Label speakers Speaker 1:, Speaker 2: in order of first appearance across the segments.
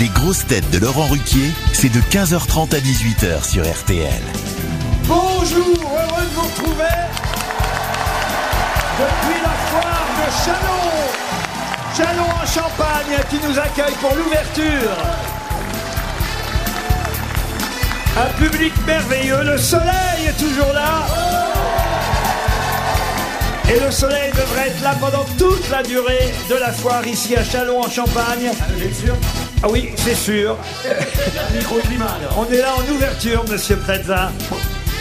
Speaker 1: Les grosses têtes de Laurent Ruquier, c'est de 15h30 à 18h sur RTL.
Speaker 2: Bonjour, heureux de vous retrouver depuis la foire de Chalon. Chalon en Champagne qui nous accueille pour l'ouverture. Un public merveilleux, le soleil est toujours là. Et le soleil devrait être là pendant toute la durée de la foire ici à Chalon en Champagne. Ah oui, c'est sûr. On est là en ouverture, monsieur Plaza.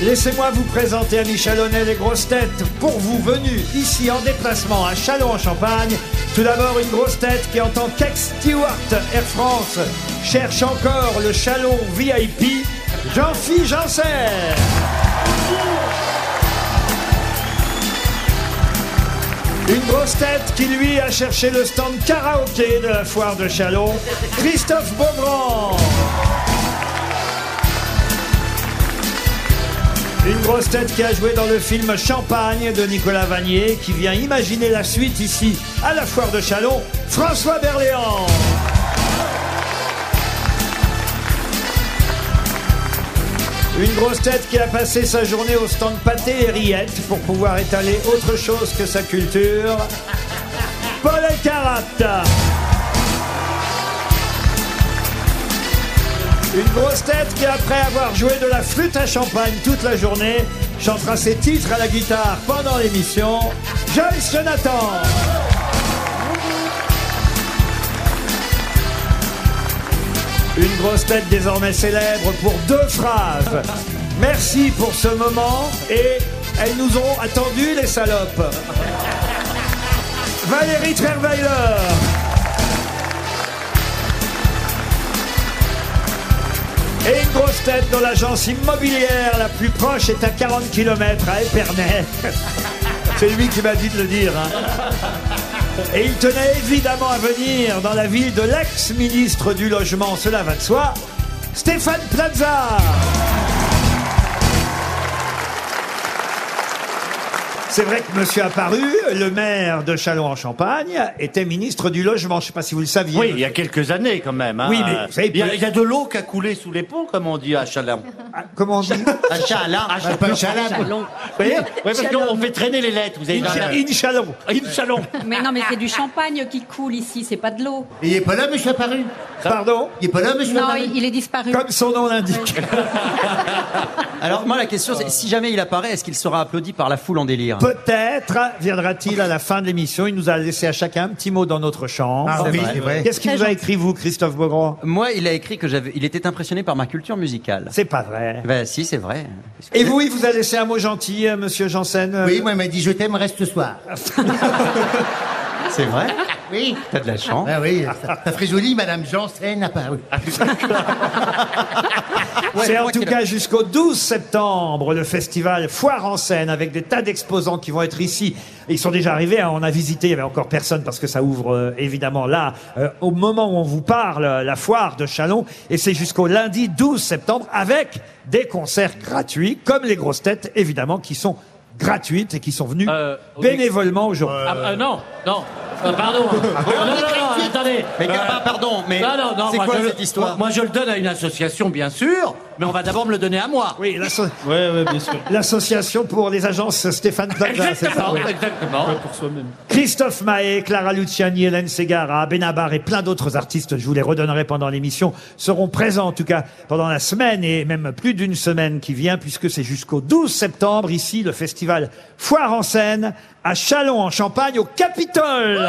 Speaker 2: Laissez-moi vous présenter, amis Chalonnais, les grosses têtes pour vous venus ici en déplacement à Chalon-en-Champagne. Tout d'abord, une grosse tête qui, en tant qu'ex-steward Air France, cherche encore le Chalon VIP, Jean-Philippe Janssen. Une grosse tête qui, lui, a cherché le stand karaoké de la foire de Chalon, Christophe Beaugrand. Une grosse tête qui a joué dans le film Champagne de Nicolas Vanier, qui vient imaginer la suite ici à la foire de Chalon, François Berléand. Une grosse tête qui a passé sa journée au stand pâté et rillettes pour pouvoir étaler autre chose que sa culture, Paul Elkarat. Une grosse tête qui, après avoir joué de la flûte à champagne toute la journée, chantera ses titres à la guitare pendant l'émission, Joyce Jonathan. Une grosse tête désormais célèbre pour deux phrases. Merci pour ce moment et elles nous ont attendu les salopes. Valérie Trerweiler. Et une grosse tête dont l'agence immobilière la plus proche est à 40 km à Épernay. C'est lui qui m'a dit de le dire. hein. Et il tenait évidemment à venir dans la ville de l'ex-ministre du Logement, cela va de soi, Stéphane Plaza. C'est vrai que monsieur Apparu, le maire de Châlons-en-Champagne, était ministre du Logement. Je ne sais pas si vous le saviez.
Speaker 3: Oui, il y a quelques années quand même. hein.
Speaker 2: Oui, mais vous savez,
Speaker 3: il, y a,
Speaker 2: peut-
Speaker 3: il y a de l'eau qui a coulé sous les ponts, comme on dit à Chalin.
Speaker 2: Ah, Comment on dit
Speaker 3: À Chalin.
Speaker 4: Ah,
Speaker 3: À Chalin. Vous voyez Oui, parce qu'on fait traîner les lettres. Vous avez
Speaker 2: In- In Chalon.
Speaker 4: Ah,
Speaker 3: Une Chalon.
Speaker 5: Mais non, mais c'est du champagne qui coule ici, c'est pas de l'eau.
Speaker 6: Il est pas là, monsieur Apparu
Speaker 2: Pardon
Speaker 6: Il est pas là, monsieur
Speaker 5: Non,
Speaker 6: Apparu
Speaker 5: il, il est disparu.
Speaker 2: Comme son nom l'indique.
Speaker 7: Alors moi la question c'est si jamais il apparaît, est-ce qu'il sera applaudi par la foule en délire
Speaker 2: Peut-être viendra-t-il à la fin de l'émission. Il nous a laissé à chacun un petit mot dans notre chambre.
Speaker 6: Ah oui,
Speaker 7: vrai.
Speaker 6: c'est vrai.
Speaker 2: Qu'est-ce qu'il
Speaker 5: Très
Speaker 2: nous a
Speaker 5: gentil.
Speaker 2: écrit, vous, Christophe Beaugrand
Speaker 7: Moi il a écrit que j'avais, il était impressionné par ma culture musicale.
Speaker 2: C'est pas vrai.
Speaker 7: Ben si c'est vrai.
Speaker 2: Et vous, il vous a laissé un mot gentil, euh, monsieur Janssen euh,
Speaker 6: Oui, moi, il m'a dit, je t'aime, reste ce soir.
Speaker 7: C'est vrai.
Speaker 6: Oui.
Speaker 7: T'as de la chance.
Speaker 2: Ben
Speaker 6: Ah oui, ça, ça ferait joli, madame Janssen Apparu.
Speaker 4: Ah,
Speaker 2: C'est
Speaker 7: je
Speaker 2: en
Speaker 7: crois
Speaker 2: tout
Speaker 7: qu'il
Speaker 2: cas
Speaker 7: a-
Speaker 2: jusqu'au 12 septembre le festival Foire en scène avec des tas d'exposants qui vont être ici. Ils sont déjà arrivés, hein, on a visité, il n'y avait encore personne parce que ça ouvre euh, évidemment là euh, au moment où on vous parle, euh, la foire de Chalon. Et c'est jusqu'au lundi 12 septembre avec des concerts gratuits, comme les grosses têtes évidemment qui sont gratuites et qui sont venues
Speaker 4: Euh, oui.
Speaker 2: bénévolement aujourd'hui.
Speaker 4: Ah, euh, non, non. Euh, pardon.
Speaker 2: Ah
Speaker 4: non, non, non, attendez.
Speaker 7: Mais
Speaker 4: Euh,
Speaker 7: ah, pardon, mais
Speaker 4: non, non, non,
Speaker 7: c'est
Speaker 4: moi,
Speaker 7: quoi
Speaker 4: je le-
Speaker 7: cette histoire
Speaker 4: Moi, moi, je le donne à une association, bien sûr, mais on va d'abord me le donner à moi. euh,
Speaker 2: Oui, l'asso- l'association pour les agences Stéphane Plaza, c'est ça
Speaker 4: Exactement,
Speaker 2: oui.
Speaker 4: exactement.
Speaker 2: Christophe Mahé, Clara Luciani, Hélène Segara, Benabar et plein d'autres artistes, je vous les redonnerai pendant l'émission, seront présents en tout cas pendant la semaine et même plus d'une semaine qui vient puisque c'est jusqu'au 12 septembre ici le festival Foire en scène à Châlons en Champagne au Capitole.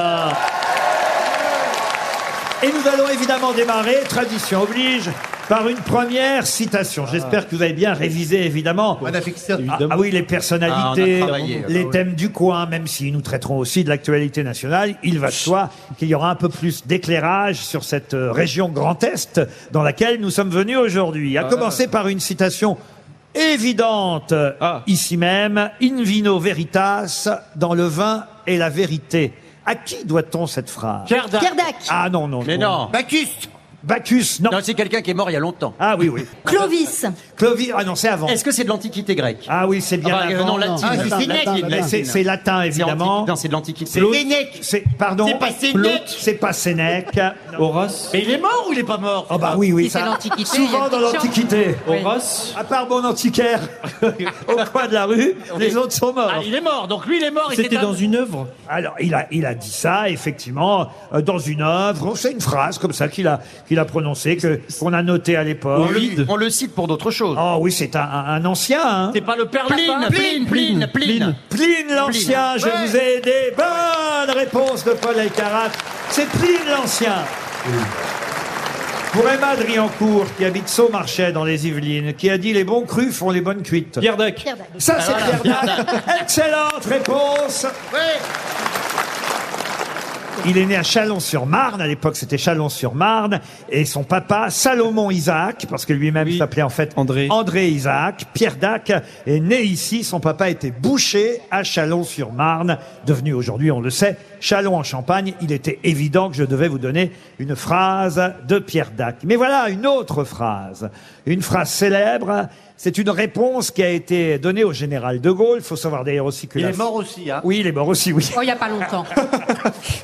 Speaker 2: Et nous allons évidemment démarrer, tradition oblige, par une première citation. J'espère que vous avez bien révisé évidemment.
Speaker 6: Madame Fixer.
Speaker 2: Ah, ah oui, les personnalités,
Speaker 7: Ah, on a travaillé.
Speaker 2: les thèmes du coin, même si nous traiterons aussi de l'actualité nationale, il va de soi qu'il y aura un peu plus d'éclairage sur cette euh, région Grand Est dans laquelle nous sommes venus aujourd'hui. À commencer par une citation évidente euh, ici même, In vino veritas, dans le vin et la vérité. À qui doit-on cette phrase
Speaker 4: Pierre Dac.
Speaker 5: Pierre Dac.
Speaker 2: Ah non, non.
Speaker 7: Mais
Speaker 2: non.
Speaker 7: non.
Speaker 6: Bacchus
Speaker 2: Bacchus, non.
Speaker 7: Non, c'est quelqu'un qui est mort il y a longtemps.
Speaker 2: Ah oui, oui.
Speaker 8: Clovis.
Speaker 2: Clovis, ah non, c'est avant.
Speaker 7: Est-ce que c'est de l'Antiquité grecque
Speaker 2: Ah oui, c'est bien
Speaker 7: Enfin, euh,
Speaker 2: avant.
Speaker 7: Non, latine.
Speaker 6: Ah, c'est
Speaker 7: Latine,
Speaker 6: Sénèque,
Speaker 7: latine,
Speaker 6: il
Speaker 2: Mais
Speaker 7: latine.
Speaker 2: c'est- c'est latin,
Speaker 7: C'est antique.
Speaker 2: évidemaux.
Speaker 7: Non, c'est de l'Antiquité.
Speaker 2: L'autre,
Speaker 6: Sénèque.
Speaker 2: c'est- Pardon
Speaker 6: C'est pas Sénèque.
Speaker 2: L'autre, C'est pas Sénèque.
Speaker 9: Horace
Speaker 4: Mais il est mort ou il est pas mort
Speaker 2: Oh bah oui, oui.
Speaker 5: Si c'est
Speaker 2: ça-
Speaker 5: l'Antiquité, il y a
Speaker 2: Souvent
Speaker 5: une
Speaker 2: dans
Speaker 5: petite
Speaker 2: l'Antiquité.
Speaker 5: Oui.
Speaker 9: Horace
Speaker 2: À part mon antiquaire au coin de la rue, les autres sont morts.
Speaker 4: Ah, il est mort, donc lui il est mort. il
Speaker 9: C'était
Speaker 4: s'est-
Speaker 9: dans une œuvre
Speaker 2: Alors, il a, il a dit ça, effectivement, euh, dans une œuvre. C'est une phrase comme ça qu'il a, qu'il a prononcée, que, qu'on a notée à l'époque.
Speaker 9: Ovid
Speaker 7: On le cite pour d'autres choses.
Speaker 2: Oh oui, c'est un, un- un ancien. hein.
Speaker 4: C'est pas le père
Speaker 7: Pline,
Speaker 4: Lapin
Speaker 7: Pline, Pline, Pline.
Speaker 2: Pline l'Ancien, je vous ai aidé. Bonne réponse de Paul Elkarat. C'est Pline l'Ancien. Pour Emma Driancourt, qui habite Saumarchais dans les Yvelines, qui a dit les bons crus font les bonnes cuites.
Speaker 9: Pierre Dac.
Speaker 8: Pierre Dac.
Speaker 2: Ça, c'est Pierre Dac. Excellente réponse. Il est né à Chalon-sur-Marne. À l'époque, c'était Chalon-sur-Marne. Et son papa, Salomon Isaac, parce que lui-même s'appelait en fait
Speaker 9: André.
Speaker 2: Isaac. Pierre Dac est né ici. Son papa était boucher à Chalon-sur-Marne. Devenu aujourd'hui, on le sait, Chalon en Champagne. Il était évident que je devais vous donner une phrase de Pierre Dac. Mais voilà une autre phrase. Une phrase célèbre. C'est une réponse qui a été donnée au général de Gaulle. Il faut savoir d'ailleurs aussi que
Speaker 4: Il
Speaker 2: la-
Speaker 4: est mort aussi, hein.
Speaker 2: Oui, il est mort aussi, oui.
Speaker 5: Oh, il n'y a pas longtemps.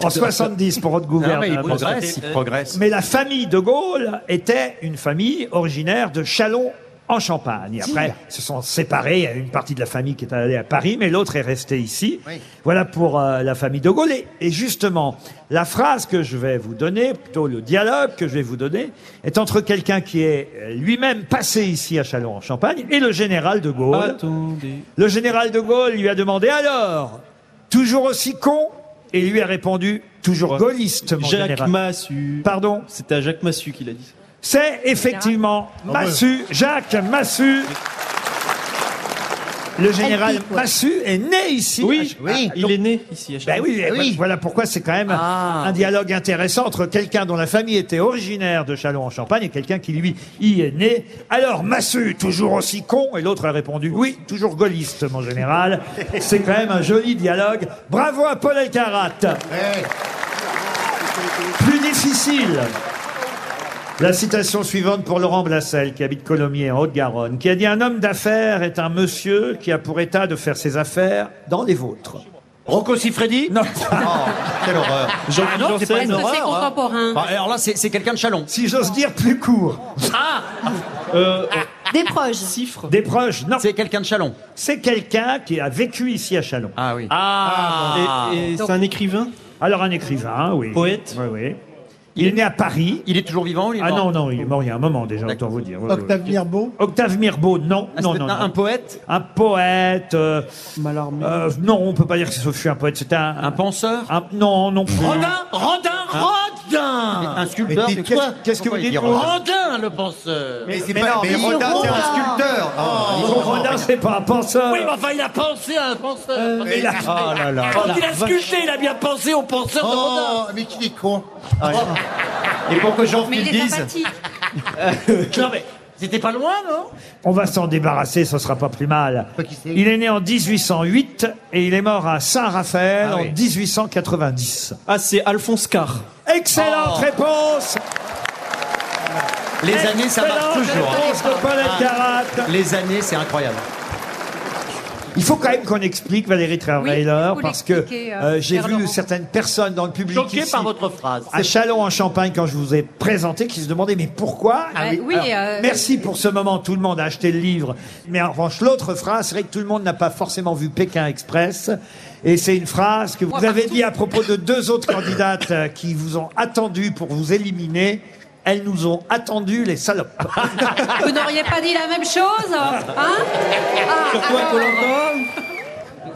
Speaker 2: En 70 pour votre
Speaker 7: Non, mais il
Speaker 2: gouvernement.
Speaker 7: progresse, il progresse.
Speaker 2: Mais la famille de Gaulle était une famille originaire de Chalon en Champagne. Après, ils se sont séparés. Il y a une partie de la famille qui est allée à Paris, mais l'autre est restée ici.
Speaker 6: Oui.
Speaker 2: Voilà pour euh, la famille de Gaulle. Et, et justement, la phrase que je vais vous donner, plutôt le dialogue que je vais vous donner, est entre quelqu'un qui est euh, lui-même passé ici à Chalon en Champagne et le général de Gaulle.
Speaker 9: Attendez.
Speaker 2: Le général de Gaulle lui a demandé alors, toujours aussi con Et il lui a répondu, toujours gaulliste, mon
Speaker 9: Jacques
Speaker 2: général.
Speaker 9: Massu.
Speaker 2: Pardon
Speaker 9: C'était à Jacques Massu qu'il a dit ça.
Speaker 2: C'est effectivement
Speaker 8: Ah
Speaker 2: Massu, Jacques Massu. Le général
Speaker 8: Elle pique, ouais.
Speaker 2: Massu est né ici. Ah,
Speaker 9: Oui,
Speaker 6: Oui.
Speaker 9: il est né ici à
Speaker 2: Ben
Speaker 9: Chalon.
Speaker 2: oui, eh ben
Speaker 6: Oui.
Speaker 2: voilà pourquoi c'est quand même un dialogue intéressant entre quelqu'un dont la famille était originaire de Chalon-en-Champagne et quelqu'un qui, lui, y est né. Alors, Massu, toujours aussi con Et l'autre a répondu, oui, toujours gaulliste, mon général. C'est quand même un joli dialogue. Bravo à Paul Elkarat plus difficile. La citation suivante pour Laurent Blassel, qui habite Colomiers, en Haute-Garonne, qui a dit Un homme d'affaires est un monsieur qui a pour état de faire ses affaires dans les vôtres.
Speaker 4: Rocco Siffredi
Speaker 2: Non,
Speaker 7: Oh, Quelle horreur.
Speaker 4: Ah non, c'est pas
Speaker 5: Est-ce
Speaker 4: une
Speaker 5: que c'est
Speaker 4: horreur. hein.
Speaker 5: contemporain
Speaker 7: Bah, alors là, c'est c'est quelqu'un de Chalon.
Speaker 2: si j'ose dire plus court. Ah
Speaker 9: Euh,
Speaker 8: Des proches.
Speaker 9: Cifre.
Speaker 2: Des proches, non.
Speaker 7: C'est quelqu'un de Chalon.
Speaker 2: C'est quelqu'un qui a vécu ici à Chalon.
Speaker 7: Ah oui.
Speaker 4: Ah,
Speaker 9: Et, et c'est un écrivain
Speaker 2: Alors, un écrivain, oui.
Speaker 9: Poète.
Speaker 2: Oui, oui. Il est né à Paris.
Speaker 7: Il est toujours vivant, il est
Speaker 2: Ah
Speaker 7: mort
Speaker 2: non, non, il est mort il y a un moment déjà,
Speaker 7: D'accord.
Speaker 2: autant vous dire. Oui, oui.
Speaker 10: Octave Mirbeau.
Speaker 2: Octave Mirbeau, non,
Speaker 7: Ah,
Speaker 2: non,
Speaker 7: c'était
Speaker 2: non.
Speaker 7: un, un
Speaker 2: non.
Speaker 7: poète,
Speaker 2: Un poète. euh,
Speaker 9: Mallarmé.
Speaker 2: euh, non, on peut pas dire que ce fut un poète. C'était un,
Speaker 7: un penseur,
Speaker 2: Un- non, non plus.
Speaker 4: Rodin, Rodin, Rodin
Speaker 7: un sculpteur.
Speaker 6: Mais
Speaker 7: du-
Speaker 6: qu'est-ce-
Speaker 2: qu'est-ce que
Speaker 7: Pourquoi
Speaker 2: vous
Speaker 7: il dit
Speaker 2: dites,
Speaker 7: Rodin
Speaker 4: Rodin, le penseur
Speaker 6: Mais c'est
Speaker 2: mais
Speaker 6: pas
Speaker 2: non,
Speaker 6: mais
Speaker 2: mais
Speaker 6: Rodin, c'est un sculpteur. Oh,
Speaker 2: Bon, Rodin, c'est pas un penseur.
Speaker 4: Oui, mais enfin, il a pensé à un penseur.
Speaker 2: Mais là-
Speaker 7: Oh là là.
Speaker 4: Quand il a sculpté, il a bien pensé au penseur de Rodin.
Speaker 6: Oh, mais qu'il est con.
Speaker 7: Et pour que jean
Speaker 5: Mais
Speaker 7: philippe
Speaker 5: il est
Speaker 7: dise,
Speaker 5: sympathique.
Speaker 4: Non, mais c'était pas loin, non
Speaker 2: On va s'en débarrasser, ce sera pas plus mal.
Speaker 6: Pas qui c'est.
Speaker 2: Il est né en 1808 et il est mort à Saint-Raphaël
Speaker 7: Ah
Speaker 2: en
Speaker 7: oui.
Speaker 2: 1890.
Speaker 9: Ah, c'est Alphonse Carr.
Speaker 2: Excellente réponse
Speaker 7: les années, ça marche
Speaker 2: Excellente
Speaker 7: toujours. hein.
Speaker 2: réponse de Paul Elkarat.
Speaker 7: Les années, c'est incroyable.
Speaker 2: Il faut quand même qu'on explique Valérie Trierweiler
Speaker 5: faut
Speaker 2: parce que
Speaker 5: l'expliquer, euh,
Speaker 2: euh, j'ai
Speaker 5: Pierre
Speaker 2: vu
Speaker 5: Laurent.
Speaker 2: certaines personnes dans le public
Speaker 4: Ah. Choqué
Speaker 2: ici,
Speaker 4: par votre phrase.
Speaker 2: à Chalon en Champagne quand je vous ai présenté qui se demandaient mais pourquoi
Speaker 5: Ah oui. Oui, euh,
Speaker 2: merci pour ce moment tout le monde a acheté le livre mais en revanche l'autre phrase c'est vrai que tout le monde n'a pas forcément vu Pékin Express et c'est une phrase que vous
Speaker 5: Moi,
Speaker 2: avez
Speaker 5: partout.
Speaker 2: dit à propos de deux autres candidates euh, qui vous ont attendu pour vous éliminer elles nous ont attendu les salopes
Speaker 5: Vous n'auriez pas dit la même chose hein Ah, alors,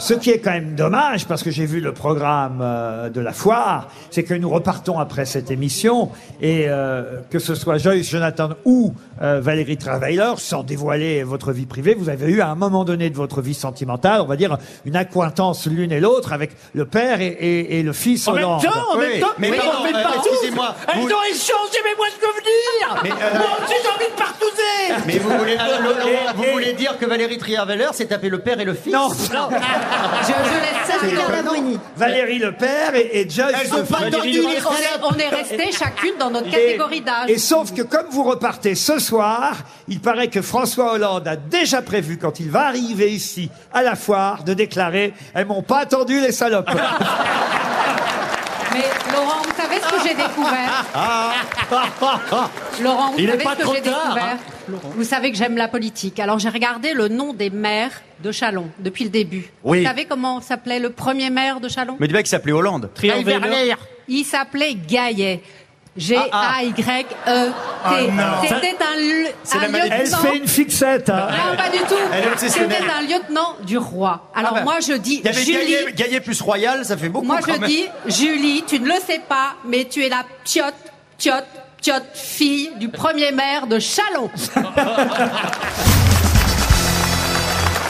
Speaker 2: Ce qui est quand même dommage, parce que j'ai vu le programme euh, de la foire, c'est que nous repartons après cette émission, et euh, que ce soit Joyce Jonathan ou euh, Valérie Travailer, sans dévoiler votre vie privée, vous avez eu à un moment donné de votre vie sentimentale, on va dire, une acquaintance l'une et l'autre avec le père et, et- et le fils
Speaker 4: En même
Speaker 2: Hollande.
Speaker 4: temps, en
Speaker 7: Oui,
Speaker 4: même temps,
Speaker 7: mais
Speaker 4: ils
Speaker 7: pardon,
Speaker 4: en faites
Speaker 7: euh,
Speaker 4: pas tous.
Speaker 7: excusez-moi,
Speaker 4: Elles
Speaker 7: vous-
Speaker 4: ont échangé, mais moi je peux venir. Moi aussi j'ai envie de partouzer.
Speaker 7: Mais vous voulez, alors, Laurent, vous voulez dire que Valérie Trierweiler s'est tapé le père et le fils
Speaker 2: Non,
Speaker 4: Non.
Speaker 5: Je, je laisse ça à Pierre Labrini.
Speaker 2: Valérie Lepère et, et Joyce
Speaker 6: Elles ont
Speaker 2: Lefebvre.
Speaker 6: pas tordu les
Speaker 5: On est,
Speaker 6: concepts.
Speaker 5: on est restés chacune dans notre
Speaker 2: Et-
Speaker 5: catégorie d'âge.
Speaker 2: Et sauf que comme vous repartez ce soir, il paraît que François Hollande a déjà prévu, quand il va arriver ici à la foire, de déclarer « Elles m'ont pas attendu les salopes
Speaker 5: Mais Laurent, vous savez ce que j'ai découvert Laurent, vous
Speaker 4: Il est
Speaker 5: savez
Speaker 4: pas
Speaker 5: ce que
Speaker 4: trop
Speaker 5: j'ai
Speaker 4: tard,
Speaker 5: découvert
Speaker 4: hein,
Speaker 5: Vous savez que j'aime la politique. Alors j'ai regardé le nom des maires de Chalon depuis le début.
Speaker 7: Oui.
Speaker 5: Vous savez comment s'appelait le premier maire de Chalon
Speaker 7: Mais du mec qui s'appelait Hollande.
Speaker 9: Trierweiler.
Speaker 7: Ah
Speaker 5: Il s'appelait Gaillet.
Speaker 7: Ah,
Speaker 5: G-A-Y-E-T. E C'était un, lieu-
Speaker 7: C'est
Speaker 5: un
Speaker 7: la maladie. ».
Speaker 5: lieutenant.
Speaker 2: Elle fait une fixette hein.
Speaker 5: Non, pas du
Speaker 7: Elle est
Speaker 5: tout.
Speaker 7: obsessionnelle.
Speaker 5: C'était un lieutenant du roi. Alors
Speaker 7: Ah ben.
Speaker 5: moi je dis
Speaker 7: Il y avait
Speaker 5: Julie.
Speaker 7: Gaillet, Gaillet plus Royal, ça fait beaucoup
Speaker 5: Moi,
Speaker 7: quand
Speaker 5: je
Speaker 7: même.
Speaker 5: dis, Julie, tu ne le sais pas, mais tu es la piote, piote, piote fille du premier maire de Chalon.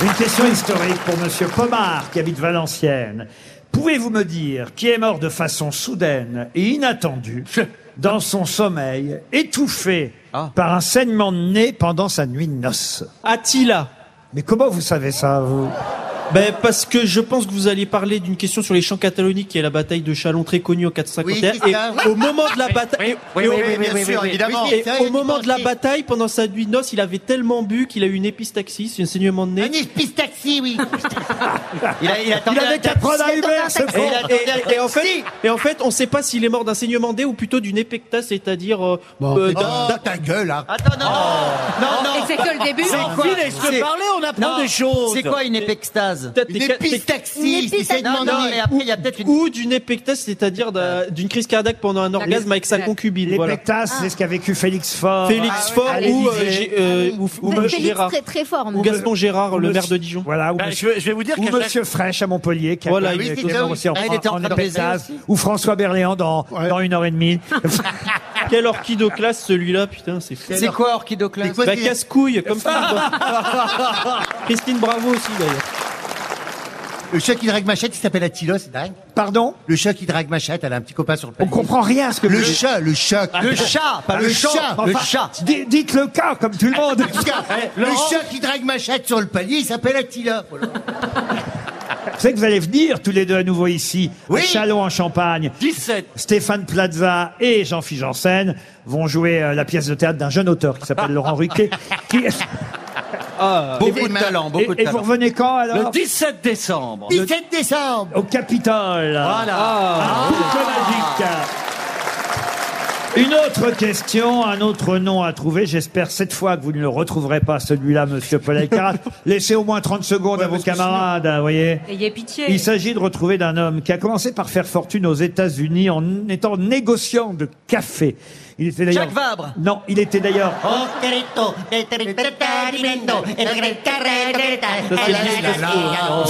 Speaker 2: Une question historique pour Monsieur Pomard, qui habite Valenciennes. Pouvez-vous me dire qui est mort de façon soudaine et inattendue dans son sommeil, étouffé
Speaker 7: Ah.
Speaker 2: par un saignement de nez pendant sa nuit de noces
Speaker 9: Attila.
Speaker 2: Mais comment vous savez ça, vous
Speaker 9: Ben, parce que je pense que vous allez parler d'une question sur les champs cataloniques qui est la bataille de Chalon très connue en 451.
Speaker 6: Oui, qui ça
Speaker 9: et au moment de la bataille.
Speaker 4: oui,
Speaker 9: et
Speaker 4: oui,
Speaker 9: au-
Speaker 6: Oui, bien sûr, évidemment.
Speaker 9: et au moment de la bataille, pendant sa nuit de noces, il avait tellement bu qu'il a eu une épistaxie, c'est un saignement de nez.
Speaker 6: taxi, oui.
Speaker 7: Il, a, il
Speaker 2: Il
Speaker 7: attendait
Speaker 2: avait
Speaker 7: un
Speaker 2: qu'à prendre à Uber, c'est
Speaker 9: Et,
Speaker 2: faux
Speaker 9: et- et en fait, et en fait, on sait pas s'il est mort d'un saignement de nez ou plutôt d'une épecta, c'est-à-dire euh, euh, d'un-
Speaker 6: Oh, ta gueule, hein.
Speaker 7: Attends, non, non, non,
Speaker 5: Et c'est que le début.
Speaker 7: quoi C'est-
Speaker 4: parler, on apprend
Speaker 7: non.
Speaker 4: des choses.
Speaker 7: C'est quoi une épextase
Speaker 9: peut-être
Speaker 6: Une
Speaker 9: des ca-
Speaker 6: épistaxie, si c'est
Speaker 7: Non, non,
Speaker 6: demandé.
Speaker 7: mais après, il y a peut-être une...
Speaker 9: ou d'une épectase, c'est-à-dire d'un- d'une crise cardiaque pendant un orgasme avec sa concubine.
Speaker 2: Les
Speaker 9: Voilà.
Speaker 2: Pectas, c'est ce qu'a vécu Félix Faure. Ah
Speaker 9: Félix Faure
Speaker 2: à
Speaker 9: ou, euh,
Speaker 2: l'Élysée.
Speaker 9: Gé- euh, ou- ou
Speaker 8: Ah Félix
Speaker 9: Gérard.
Speaker 8: très très fort.
Speaker 9: Ou
Speaker 8: même.
Speaker 9: Gaston Gérard, le
Speaker 2: Monsieur-
Speaker 9: maire de Dijon.
Speaker 2: Voilà, ou
Speaker 4: Bah,
Speaker 2: monsieur,
Speaker 4: je, vais- je vais vous dire
Speaker 2: ou
Speaker 4: que je-
Speaker 2: monsieur Fraîche à Montpellier, qui a
Speaker 9: Voilà,
Speaker 2: connu
Speaker 9: oui,
Speaker 2: des
Speaker 6: c'est ça,
Speaker 2: morts
Speaker 6: oui.
Speaker 2: aussi en,
Speaker 6: Ah, il était en
Speaker 2: en
Speaker 6: train de baiser
Speaker 2: Épectas, ou François Berléand dans, dans une heure et demie.
Speaker 9: Quel orchidoclasse celui-là, putain, c'est fou.
Speaker 7: C'est quoi
Speaker 6: C'est
Speaker 7: Orchidoclas
Speaker 6: quoi
Speaker 9: Bah,
Speaker 6: qui-
Speaker 9: casse-couille, comme ça. Christine Bravo aussi, d'ailleurs.
Speaker 6: Le chat qui drague ma chatte, il s'appelle Attila, c'est dingue.
Speaker 2: Pardon
Speaker 6: Le chat qui drague ma chatte, elle a un petit copain sur le
Speaker 2: On
Speaker 6: palier.
Speaker 2: comprend rien à ce que
Speaker 6: Le
Speaker 2: vous-
Speaker 6: chat, le chat.
Speaker 7: Le chat, pas Ah, le,
Speaker 6: Le
Speaker 7: chat,
Speaker 6: chat,
Speaker 7: le
Speaker 2: Enfin,
Speaker 7: chat.
Speaker 2: di- Dites le cas comme tout le monde. Eh,
Speaker 6: En tout cas, le chat qui drague ma chatte sur le palier, il s'appelle Attila.
Speaker 2: Vous savez que vous allez venir tous les deux à nouveau ici, à
Speaker 6: Oui.
Speaker 2: Chalon en Champagne.
Speaker 4: 17.
Speaker 2: Stéphane Plaza et Jean-Philippe Janssen vont jouer euh, la pièce de théâtre d'un jeune auteur qui s'appelle Laurent Ruquet. qui- et,
Speaker 9: Ah.
Speaker 7: Beaucoup de talent, beaucoup de
Speaker 2: et vous
Speaker 7: talent.
Speaker 2: revenez quand
Speaker 4: Le
Speaker 2: alors
Speaker 4: 17 décembre.
Speaker 6: 17 décembre.
Speaker 2: Au Capitole. Ah,
Speaker 4: Voilà.
Speaker 2: Un boucle magique. Une autre question, un autre nom à trouver. J'espère cette fois que vous ne le retrouverez pas, celui-là, monsieur Paul Elkarat. Laissez au moins 30 secondes à vos camarades, hein, vous voyez.
Speaker 5: Ayez pitié.
Speaker 2: Il s'agit de retrouver d'un homme qui a commencé par faire fortune aux États-Unis en étant négociant de café. Il était d'ailleurs.
Speaker 7: Jacques Vabre.
Speaker 2: Non, il était d'ailleurs.
Speaker 7: Oh, Ah,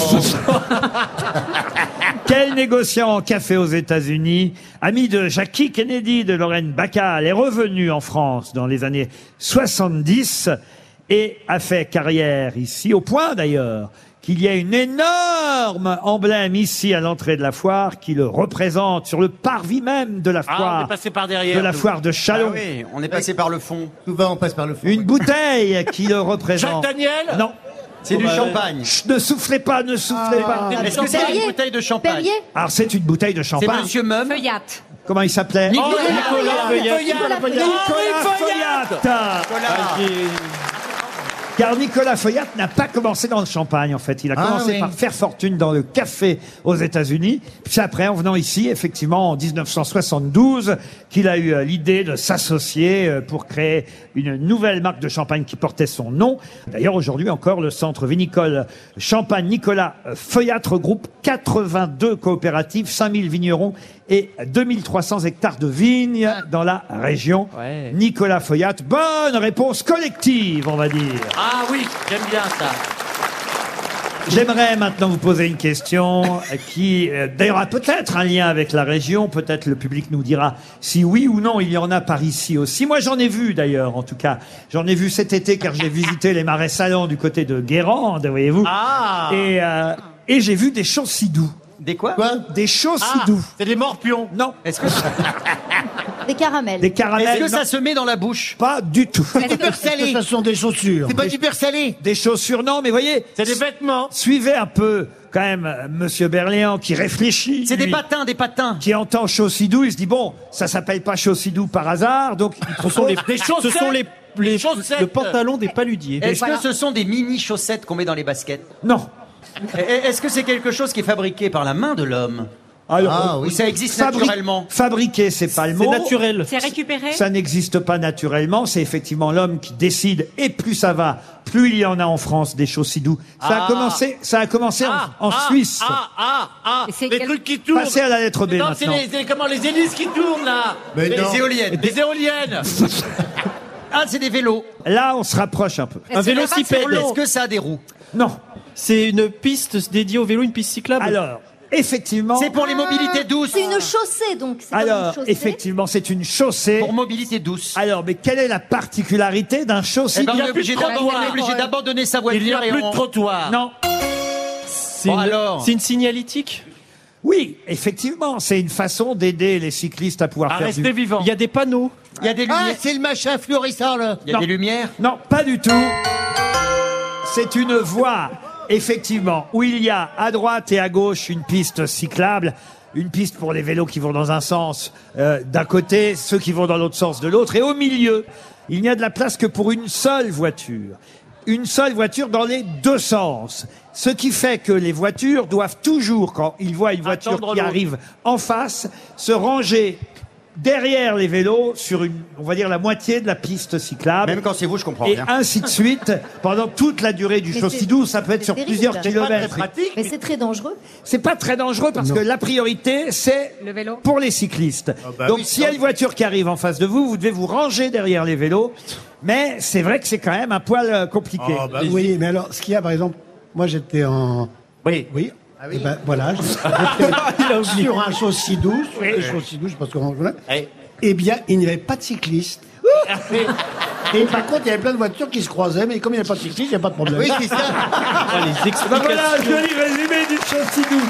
Speaker 2: Quel négociant en café aux États-Unis, ami de Jackie Kennedy, de Lorraine Bacall, est revenu en France dans les années 70 et a fait carrière ici, au point d'ailleurs qu'il y a une énorme emblème ici à l'entrée de la foire qui le représente sur le parvis même de la
Speaker 4: Ah, on
Speaker 2: foire,
Speaker 4: est passé par
Speaker 2: de
Speaker 4: derrière.
Speaker 2: la
Speaker 4: nous.
Speaker 2: foire de
Speaker 7: Ah
Speaker 2: Chalon.
Speaker 7: oui, on est passé par le fond.
Speaker 6: Souvent, on passe par le fond.
Speaker 2: Une bouteille qui le représente.
Speaker 4: Jacques Daniel
Speaker 2: Non.
Speaker 7: C'est du champagne.
Speaker 2: Chut, Ne soufflez pas, ne soufflez
Speaker 4: Ah.
Speaker 6: Ah.
Speaker 2: pas.
Speaker 7: Est-ce que c'est
Speaker 8: Perrier
Speaker 7: une bouteille de champagne
Speaker 8: Perrier
Speaker 2: Alors c'est une bouteille de
Speaker 7: C'est
Speaker 2: champagne.
Speaker 7: Monsieur Meum
Speaker 5: Feuillate.
Speaker 2: Comment il s'appelait Oh,
Speaker 7: Nicolas
Speaker 8: Feuillade.
Speaker 7: Feuillade.
Speaker 8: Nicolas Feuillade.
Speaker 2: Nicolas
Speaker 5: Ah.
Speaker 2: Feuillatte. Car Nicolas Feuillatte n'a pas commencé dans le champagne, en fait. Il a
Speaker 6: Ah,
Speaker 2: commencé
Speaker 6: oui.
Speaker 2: par faire fortune dans le café aux États-Unis. Puis après, en venant ici, effectivement, en 1972, qu'il a eu euh, l'idée de s'associer euh, pour créer une nouvelle marque de champagne qui portait son nom. D'ailleurs, aujourd'hui encore, le centre vinicole Champagne Nicolas Feuillatte regroupe 82 coopératives, 5000 vignerons et 2300 hectares de vignes dans la région.
Speaker 4: Ouais.
Speaker 2: Nicolas Feuillatte, bonne réponse collective, on va dire.
Speaker 4: Ah oui, j'aime bien ça.
Speaker 2: J'aimerais maintenant vous poser une question euh, qui, euh, d'ailleurs, a peut-être un lien avec la région. Peut-être le public nous dira si oui ou non il y en a par ici aussi. Moi, j'en ai vu d'ailleurs, en tout cas. J'en ai vu cet été car j'ai visité les marais salants du côté de Guérande, voyez-vous.
Speaker 4: Ah
Speaker 2: Et, euh, et j'ai vu des chansidous.
Speaker 7: Des quoi
Speaker 2: Des chaussidous.
Speaker 3: C'est des morpions.
Speaker 2: Non.
Speaker 7: Est-ce que,
Speaker 8: Des caramels.
Speaker 2: Des
Speaker 7: est-ce
Speaker 2: caramels.
Speaker 7: que
Speaker 2: non.
Speaker 7: ça se met dans la bouche
Speaker 2: Pas du tout.
Speaker 6: Beurre salé.
Speaker 3: Ce sont des chaussures.
Speaker 6: C'est pas du beurre salé.
Speaker 2: Des chaussures, non, mais voyez,
Speaker 3: C'est des vêtements.
Speaker 2: suivez un peu quand même euh, Monsieur Berléand qui réfléchit.
Speaker 7: C'est des
Speaker 2: lui,
Speaker 7: patins, des patins.
Speaker 2: Qui entend chaussidou, il se dit bon, ça s'appelle pas chaussidou par hasard, donc il
Speaker 9: Ce sont les,
Speaker 4: Des chaussettes.
Speaker 9: ce sont les, les-
Speaker 4: Des chaussettes.
Speaker 9: le pantalon des paludiers.
Speaker 7: Est-ce
Speaker 8: voilà.
Speaker 7: que ce sont des mini chaussettes qu'on met dans les baskets
Speaker 2: non.
Speaker 7: Et- et- Est-ce que c'est quelque chose qui est fabriqué par la main de l'homme
Speaker 2: Alors,
Speaker 6: Ah,
Speaker 7: Ou
Speaker 6: oui.
Speaker 7: ça existe
Speaker 2: fabri-
Speaker 7: naturellement
Speaker 2: fabriquer, c'est pas le
Speaker 9: C'est
Speaker 2: mot.
Speaker 9: naturel.
Speaker 5: C'est récupéré
Speaker 2: Ça n'existe pas naturellement, c'est effectivement l'homme qui décide, et plus ça va, plus il y en a en France des chaussidous. Ça a
Speaker 4: Ah.
Speaker 2: commencé, ça a commencé en-
Speaker 4: Ah,
Speaker 2: en,
Speaker 4: ah,
Speaker 2: Suisse.
Speaker 4: Ah, ah, ah,
Speaker 5: Et c'est
Speaker 4: les
Speaker 5: quel-
Speaker 4: trucs qui tournent.
Speaker 2: Passez à la lettre B
Speaker 4: non, c'est
Speaker 2: maintenant.
Speaker 4: les, c'est comment, les hélices qui tournent, là.
Speaker 6: Mais non.
Speaker 7: Des éoliennes.
Speaker 4: Les éoliennes.
Speaker 7: Ah, c'est des vélos.
Speaker 2: Là, on se rapproche un peu.
Speaker 9: Un vélocipède.
Speaker 7: Est-ce que ça a des roues Eh
Speaker 2: Non.
Speaker 9: C'est une piste dédiée au vélo, une piste cyclable.
Speaker 2: Alors, effectivement.
Speaker 7: C'est pour les mobilités douces.
Speaker 8: C'est une chaussée donc. c'est comme une
Speaker 2: Alors,
Speaker 8: chaussée.
Speaker 2: effectivement, c'est une chaussée.
Speaker 7: Pour mobilité douce.
Speaker 2: Alors, mais quelle est la particularité d'un
Speaker 7: Eh
Speaker 2: chaussidou
Speaker 7: ben, on
Speaker 4: y a
Speaker 7: est
Speaker 4: plus de
Speaker 7: obligé
Speaker 4: trottoir.
Speaker 7: d'abandonner- on est obligé d'abandonner sa voiture
Speaker 4: Il n'y a
Speaker 7: et
Speaker 4: plus
Speaker 7: on-
Speaker 4: de trottoir.
Speaker 2: Non.
Speaker 9: C'est
Speaker 7: Bon,
Speaker 9: une,
Speaker 7: alors.
Speaker 9: c'est une signalétique.
Speaker 2: Oui, effectivement, c'est une façon d'aider les cyclistes à pouvoir
Speaker 4: À
Speaker 2: faire
Speaker 4: rester
Speaker 2: du...
Speaker 4: vivant.
Speaker 9: Il y a des panneaux.
Speaker 7: Il y a des
Speaker 6: Ah,
Speaker 7: lumières.
Speaker 6: c'est le machin florissant, là.
Speaker 7: Il y a
Speaker 2: non.
Speaker 7: des lumières.
Speaker 2: Non, pas du tout. C'est une voie, effectivement, où il y a à droite et à gauche une piste cyclable, une piste pour les vélos qui vont dans un sens euh, d'un côté, ceux qui vont dans l'autre sens de l'autre, et au milieu, il n'y a de la place que pour une seule voiture. Une seule voiture dans les deux sens. Ce qui fait que les voitures doivent toujours, quand ils voient une voiture
Speaker 4: Attendre
Speaker 2: qui
Speaker 4: l'autre.
Speaker 2: arrive en face, se ranger derrière les vélos sur une, on va dire la moitié de la piste cyclable.
Speaker 7: Même quand c'est vous, je comprends
Speaker 2: Et
Speaker 7: rien.
Speaker 2: ainsi de suite, pendant toute la durée du
Speaker 8: Mais
Speaker 2: chaussidou,
Speaker 8: c'est-
Speaker 2: ça peut être
Speaker 8: c'est
Speaker 2: sur
Speaker 8: terrible.
Speaker 2: plusieurs
Speaker 8: C'est pas
Speaker 2: kilomètres.
Speaker 4: pratique.
Speaker 8: Mais c'est très dangereux.
Speaker 2: C'est pas très dangereux parce que la priorité, c'est
Speaker 5: Le vélo.
Speaker 2: pour les cyclistes.
Speaker 6: bah
Speaker 2: Donc
Speaker 6: oui,
Speaker 2: s'il y a une voiture qui arrive en face de vous, vous devez vous ranger derrière les vélos. Mais c'est vrai que c'est quand même un poil euh, compliqué.
Speaker 6: Oh, bah
Speaker 10: Oui, mais alors, ce qu'il y a, par exemple, moi j'étais en.
Speaker 4: Oui.
Speaker 10: Oui.
Speaker 5: Ah
Speaker 10: Eh ben, voilà, j'étais sur un chaussée douce, sur
Speaker 2: Oui.
Speaker 10: un chaussée douce, parce que voilà.
Speaker 4: Oui.
Speaker 10: Eh bien, il n'y avait pas de cyclistes. Et par contre, il y avait plein de voitures qui se croisaient, mais comme il n'y avait pas de cyclistes, il n'y a pas de problème.
Speaker 6: Oui, c'est ça.
Speaker 9: Ah, les
Speaker 2: Bah voilà un
Speaker 9: explications.
Speaker 2: joli résumé du chaussidou.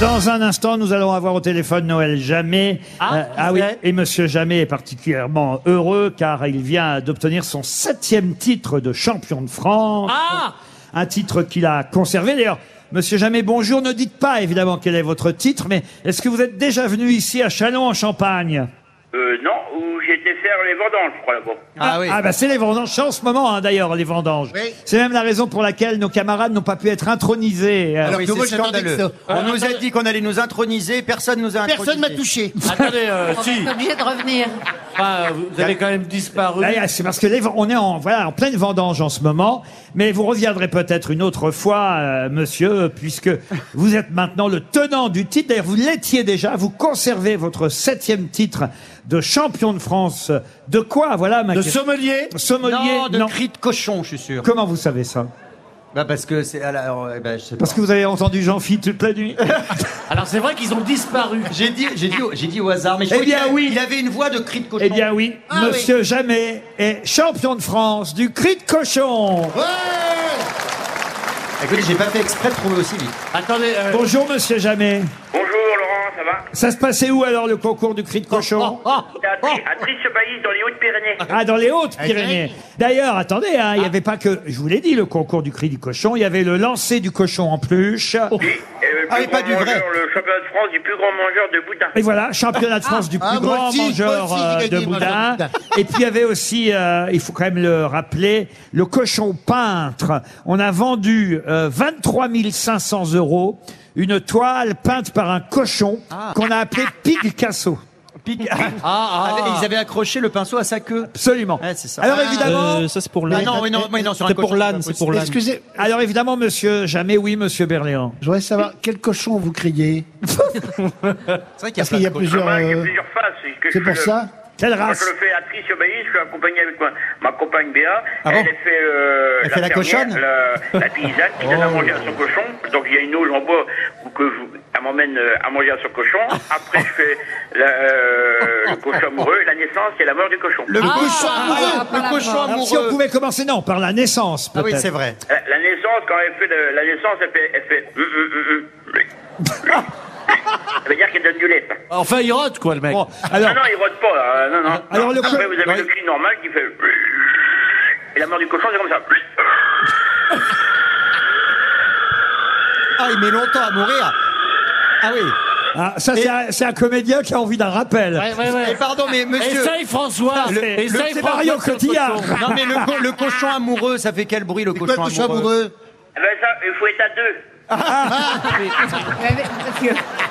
Speaker 2: Dans un instant, nous allons avoir au téléphone Noël Jamais.
Speaker 4: Ah,
Speaker 2: ah oui,
Speaker 4: ouais.
Speaker 2: et Monsieur Jamais est particulièrement heureux car il vient d'obtenir son septième titre de champion de France.
Speaker 4: Ah
Speaker 2: Un titre qu'il a conservé. D'ailleurs, Monsieur Jamais, bonjour. Ne dites pas évidemment quel est votre titre, mais est-ce que vous êtes déjà venu ici à Chalon en Champagne
Speaker 11: Euh, non, où j'étais faire les vendanges, je crois, là-bas.
Speaker 7: Ah oui.
Speaker 2: Ah bah c'est les vendanges C'est en ce moment hein, d'ailleurs les vendanges.
Speaker 6: Oui.
Speaker 2: C'est même la raison pour laquelle nos camarades n'ont pas pu être intronisés. euh,
Speaker 7: Ah
Speaker 6: Alors
Speaker 7: oui,
Speaker 6: que
Speaker 7: c'est
Speaker 6: moi, j'attendais
Speaker 7: scandaleux.
Speaker 6: que ça.
Speaker 7: On
Speaker 2: Ah,
Speaker 7: nous a dit qu'on allait nous introniser, personne nous a intronisé.
Speaker 6: Personne m'a touché.
Speaker 4: Attendez, euh,
Speaker 5: On
Speaker 4: si.
Speaker 5: est obligé de revenir.
Speaker 4: Enfin, vous avez quand même disparu.
Speaker 2: Là, c'est parce que les- on est en voilà en pleine vendange en ce moment, mais vous reviendrez peut-être une autre fois, euh, monsieur, puisque vous êtes maintenant le tenant du titre. D'ailleurs, vous l'étiez déjà. Vous conservez votre septième titre de champion de France. De quoi Voilà ma
Speaker 3: Le
Speaker 2: question.
Speaker 3: sommelier.
Speaker 2: Sommelier.
Speaker 7: Non, de cris de cochon, je suis sûr.
Speaker 2: Comment vous savez ça
Speaker 7: Bah parce que c'est alors, eh ben, je sais pas.
Speaker 2: Parce que vous avez entendu Jean-Phi toute la nuit.
Speaker 4: Alors, c'est vrai qu'ils ont disparu.
Speaker 7: J'ai dit, j'ai dit, au- j'ai dit au hasard, mais je
Speaker 2: Eh
Speaker 7: crois qu'il
Speaker 2: bien,
Speaker 7: a-
Speaker 2: oui.
Speaker 7: il avait une voix de cri de cochon.
Speaker 2: eh bien oui,
Speaker 6: Ah oui.
Speaker 2: monsieur Jamais est champion de France du cri de cochon.
Speaker 7: Écoutez, j'ai pas fait exprès de trouver aussi vite.
Speaker 4: Attendez, euh,
Speaker 2: Bonjour monsieur Jamais.
Speaker 11: Bonjour, Laurent, ça va
Speaker 2: Ça se passait où alors le concours du cri de cochon
Speaker 4: Ah,
Speaker 11: J'étais à, Tri- à Trice-Bailly, dans les Hautes-Pyrénées.
Speaker 2: Ah, dans les
Speaker 6: Eh,
Speaker 2: Hautes-Pyrénées. D'ailleurs, attendez, hein,
Speaker 6: Ah.
Speaker 2: il n'y avait pas que, je vous l'ai dit, le concours du cri du cochon, il y avait le lancer du cochon en peluche.
Speaker 6: Oh.
Speaker 11: Et le plus
Speaker 7: Ah oui, pas
Speaker 11: grand
Speaker 7: du vrai.
Speaker 11: mangeur, le championnat de France du plus grand mangeur de boudin.
Speaker 2: Et voilà, championnat de France du plus
Speaker 6: Ah, moi
Speaker 2: grand
Speaker 6: aussi, moi
Speaker 2: mangeur
Speaker 6: aussi, j'ai
Speaker 2: euh, de
Speaker 6: gagné, mangeur
Speaker 2: boudin.
Speaker 6: de boudin.
Speaker 2: Et puis il y avait aussi, euh, il faut quand même le rappeler, le cochon peintre. On a vendu euh, 23 500 euros une toile peinte par un cochon
Speaker 6: Ah.
Speaker 2: qu'on a appelé Picasso.
Speaker 4: ah, ah.
Speaker 7: Avec- Ils avaient accroché le pinceau à sa queue.
Speaker 2: Absolument.
Speaker 7: Ouais, c'est ça.
Speaker 2: Alors
Speaker 7: Ah.
Speaker 2: évidemment,
Speaker 9: Euh, ça c'est pour
Speaker 7: Ah
Speaker 9: l'âne.
Speaker 7: non, oui, non, oui, non, sur un
Speaker 9: C'est pour
Speaker 7: cochon,
Speaker 9: l'âne,
Speaker 7: c'est pas
Speaker 9: c'est pour l'âne.
Speaker 10: Excusez,
Speaker 2: alors évidemment, monsieur, jamais oui, monsieur Berléand.
Speaker 10: je voudrais savoir quel cochon vous criez.
Speaker 4: Ah,
Speaker 7: C'est vrai qu'il y a,
Speaker 10: Parce qu'il y a
Speaker 7: plein de cochons.
Speaker 10: plusieurs.
Speaker 11: Ah, j'ai
Speaker 10: euh,
Speaker 11: plusieurs faces. puisque je
Speaker 10: C'est pour
Speaker 11: fais le-
Speaker 10: ça
Speaker 2: Quelle
Speaker 11: Quand
Speaker 2: race
Speaker 11: je le fais à Trice-Bailly, je suis accompagné avec ma, ma compagne Béa.
Speaker 7: Ah
Speaker 11: elle
Speaker 7: bon
Speaker 11: fait, euh,
Speaker 7: Elle fait la
Speaker 11: fermière,
Speaker 7: cochonne
Speaker 9: Oh.
Speaker 11: La, la paysanne qui donne à manger à son cochon. Donc il y a une auge en bois ou que je, elle m'emmène euh, à manger à son cochon. Après, je fais la, euh, le cochon amoureux, la naissance et la mort du cochon.
Speaker 9: Ah,
Speaker 2: Ah, Alors, Si on pouvait commencer, non, par la naissance,
Speaker 9: Ah
Speaker 2: peut-être.
Speaker 11: La, la naissance, quand elle fait le- la naissance, elle fait. Elle fait Hum, hum, hum, hum. ça veut dire qu'elle donne du lait. ça.
Speaker 4: Enfin, il rote, quoi, le mec.
Speaker 11: Non, non, il rote pas. là, euh, non, non.
Speaker 2: Ah,
Speaker 4: Alors, le
Speaker 11: Après,
Speaker 4: co-
Speaker 11: vous avez
Speaker 4: Ouais.
Speaker 11: le cri normal qui fait. Et la mort du cochon, c'est comme ça.
Speaker 7: Ah, il met longtemps à mourir. Ah oui.
Speaker 2: Ah, ça, c'est un- c'est un, comédien qui a envie d'un rappel.
Speaker 7: Et pardon, mais monsieur. Ah,
Speaker 2: Essaye, François.
Speaker 7: Le-
Speaker 2: Essaye,
Speaker 7: le-
Speaker 2: François,
Speaker 7: c'est Mario
Speaker 2: François
Speaker 7: Cotillard.
Speaker 2: Cochon.
Speaker 7: Non, mais le, co- le cochon amoureux, ça fait quel bruit le cochon, amoureux,
Speaker 11: Eh ben, ça, il faut être à deux.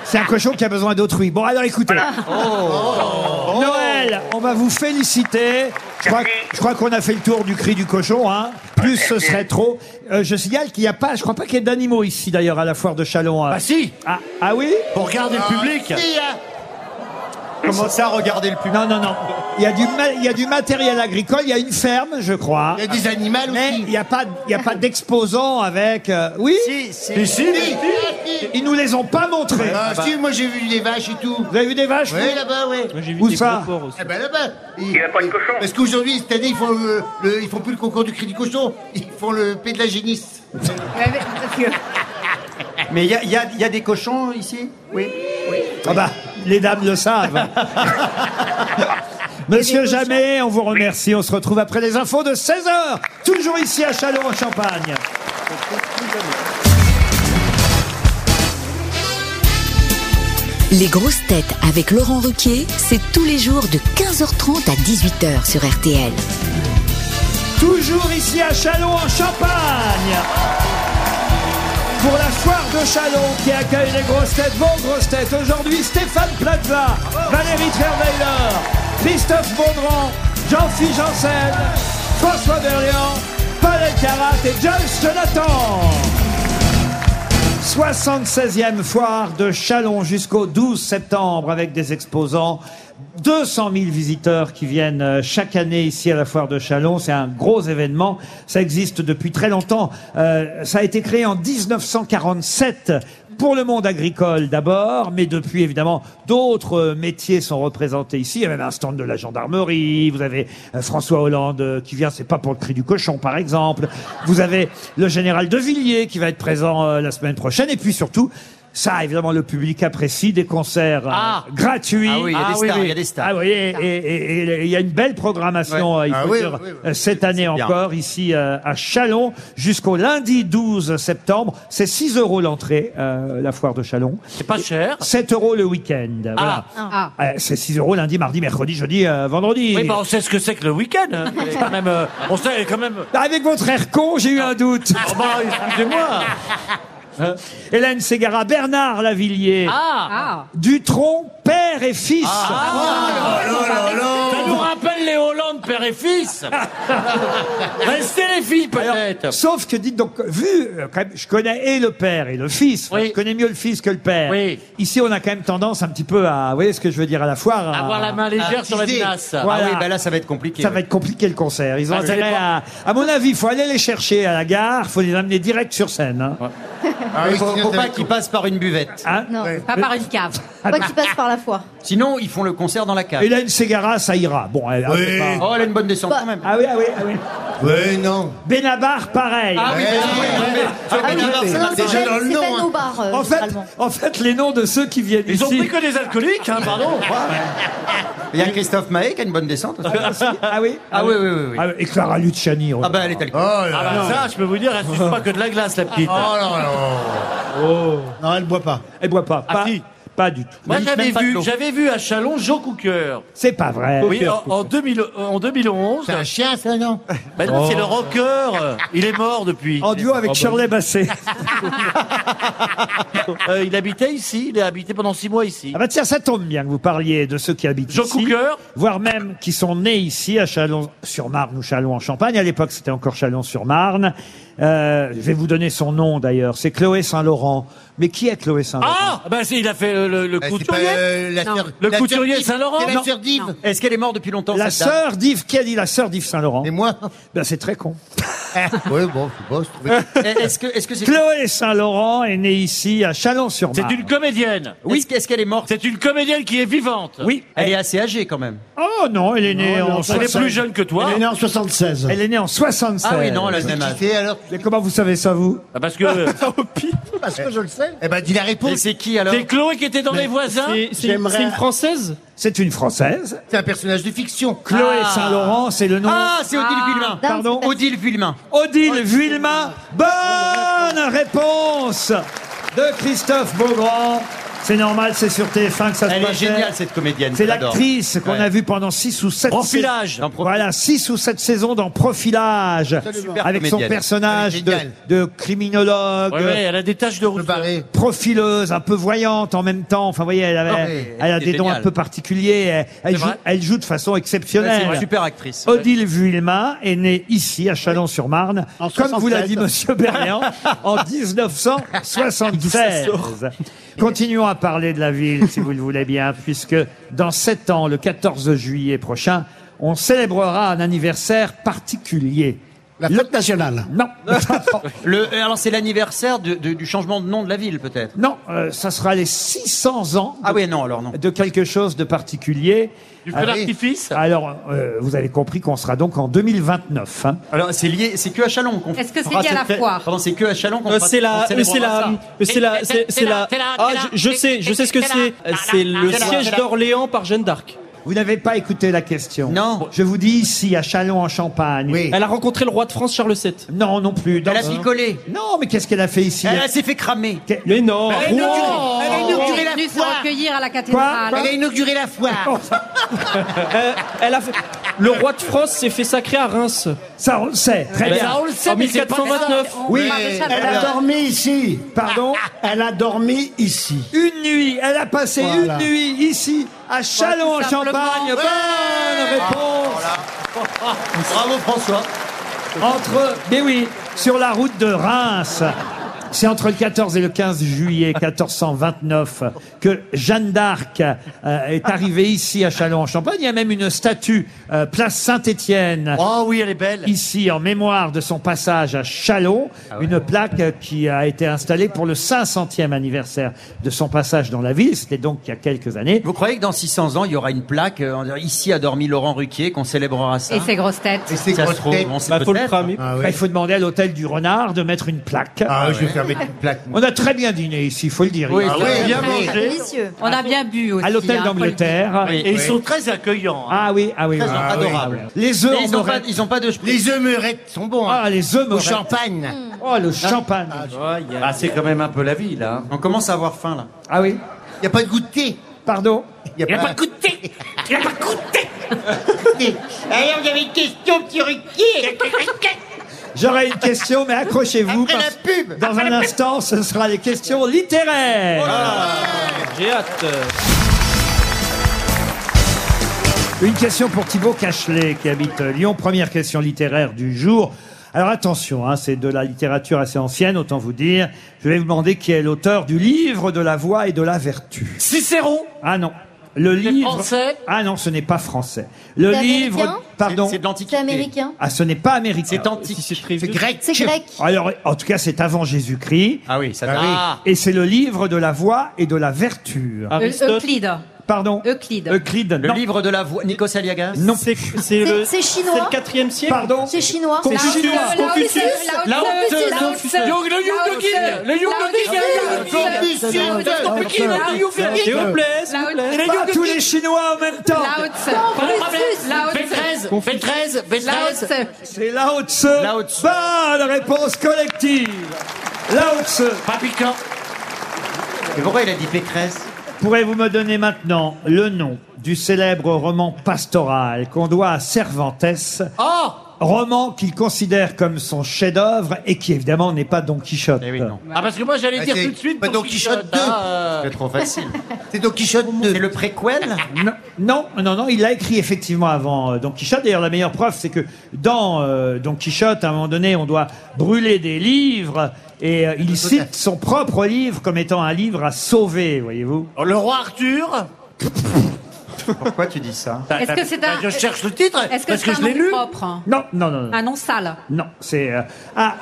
Speaker 2: C'est un cochon qui a besoin d'autrui. Bon, alors écoutez. Oh. Noël, on va vous féliciter. Je crois, je crois qu'on a fait le tour du cri du cochon, hein. Plus ce serait trop. Euh, je signale qu'il n'y a pas, je crois pas qu'il y ait d'animaux ici d'ailleurs à la foire de Chalon. Ah si Ah, ah oui Pour regarder
Speaker 3: le public.
Speaker 2: Comment ça, regarder le public Non, non, non. Il y, a du ma- il y a du matériel agricole, il y a une ferme, je crois. Il y a des animaux Mais il n'y a pas, il y a pas d'exposants avec... euh, Oui
Speaker 6: Si, si.
Speaker 2: Si, si,
Speaker 6: Si, si.
Speaker 2: Ils nous les ont pas montrés. bah.
Speaker 6: Ah, si, moi j'ai vu des vaches et tout. Vous
Speaker 2: avez vu des vaches
Speaker 6: Oui,
Speaker 2: vous
Speaker 6: là-bas, oui.
Speaker 2: vu Où des ça gros porcs aussi.
Speaker 6: Eh ben là-bas. Ils-
Speaker 11: Il a pas de cochon.
Speaker 6: Parce qu'aujourd'hui, cette année, ils font, euh, le- ils font plus le concours du cri du cochon, ils font le pédalagéniste.
Speaker 7: Mais il y a, il y a- il y a des cochons ici Oui.
Speaker 2: Ah bah, les dames le savent. Monsieur Jamais, on vous remercie. On se retrouve après les infos de 16h, toujours ici à Chalon en Champagne.
Speaker 12: Les grosses têtes avec Laurent Ruquier, c'est tous les jours de 15h30 à 18h sur RTL.
Speaker 2: Toujours ici à Chalon en Champagne. Pour la foire de Chalon qui accueille les grosses têtes, vos grosses têtes. Aujourd'hui, Stéphane Plaza, Valérie Trierweiler, Christophe Baudran, Jean-Philippe Janssen, François Berléand, Paul Elkarat et Joyce Jonathan. 76e foire de Chalon jusqu'au 12 septembre avec des exposants. 200 000 visiteurs qui viennent euh, chaque année ici à la foire de Chalon. C'est un gros événement. Ça existe depuis très longtemps. Euh, ça a été créé en 1947 pour le monde agricole d'abord, mais depuis évidemment d'autres euh, métiers sont représentés ici. Il y a même un stand de la gendarmerie. Vous avez euh, François Hollande euh, qui vient, c'est pas pour le cri du cochon par exemple. Vous avez le général de Villiers qui va être présent euh, la semaine prochaine. Et puis surtout, ça évidemment le public apprécie des concerts euh,
Speaker 7: Ah.
Speaker 2: gratuits.
Speaker 7: Ah oui, il y a des stars, il y a des
Speaker 2: Ah oui, et- et- et- et il y a une belle programmation
Speaker 7: Ouais.
Speaker 2: euh, il
Speaker 7: Ah
Speaker 2: faut
Speaker 7: oui,
Speaker 2: dire,
Speaker 7: oui,
Speaker 2: euh, cette année
Speaker 7: bien.
Speaker 2: encore ici euh, à Chalon jusqu'au lundi 12 septembre. C'est 6 euros l'entrée, euh, la foire de Chalon. C'est pas cher. 7 euros le week-end. voilà.
Speaker 5: Ah.
Speaker 2: Euh, c'est 6 euros lundi, mardi, mercredi, jeudi, euh, vendredi.
Speaker 4: Oui, bah, on sait ce que c'est que le week-end. hein. C'est quand même, euh, on sait quand même.
Speaker 2: Avec votre air con, j'ai eu un doute.
Speaker 4: Oh, bah, excusez-moi.
Speaker 2: Hein Hélène Ségara, Bernard Lavillier,
Speaker 4: Ah.
Speaker 2: Dutron, père et fils.
Speaker 4: Ça nous rappelle les Hollandes, père et fils. Restez les filles, peut-être.
Speaker 2: Sauf que dites donc, vu, euh, quand même, je connais et le père et le fils. Enfin, Je connais mieux le fils que le père. Ici, on a quand même tendance un petit peu à, vous voyez ce que je veux dire à la foire. à-
Speaker 4: Avoir la main légère sur la menace.
Speaker 2: Voilà.
Speaker 7: Ah oui, bah là, ça va être compliqué.
Speaker 2: Ça va être compliqué le concert. Ils ont
Speaker 7: Ah, ça
Speaker 2: intérêt
Speaker 7: dépend.
Speaker 2: à. À mon avis, il faut aller les chercher à la gare, il faut les amener direct sur scène. hein.
Speaker 7: Il faut, faut pas qu'ils passent par une buvette.
Speaker 2: Hein
Speaker 8: Non.
Speaker 5: Pas par une cave.
Speaker 8: Pas qu'il passe par la foire.
Speaker 7: Sinon, ils font le concert dans la cave.
Speaker 2: Hélène Ségara, ça ira. Bon, elle,
Speaker 7: Oui.
Speaker 2: elle fait pas-
Speaker 7: Oh, elle a une bonne
Speaker 8: Bah.
Speaker 7: descente quand même.
Speaker 2: Ah oui, ah oui, ah oui.
Speaker 6: Oui, non.
Speaker 2: Benabar, pareil.
Speaker 7: Ah oui, Benabar, oui,
Speaker 8: Ah oui, c'est
Speaker 7: Benabar,
Speaker 8: c'est
Speaker 7: déjà
Speaker 8: pas-
Speaker 7: dans le
Speaker 8: c'est
Speaker 7: nom, hein.
Speaker 8: pas nos bars, euh,
Speaker 2: En fait,
Speaker 8: généralement.
Speaker 2: en fait, les noms de ceux qui viennent
Speaker 4: Ils
Speaker 2: ici.
Speaker 4: ont pris que des alcooliques, hein, pardon.
Speaker 7: Il y a Christophe Mahé qui a une bonne descente aussi.
Speaker 2: Ah oui
Speaker 7: Ah oui, oui, oui. oui.
Speaker 2: Ah, et Clara Luciani.
Speaker 7: Ah bah, elle est alcoolique.
Speaker 4: Ah bah, ça, je peux vous dire, elle suce pas que de la glace, la
Speaker 6: Oh,
Speaker 4: petite. Oh.
Speaker 2: Non, elle boit pas. Elle boit pas. Pas, pas du tout.
Speaker 4: Moi,
Speaker 2: Même-
Speaker 4: j'avais
Speaker 2: même pas de
Speaker 4: vu,
Speaker 2: l'eau.
Speaker 4: j'avais vu à Chalon Joe Cooker.
Speaker 2: C'est pas vrai.
Speaker 4: Oui, en, en 2000 euh, en 2011.
Speaker 6: C'est un chien, ça, non
Speaker 4: Bah non,
Speaker 2: Oh.
Speaker 4: c'est le rocker. Il est mort depuis. Oh, bah
Speaker 2: En duo avec Shirley Bassey.
Speaker 4: Euh, il habitait ici. Il a habité pendant six mois ici.
Speaker 2: Ah bah tiens, ça tombe bien que vous parliez de ceux qui habitent
Speaker 4: Jean
Speaker 2: ici.
Speaker 4: Cooker.
Speaker 2: Voire même qui sont nés ici, à Chalon-sur-Marne ou Chalon-en-Champagne. À l'époque, c'était encore Chalon-sur-Marne. Euh, je vais vous donner son nom d'ailleurs. C'est Chloé Saint-Laurent. Mais qui est Chloé Saint-Laurent
Speaker 4: Ah, bah si, il a fait euh, le, le
Speaker 6: Ah, c'est
Speaker 4: couturier.
Speaker 6: pas, euh, la sœur-
Speaker 4: Le
Speaker 6: la sœur
Speaker 4: couturier
Speaker 6: d'Yves.
Speaker 4: Saint-Laurent.
Speaker 6: C'est
Speaker 4: Non.
Speaker 6: la sœur d'Yves.
Speaker 7: Est-ce qu'elle est morte depuis longtemps
Speaker 2: La
Speaker 7: cette dame
Speaker 2: sœur d'Yves, qui a dit la sœur d'Yves Saint-Laurent
Speaker 6: Et moi
Speaker 2: ben, C'est très con.
Speaker 6: Oui, bon, c'est bon, c'est trouvé.
Speaker 7: Eh, Est-ce que est-ce que c'est
Speaker 2: Chloé Saint-Laurent est née ici à Chalon-sur-Marne.
Speaker 4: C'est une comédienne.
Speaker 7: Oui. Est-ce qu'elle est morte
Speaker 4: C'est une comédienne qui est vivante. Eh.
Speaker 2: Oui.
Speaker 7: Elle est assez âgée quand même.
Speaker 2: Oh non, elle est née en.
Speaker 4: elle est
Speaker 2: 60.
Speaker 4: plus jeune que toi.
Speaker 10: Elle est née en 76.
Speaker 2: Elle est née en 76.
Speaker 7: Ah oui, non, elle a le même âge.
Speaker 6: alors
Speaker 2: Mais comment vous savez ça vous
Speaker 4: Ah, Parce que
Speaker 10: Parce que je le sais.
Speaker 6: Eh ben, dis la
Speaker 7: Et
Speaker 6: réponse.
Speaker 7: c'est qui alors
Speaker 4: c'est Chloé qui était dans les voisins.
Speaker 9: C'est- C'est
Speaker 10: J'aimerais-
Speaker 9: c'est une française
Speaker 2: C'est une française.
Speaker 6: C'est un personnage de fiction.
Speaker 2: Chloé Saint-Laurent, c'est le nom.
Speaker 7: Ah, c'est Odile Villemain.
Speaker 2: Pardon
Speaker 7: Odile Villemain.
Speaker 2: Odile Vuillemin. Bonne réponse de Christophe Beaugrand. C'est normal, c'est sur TF1 que ça se
Speaker 7: Elle est
Speaker 2: passe.
Speaker 7: géniale cette comédienne.
Speaker 2: C'est
Speaker 7: je l'adore.
Speaker 2: l'actrice qu'on
Speaker 7: Ouais.
Speaker 2: a vue pendant 6 ou 7
Speaker 4: Profilage.
Speaker 2: saisons. Voilà, 6 ou 7 saisons dans Profilage.
Speaker 7: Super
Speaker 2: avec son
Speaker 7: comédienne.
Speaker 2: personnage
Speaker 6: Elle est
Speaker 2: de,
Speaker 6: géniale.
Speaker 2: de criminologue.
Speaker 4: Ouais, ouais, elle a des taches de
Speaker 6: Le
Speaker 4: rouge.
Speaker 6: barré.
Speaker 2: profileuse, un peu voyante en même temps. Enfin, vous voyez, elle, avait-
Speaker 7: Non, mais
Speaker 2: elle a
Speaker 7: elle
Speaker 2: des
Speaker 7: est
Speaker 2: dons un
Speaker 7: géniale.
Speaker 2: peu particuliers. Elle, elle
Speaker 7: C'est
Speaker 2: joue,
Speaker 7: vrai.
Speaker 2: elle joue de façon
Speaker 7: C'est
Speaker 2: exceptionnelle.
Speaker 7: une super actrice.
Speaker 2: Odile Vuillemin est née ici, à Chalon-sur-Marne,
Speaker 10: En
Speaker 2: comme vous l'a dit
Speaker 10: 76.
Speaker 2: Monsieur Berniand, en 1976. Continuons à parler de la ville, si vous le voulez bien, puisque dans sept ans, le 14 juillet prochain, on célébrera un anniversaire particulier.
Speaker 10: La fête nationale.
Speaker 2: Non,
Speaker 7: Le, euh, alors c'est l'anniversaire de- de- du changement de nom de la ville peut-être.
Speaker 2: non, euh, ça sera les 600 ans
Speaker 7: Ah oui non alors non.
Speaker 2: de quelque chose de particulier.
Speaker 4: Du
Speaker 2: Ah
Speaker 4: feu
Speaker 2: oui.
Speaker 4: d'artifice.
Speaker 2: Alors, euh, vous avez compris qu'on sera donc en 2029. hein.
Speaker 7: Alors c'est lié, c'est que à Chalon qu'on.
Speaker 5: Est-ce que c'est
Speaker 7: fera
Speaker 5: lié à
Speaker 7: cette
Speaker 5: la
Speaker 7: fête.
Speaker 5: foire
Speaker 7: Pardon, c'est que à Chalon qu'on.
Speaker 9: Euh,
Speaker 7: fera-
Speaker 9: c'est la,
Speaker 7: qu'on
Speaker 9: euh, c'est
Speaker 7: célébrera
Speaker 9: la,
Speaker 7: ça.
Speaker 9: euh, c'est la,
Speaker 4: Et-
Speaker 9: c'est-
Speaker 4: et-
Speaker 9: c'est
Speaker 4: et
Speaker 9: la.
Speaker 4: là, t'es là,
Speaker 9: Ah,
Speaker 4: t'es là.
Speaker 9: je je sais, je sais ce que
Speaker 4: Et- et-
Speaker 9: c'est.
Speaker 4: et là,
Speaker 9: C'est
Speaker 4: là,
Speaker 9: le
Speaker 4: là, là,
Speaker 9: siège
Speaker 4: là.
Speaker 9: d'Orléans par Jeanne d'Arc.
Speaker 2: Vous n'avez pas écouté la question.
Speaker 7: Non.
Speaker 2: Je vous dis ici, à Chalon-en-Champagne.
Speaker 6: Oui.
Speaker 9: Elle a rencontré le roi de France Charles VII.
Speaker 2: Non, non plus. Dans-
Speaker 7: Elle a picolé.
Speaker 2: Non, mais qu'est-ce qu'elle a fait ici
Speaker 7: Elle, elle s'est fait cramer.
Speaker 9: Mais non.
Speaker 6: Elle a inauguré- elle a
Speaker 5: Elle
Speaker 6: inauguré
Speaker 5: est
Speaker 6: la
Speaker 5: venue se
Speaker 6: foire.
Speaker 5: recueillir à la cathédrale.
Speaker 6: Elle a inauguré la foire.
Speaker 9: Euh, elle a fait- Le roi de France s'est fait sacrer à Reims.
Speaker 2: Ça, on le sait. Très bien.
Speaker 4: Ça, on le sait,
Speaker 9: En
Speaker 4: mais c'est pas-
Speaker 9: 1429.
Speaker 2: Oui,
Speaker 10: Elle a dormi ici.
Speaker 2: Pardon
Speaker 10: Elle a dormi ici.
Speaker 2: Une nuit. Elle a passé
Speaker 10: Voilà.
Speaker 2: une nuit ici, à Chalon-en-Champagne.
Speaker 5: simplement.
Speaker 2: Bonne réponse.
Speaker 7: Bravo François.
Speaker 2: Entre, mais oui, sur la route de Reims. C'est entre le 14 et le 15 juillet 1429 que Jeanne d'Arc euh, est arrivée ici à Chalon-en-Champagne. Il y a même une statue euh, place Saint-Étienne
Speaker 7: Oh oui elle est belle. Ah
Speaker 2: ici en mémoire de son passage à Chalon, une plaque euh, qui a été installée pour le 500e anniversaire de son passage dans la ville. C'était donc il y a quelques années.
Speaker 7: Vous croyez que dans 600 ans il y aura une plaque euh, en disant, ici a dormi Laurent Ruquier qu'on célébrera ça.
Speaker 5: Et ses grosses têtes.
Speaker 6: Et c'est
Speaker 7: Ça se
Speaker 6: grosse
Speaker 7: trouve,
Speaker 6: tête.
Speaker 7: on sait
Speaker 9: Bah, faut le
Speaker 7: peut-être.
Speaker 9: cramer.
Speaker 6: Ah
Speaker 2: Bah,
Speaker 6: ouais.
Speaker 2: il faut demander à l'hôtel du Renard de mettre une plaque.
Speaker 6: Ah, ouais, je vais faire mettre une plaque.
Speaker 2: On a très bien dîné ici, il faut le dire.
Speaker 7: Oui,
Speaker 2: Ah
Speaker 7: c'est
Speaker 2: ouais.
Speaker 7: vrai.
Speaker 6: bien
Speaker 8: Délicieux.
Speaker 5: On a bien bu aussi.
Speaker 2: à l'hôtel
Speaker 5: hein, faut le
Speaker 2: d'Angleterre.
Speaker 7: Oui.
Speaker 4: Et ils sont très accueillants. hein.
Speaker 2: Ah oui, ah oui. oui.
Speaker 6: Ah oui.
Speaker 7: adorable.
Speaker 2: Les œufs
Speaker 7: Et
Speaker 2: en
Speaker 7: ils ont pas,
Speaker 2: oreille.
Speaker 7: ils ont pas de.
Speaker 6: Les œufs meurettes sont bons. hein.
Speaker 2: Ah, les œufs
Speaker 6: Au
Speaker 2: morettes.
Speaker 6: champagne.
Speaker 2: Oh, le champagne.
Speaker 4: Ah, c'est quand même un peu la vie, là.
Speaker 7: On commence à avoir faim là.
Speaker 2: Ah oui,
Speaker 6: Il n'y a pas de goût de thé.
Speaker 2: pardon.
Speaker 6: Il n'y a, pas de goût de thé. Il n'y a pas de goût de thé. Alors, j'avais une question, petit Ruquier.
Speaker 2: J'aurais une question, mais accrochez-vous.
Speaker 6: Après la
Speaker 2: parce que
Speaker 6: pub. Oh
Speaker 2: Dans un instant, ce sera les questions littéraires.
Speaker 9: J'ai hâte.
Speaker 2: Une question pour Thibaut Cachelet qui habite Lyon. Première question littéraire du jour. Alors attention, hein, c'est de la littérature assez ancienne, autant vous dire. Je vais vous demander qui est l'auteur du livre de la voix et de la vertu.
Speaker 4: Cicéron.
Speaker 2: Ah non, le livre.
Speaker 4: français
Speaker 2: Ah non, ce n'est pas français. Le
Speaker 8: C'est
Speaker 2: livre.
Speaker 8: américain
Speaker 2: Pardon.
Speaker 7: C'est de
Speaker 8: C'est
Speaker 7: l'antiquité.
Speaker 8: américain.
Speaker 2: Ah, ce n'est pas américain.
Speaker 7: C'est
Speaker 9: Si
Speaker 7: antique.
Speaker 9: c'est très
Speaker 6: C'est
Speaker 9: vieux.
Speaker 6: grec.
Speaker 8: C'est grec.
Speaker 2: Alors, en tout cas, c'est avant Jésus-Christ.
Speaker 7: Ah oui, ça
Speaker 6: Ah
Speaker 7: date.
Speaker 6: oui.
Speaker 2: Et c'est le livre de la voix et de la vertu.
Speaker 5: dire. Eu-
Speaker 9: Aristote.
Speaker 5: Euh, Euclide.
Speaker 2: Pardon
Speaker 5: Euclide.
Speaker 2: Euclide,
Speaker 7: Le
Speaker 2: non.
Speaker 7: livre de la voix. Nikos Aliagas.
Speaker 2: Non.
Speaker 9: C'est c'est le.
Speaker 8: C'est chinois.
Speaker 5: hein.
Speaker 9: C'est le quatrième siècle.
Speaker 2: Pardon
Speaker 8: C'est chinois.
Speaker 9: Con- Confucius, Confucius,
Speaker 5: La honte.
Speaker 9: Confucius.
Speaker 4: Le Yung de Guin. Le Yung de Guin.
Speaker 7: Ah,
Speaker 9: S'il vous plaît, s'il vous plaît.
Speaker 2: Pas tous les Chinois en même temps
Speaker 4: Pétrez. Pétrez. Pétrez.
Speaker 2: C'est Lao Tse.
Speaker 7: Lao Tse.
Speaker 2: Bonne réponse collective. Lao Tse.
Speaker 4: Pas piquant.
Speaker 7: Et pourquoi il a dit Pécresse
Speaker 2: Pourrez-vous me donner maintenant le nom du célèbre roman pastoral qu'on doit à Cervantes
Speaker 4: Oh
Speaker 2: Roman qu'il considère comme son chef-d'œuvre et qui évidemment n'est pas Don Quichotte.
Speaker 7: Eh oui, non.
Speaker 4: Ah, parce que moi, j'allais
Speaker 6: Ah,
Speaker 4: dire
Speaker 6: c'est-
Speaker 4: tout de suite.
Speaker 6: bah, Don
Speaker 4: pour
Speaker 6: Quichotte
Speaker 4: Quichotte, hein, euh,
Speaker 7: C'est trop facile.
Speaker 6: C'est Don Quichotte
Speaker 7: C'est
Speaker 6: 2.
Speaker 7: le préquel
Speaker 2: Non, non, non, non, il l'a écrit effectivement avant euh, Don Quichotte. D'ailleurs, la meilleure preuve, c'est que dans euh, Don Quichotte, à un moment donné, on doit brûler des livres et euh, il cite son Oh, propre livre comme étant un livre à sauver, voyez-vous.
Speaker 4: Le roi Arthur.
Speaker 7: Pourquoi tu dis ça
Speaker 5: Est-ce que c'est un.
Speaker 2: Je cherche le titre,
Speaker 5: Est-ce que
Speaker 2: parce
Speaker 5: c'est
Speaker 2: que
Speaker 5: un
Speaker 2: je l'ai
Speaker 5: nom
Speaker 2: lu.
Speaker 5: propre hein
Speaker 2: Non, non, non, non.
Speaker 5: Un nom sale
Speaker 2: Non, c'est. euh, Ah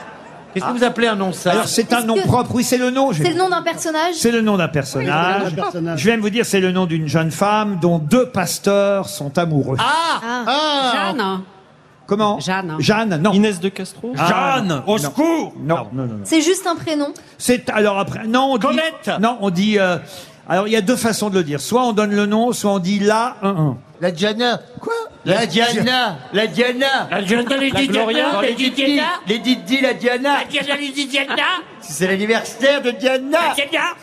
Speaker 2: Qu'est-ce que vous appelez un nom ça Alors c'est un
Speaker 8: Est-ce
Speaker 2: nom
Speaker 8: que-
Speaker 2: propre, oui, c'est le nom. j'ai-
Speaker 8: C'est le nom d'un personnage
Speaker 2: C'est le nom d'un
Speaker 8: Oui,
Speaker 2: personnage.
Speaker 8: c'est le nom d'un personnage.
Speaker 2: Je vais même vous dire, c'est le nom d'une jeune femme dont deux pasteurs sont amoureux.
Speaker 5: Ah, Jeanne
Speaker 2: Comment
Speaker 5: Jeanne.
Speaker 2: Jeanne, non.
Speaker 9: Inès de Castro
Speaker 2: Jeanne, au secours Non, non, non. non.
Speaker 8: C'est juste un prénom
Speaker 2: C'est alors après. Non, on dit, Non, on dit. euh, alors il y a deux façons de le dire. Soit on donne le nom, soit on dit la. un, un.
Speaker 6: La Diana. Quoi
Speaker 7: La Diana, la Diana,
Speaker 4: La Diana, les
Speaker 7: La
Speaker 4: Diana,
Speaker 7: Gloria,
Speaker 4: les
Speaker 7: les Didi,
Speaker 4: Diana.
Speaker 7: les Didi, la Diana. C'est l'anniversaire de Diana.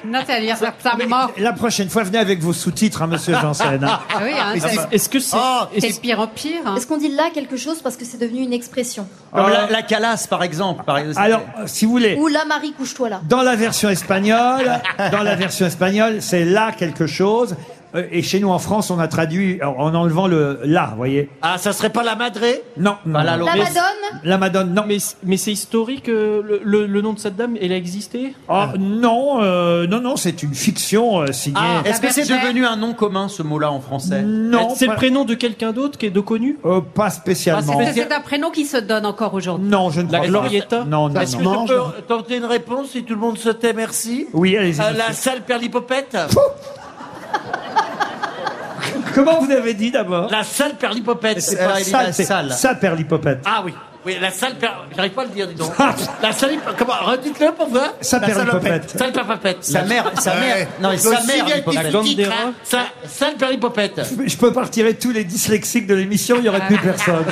Speaker 5: Non, ça veut dire ça, ça mord.
Speaker 2: La prochaine fois, venez avec vos sous-titres, hein, Monsieur Janssen. hein. Oh.
Speaker 5: Ah oui, hein,
Speaker 2: Mais
Speaker 5: ça-
Speaker 2: c'est- Est-ce que c'est
Speaker 5: C'est de pire en pire. hein.
Speaker 8: Est-ce qu'on dit là quelque chose parce que c'est devenu une expression
Speaker 2: Ah,
Speaker 7: Comme la, la Calas, par exemple. par exemple.
Speaker 2: Alors, euh, si vous voulez,
Speaker 8: Ou là, Marie, couche-toi là.
Speaker 2: dans la version espagnole, dans la version espagnole, c'est là quelque chose. Euh, Et chez nous en France, on a traduit en en enlevant le là, vous voyez.
Speaker 4: Ah, ça serait pas la madrée
Speaker 2: Non, non.
Speaker 4: la
Speaker 2: non.
Speaker 8: La Madone
Speaker 2: La Madone, non.
Speaker 9: Mais, mais c'est historique, euh, le, le- le nom de cette dame, elle a existé
Speaker 2: Ah, non, euh, non, non, c'est une fiction euh, signée.
Speaker 7: Ah,
Speaker 2: Euh,
Speaker 7: Est-ce que c'est
Speaker 9: Bergère.
Speaker 7: devenu un nom commun, ce mot-là, en français Oh,
Speaker 2: Non,
Speaker 9: C'est
Speaker 2: pas-
Speaker 9: le prénom de quelqu'un d'autre qui est de connu
Speaker 2: euh, pas spécialement.
Speaker 5: Est-ce que c'est un prénom qui se donne encore aujourd'hui
Speaker 2: non, je ne
Speaker 9: La
Speaker 2: crois pas.
Speaker 9: Glorietta
Speaker 2: Non, non,
Speaker 4: Est-ce que
Speaker 2: non.
Speaker 4: je peux tenter une réponse si tout le monde se tait, merci
Speaker 2: Oui, allez-y.
Speaker 4: Euh,
Speaker 2: monsieur.
Speaker 4: La salle perlipopette
Speaker 2: Comment vous avez dit d'abord
Speaker 4: La salle perlipopette.
Speaker 7: C'est pas la salle, c'est-
Speaker 2: Ça perd l'hypopète.
Speaker 4: Ah oui. Oui, la salle per... J'arrive pas à le dire, dis donc. la salle... Comment Redites-le pour voir.
Speaker 2: Ça perd l'hypopète.
Speaker 4: Salle perlipopette.
Speaker 7: Sa mère, sa mère. Non, mais sa mère. l'hypocrite.
Speaker 9: Gandera
Speaker 4: Sa- Salle perlipopette.
Speaker 2: Je peux pas retirer tous les dyslexiques de l'émission, il n'y aurait plus personne.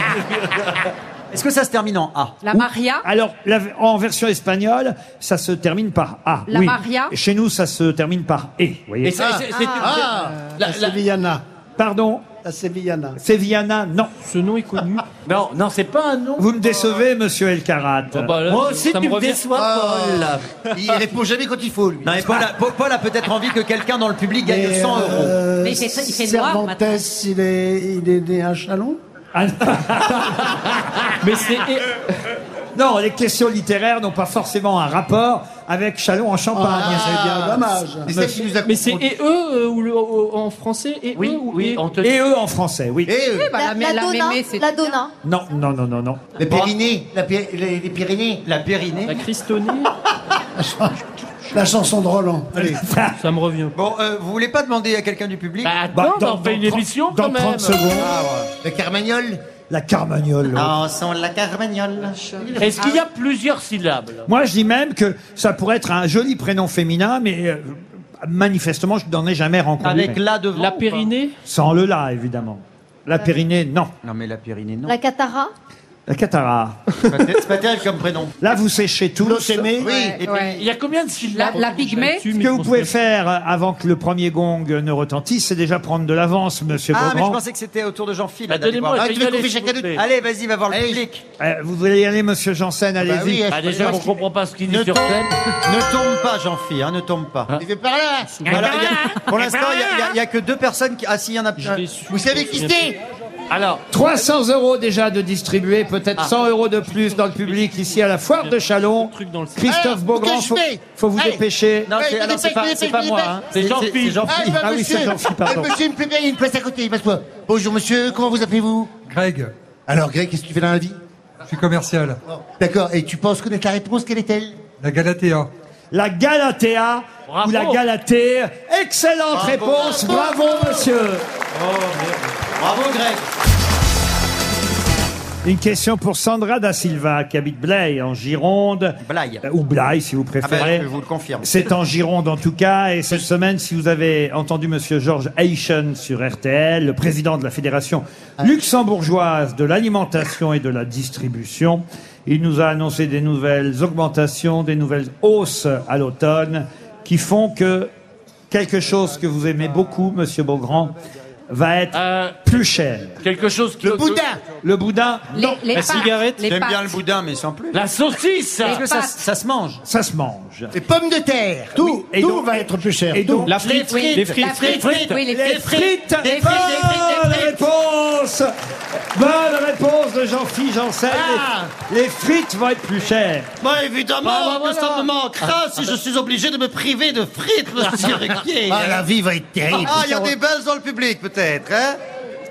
Speaker 7: Est-ce que ça se termine en A
Speaker 5: La Maria
Speaker 2: Alors, la- en version espagnole, ça se termine par A.
Speaker 5: La
Speaker 2: oui.
Speaker 5: Maria Ah.
Speaker 2: Chez nous, ça se termine par E. vous voyez.
Speaker 4: Et c'est... c'est- c'est- la-
Speaker 10: La
Speaker 4: la-
Speaker 10: Sevillana.
Speaker 2: Pardon
Speaker 10: La Sevillana.
Speaker 2: Sevillana Non.
Speaker 9: Ce nom est connu.
Speaker 4: Non, non, c'est pas un nom.
Speaker 2: Vous me décevez, monsieur El Karat.
Speaker 4: Moi aussi,
Speaker 9: Oh, bah ça
Speaker 4: tu me
Speaker 9: revient.
Speaker 4: déçois, Paul.
Speaker 6: Oh, Il répond jamais quand il faut, lui.
Speaker 7: Non, mais Paul a, Paul- Paul a peut-être envie que quelqu'un dans le public gagne
Speaker 10: Et,
Speaker 7: 100 euros.
Speaker 10: euh,
Speaker 5: Mais il fait- il fait noir,
Speaker 10: Cervantes,
Speaker 5: maintenant.
Speaker 10: il est, il est né à Chalon
Speaker 2: Ah,
Speaker 9: Mais c'est.
Speaker 2: non, les questions littéraires n'ont pas forcément un rapport avec Chalon en Champagne.
Speaker 10: C'est bien dommage.
Speaker 6: C'est ça qui nous a
Speaker 9: Mais c'est
Speaker 6: confondus.
Speaker 9: et eux ou le, au- en français et
Speaker 4: Oui,
Speaker 9: eux ou
Speaker 4: oui,
Speaker 9: et-
Speaker 4: on te
Speaker 2: Et eux en français, oui.
Speaker 6: Eh, euh,
Speaker 5: Bah,
Speaker 8: La, la, Donna,
Speaker 5: mémé, c'est- hein.
Speaker 8: la Donna.
Speaker 2: Non, non, non, non, non.
Speaker 6: La Pyrénées. La Py- les, les Pyrénées.
Speaker 7: La
Speaker 9: La
Speaker 7: Pyrénée.
Speaker 9: Christonie,
Speaker 10: La chanson de Roland. Allez.
Speaker 9: ça me revient.
Speaker 7: Bon, euh, vous voulez pas demander à quelqu'un du public
Speaker 4: Bah, attends, on fait une
Speaker 2: 30
Speaker 4: émission
Speaker 2: dans
Speaker 4: quand même.
Speaker 2: 30 secondes,
Speaker 6: La Carmagnole.
Speaker 2: la Carmagnole.
Speaker 7: Ah, sans la Carmagnole.
Speaker 4: Est-ce qu'il y a plusieurs syllabes là
Speaker 2: Moi, je dis même que ça pourrait être un joli prénom féminin, mais euh, manifestement, je n'en ai jamais rencontré.
Speaker 7: Avec la devant.
Speaker 9: Ah, La
Speaker 7: ou pas
Speaker 9: Périnée
Speaker 2: Sans le la, évidemment. La Périnée, non.
Speaker 7: Non, mais la Pyrénée, non.
Speaker 8: La Catara.
Speaker 2: La Catara.
Speaker 7: C'est pas ter- c'est pas terrible comme prénom.
Speaker 2: Là, vous séchez tous. Ce que
Speaker 6: Oui.
Speaker 5: Ouais,
Speaker 7: et
Speaker 5: ouais.
Speaker 4: Il y a combien de syllabes
Speaker 5: La, la pygmée
Speaker 9: Là-dessus, mais je
Speaker 2: vous
Speaker 9: pense
Speaker 2: pouvez faire euh, avant que le premier gong euh, ne retentisse, c'est déjà prendre de l'avance, monsieur
Speaker 7: Ah, mais je
Speaker 2: Beaugrand.
Speaker 7: pensais que c'était autour de Jean-Phil.
Speaker 4: Bah, donnez-moi
Speaker 7: Ah,
Speaker 4: une
Speaker 7: tu veux
Speaker 4: régalée,
Speaker 7: couper
Speaker 4: s'il vous
Speaker 7: chacun
Speaker 4: plaît.
Speaker 7: d'autre Allez, vas-y, va voir le
Speaker 6: Allez.
Speaker 7: public.
Speaker 2: Euh, vous voulez y aller, monsieur Janssen, allez-y.
Speaker 6: Bah oui,
Speaker 4: Bah,
Speaker 6: elle
Speaker 4: déjà, on comprend pas ce qu'il dit sur scène.
Speaker 7: Ne tombe pas, Jean-Phil, hein, ne tombe pas.
Speaker 6: fait par là.
Speaker 7: Voilà, il y a- pour l'instant, il n'y a, que deux personnes qui. Ah, si, il y en a.
Speaker 9: Je l'ai su.
Speaker 6: Vous savez qui c'est
Speaker 4: Alors,
Speaker 2: 300 euros déjà de distribuer,
Speaker 7: Ah.
Speaker 2: peut-être 100 euros de plus dans le public ici à la foire de Chalon.
Speaker 9: Truc dans le sac.
Speaker 2: Christophe
Speaker 6: Eh,
Speaker 2: Beaugrand,
Speaker 6: qu'est-ce
Speaker 2: faut,
Speaker 6: que je fais
Speaker 2: faut vous
Speaker 6: Eh,
Speaker 2: dépêcher.
Speaker 7: Non,
Speaker 6: Eh,
Speaker 7: c'est
Speaker 6: je
Speaker 7: alors,
Speaker 6: dépêche,
Speaker 7: c'est
Speaker 6: je
Speaker 7: pas,
Speaker 6: dépêche,
Speaker 7: c'est pas
Speaker 6: je
Speaker 7: moi.
Speaker 6: dépêche.
Speaker 7: hein. C'est Jean-Phil.
Speaker 6: Ah, il va,
Speaker 2: Ah oui,
Speaker 6: monsieur.
Speaker 2: c'est Jean-Phil, pardon.
Speaker 6: Ah, monsieur, il me plaît bien, il y a une place à côté, il m'assoit. Bonjour, monsieur, comment vous appelez-vous
Speaker 13: Greg,
Speaker 6: Alors, Greg, qu'est-ce que tu fais dans la vie
Speaker 13: je suis commercial.
Speaker 6: D'accord, et tu penses connaître la réponse, quelle est-elle
Speaker 13: La Galatéa.
Speaker 2: La Galatéa
Speaker 4: Bravo.
Speaker 2: ou la Galatée. Excellente réponse. Bravo, monsieur.
Speaker 7: Bravo, Greg. Ah
Speaker 2: Une question pour Sandra da Silva qui habite Blaye en Gironde.
Speaker 7: Blaye.
Speaker 2: Euh, Ou Blaye si vous
Speaker 7: Ah, ben,
Speaker 2: préférez.
Speaker 7: je vous le confirme.
Speaker 2: C'est en Gironde en tout cas. Et cette semaine, si vous avez entendu Monsieur Georges Aïchen sur RTL, le président de la Fédération luxembourgeoise de l'alimentation et de la distribution, il nous a annoncé des nouvelles augmentations, des nouvelles hausses à l'automne qui font que quelque chose que vous aimez beaucoup, Monsieur Beaugrand, va être
Speaker 4: euh,
Speaker 2: plus cher.
Speaker 4: quelque chose qui.
Speaker 6: Le boudin
Speaker 2: Le boudin,
Speaker 5: les, les
Speaker 7: La
Speaker 5: pâtes,
Speaker 7: cigarette.
Speaker 5: les
Speaker 7: J'aime bien
Speaker 5: pâtes.
Speaker 7: le boudin, mais sans plus.
Speaker 4: La saucisse
Speaker 7: Est-ce que ça,
Speaker 5: pâtes.
Speaker 7: ça se mange
Speaker 2: ça se mange.
Speaker 6: Les pommes de terre
Speaker 10: Tout,
Speaker 2: et
Speaker 10: tout
Speaker 2: donc-
Speaker 10: va être plus cher.
Speaker 2: Et donc,
Speaker 9: La frite,
Speaker 5: Oui,
Speaker 9: les frites.
Speaker 5: la frite,
Speaker 4: frites.
Speaker 5: oui, les
Speaker 2: Les
Speaker 5: frites.
Speaker 2: frites
Speaker 5: frites, des frites, des frites, des
Speaker 2: Bonne Bonne réponse Bonne réponse de Jean-Philippe Janssen. Les, les frites vont être plus chères.
Speaker 3: Bon, évidemment
Speaker 2: Bah, bah,
Speaker 3: que
Speaker 2: voilà.
Speaker 3: ça me manquera si je suis obligé de me priver de frites, monsieur Ruquier.
Speaker 6: Ah, la vie va être terrible.
Speaker 3: Ah, il y a des belles dans le public, peut-être, hein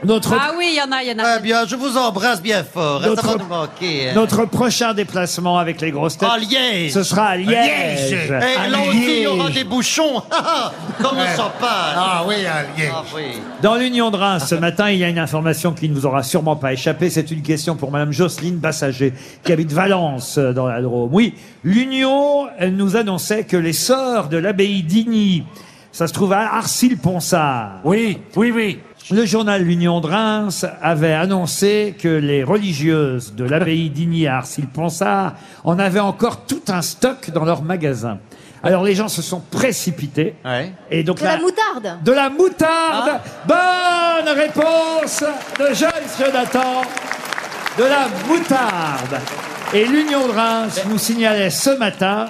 Speaker 2: Notre-
Speaker 5: Ah oui, il y en a, il y en a.
Speaker 3: Eh bien, je vous embrasse bien fort. hein,
Speaker 2: Notre-
Speaker 3: Ça va nous manquer. hein.
Speaker 2: Notre prochain déplacement avec les grosses têtes,
Speaker 3: À Liège.
Speaker 2: ce sera Oh, à Liège.
Speaker 7: Eh,
Speaker 2: Eh,
Speaker 3: Et là aussi, il y aura des bouchons. Comme
Speaker 2: Ouais.
Speaker 3: on s'en passe.
Speaker 6: Ah oui, à Liège.
Speaker 3: Ah oui.
Speaker 2: Dans l'Union de Reims, ce matin, il y a une information qui ne vous aura sûrement pas échappé. C'est une question pour Madame Jocelyne Bassager, qui habite Valence, euh, dans la Drôme. Oui, l'Union elle nous annonçait que les sœurs de l'abbaye d'Igny, ça se trouve à Arcil-Ponsard. Oui, oui, oui. Le journal L'Union de Reims avait annoncé que les religieuses de l'abbaye d'Igny à Arcil-Ponsard en avaient encore tout un stock dans leur magasin. Alors les gens se sont précipités. Et donc
Speaker 8: De la
Speaker 2: là-
Speaker 8: moutarde.
Speaker 2: de la moutarde. Bonne réponse de Joyce Jonathan. De la moutarde. Et l'Union de Reims nous signalait ce matin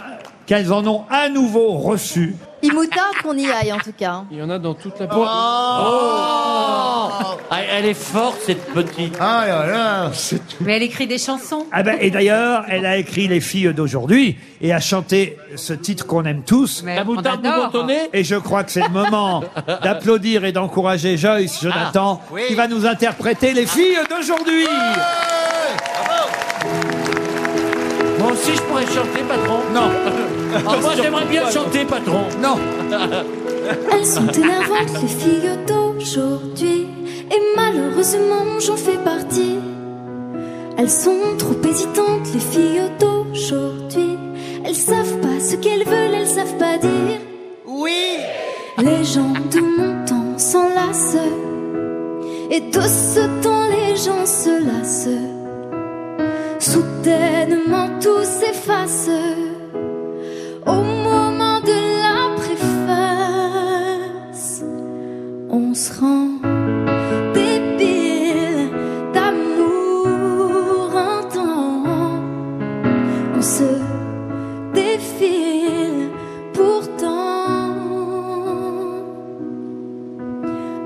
Speaker 2: qu'elles en ont à nouveau reçu.
Speaker 8: Il moutarde qu'on y aille en tout cas.
Speaker 9: Il y en a dans toute la
Speaker 4: Ah, Elle est forte, cette petite.
Speaker 6: Ah là là
Speaker 5: Mais elle écrit des chansons.
Speaker 2: Ah ben, et d'ailleurs, elle a écrit Les filles d'aujourd'hui et a chanté ce titre qu'on aime tous.
Speaker 5: La moutarde adore. bourbonnais
Speaker 2: Et je crois que c'est le moment d'applaudir et d'encourager
Speaker 5: Ah,
Speaker 2: Joyce Jonathan
Speaker 3: oui.
Speaker 2: qui va nous interpréter Les filles d'aujourd'hui.
Speaker 4: Moi aussi, je pourrais chanter, patron.
Speaker 2: Non.
Speaker 4: Ah, moi, j'aimerais bien chanter, patron.
Speaker 2: Non.
Speaker 14: Elles sont énervantes, les filles d'aujourd'hui. Et malheureusement, j'en fais partie. Elles sont trop hésitantes, les filles d'aujourd'hui. Elles savent pas ce qu'elles veulent, elles savent pas dire. Oui Les gens de mon temps s'enlacent. Et de ce temps, les gens se lassent. Soudainement, tout s'efface. Au moment de la préface, on se rend débile d'amour un temps. On se défile pourtant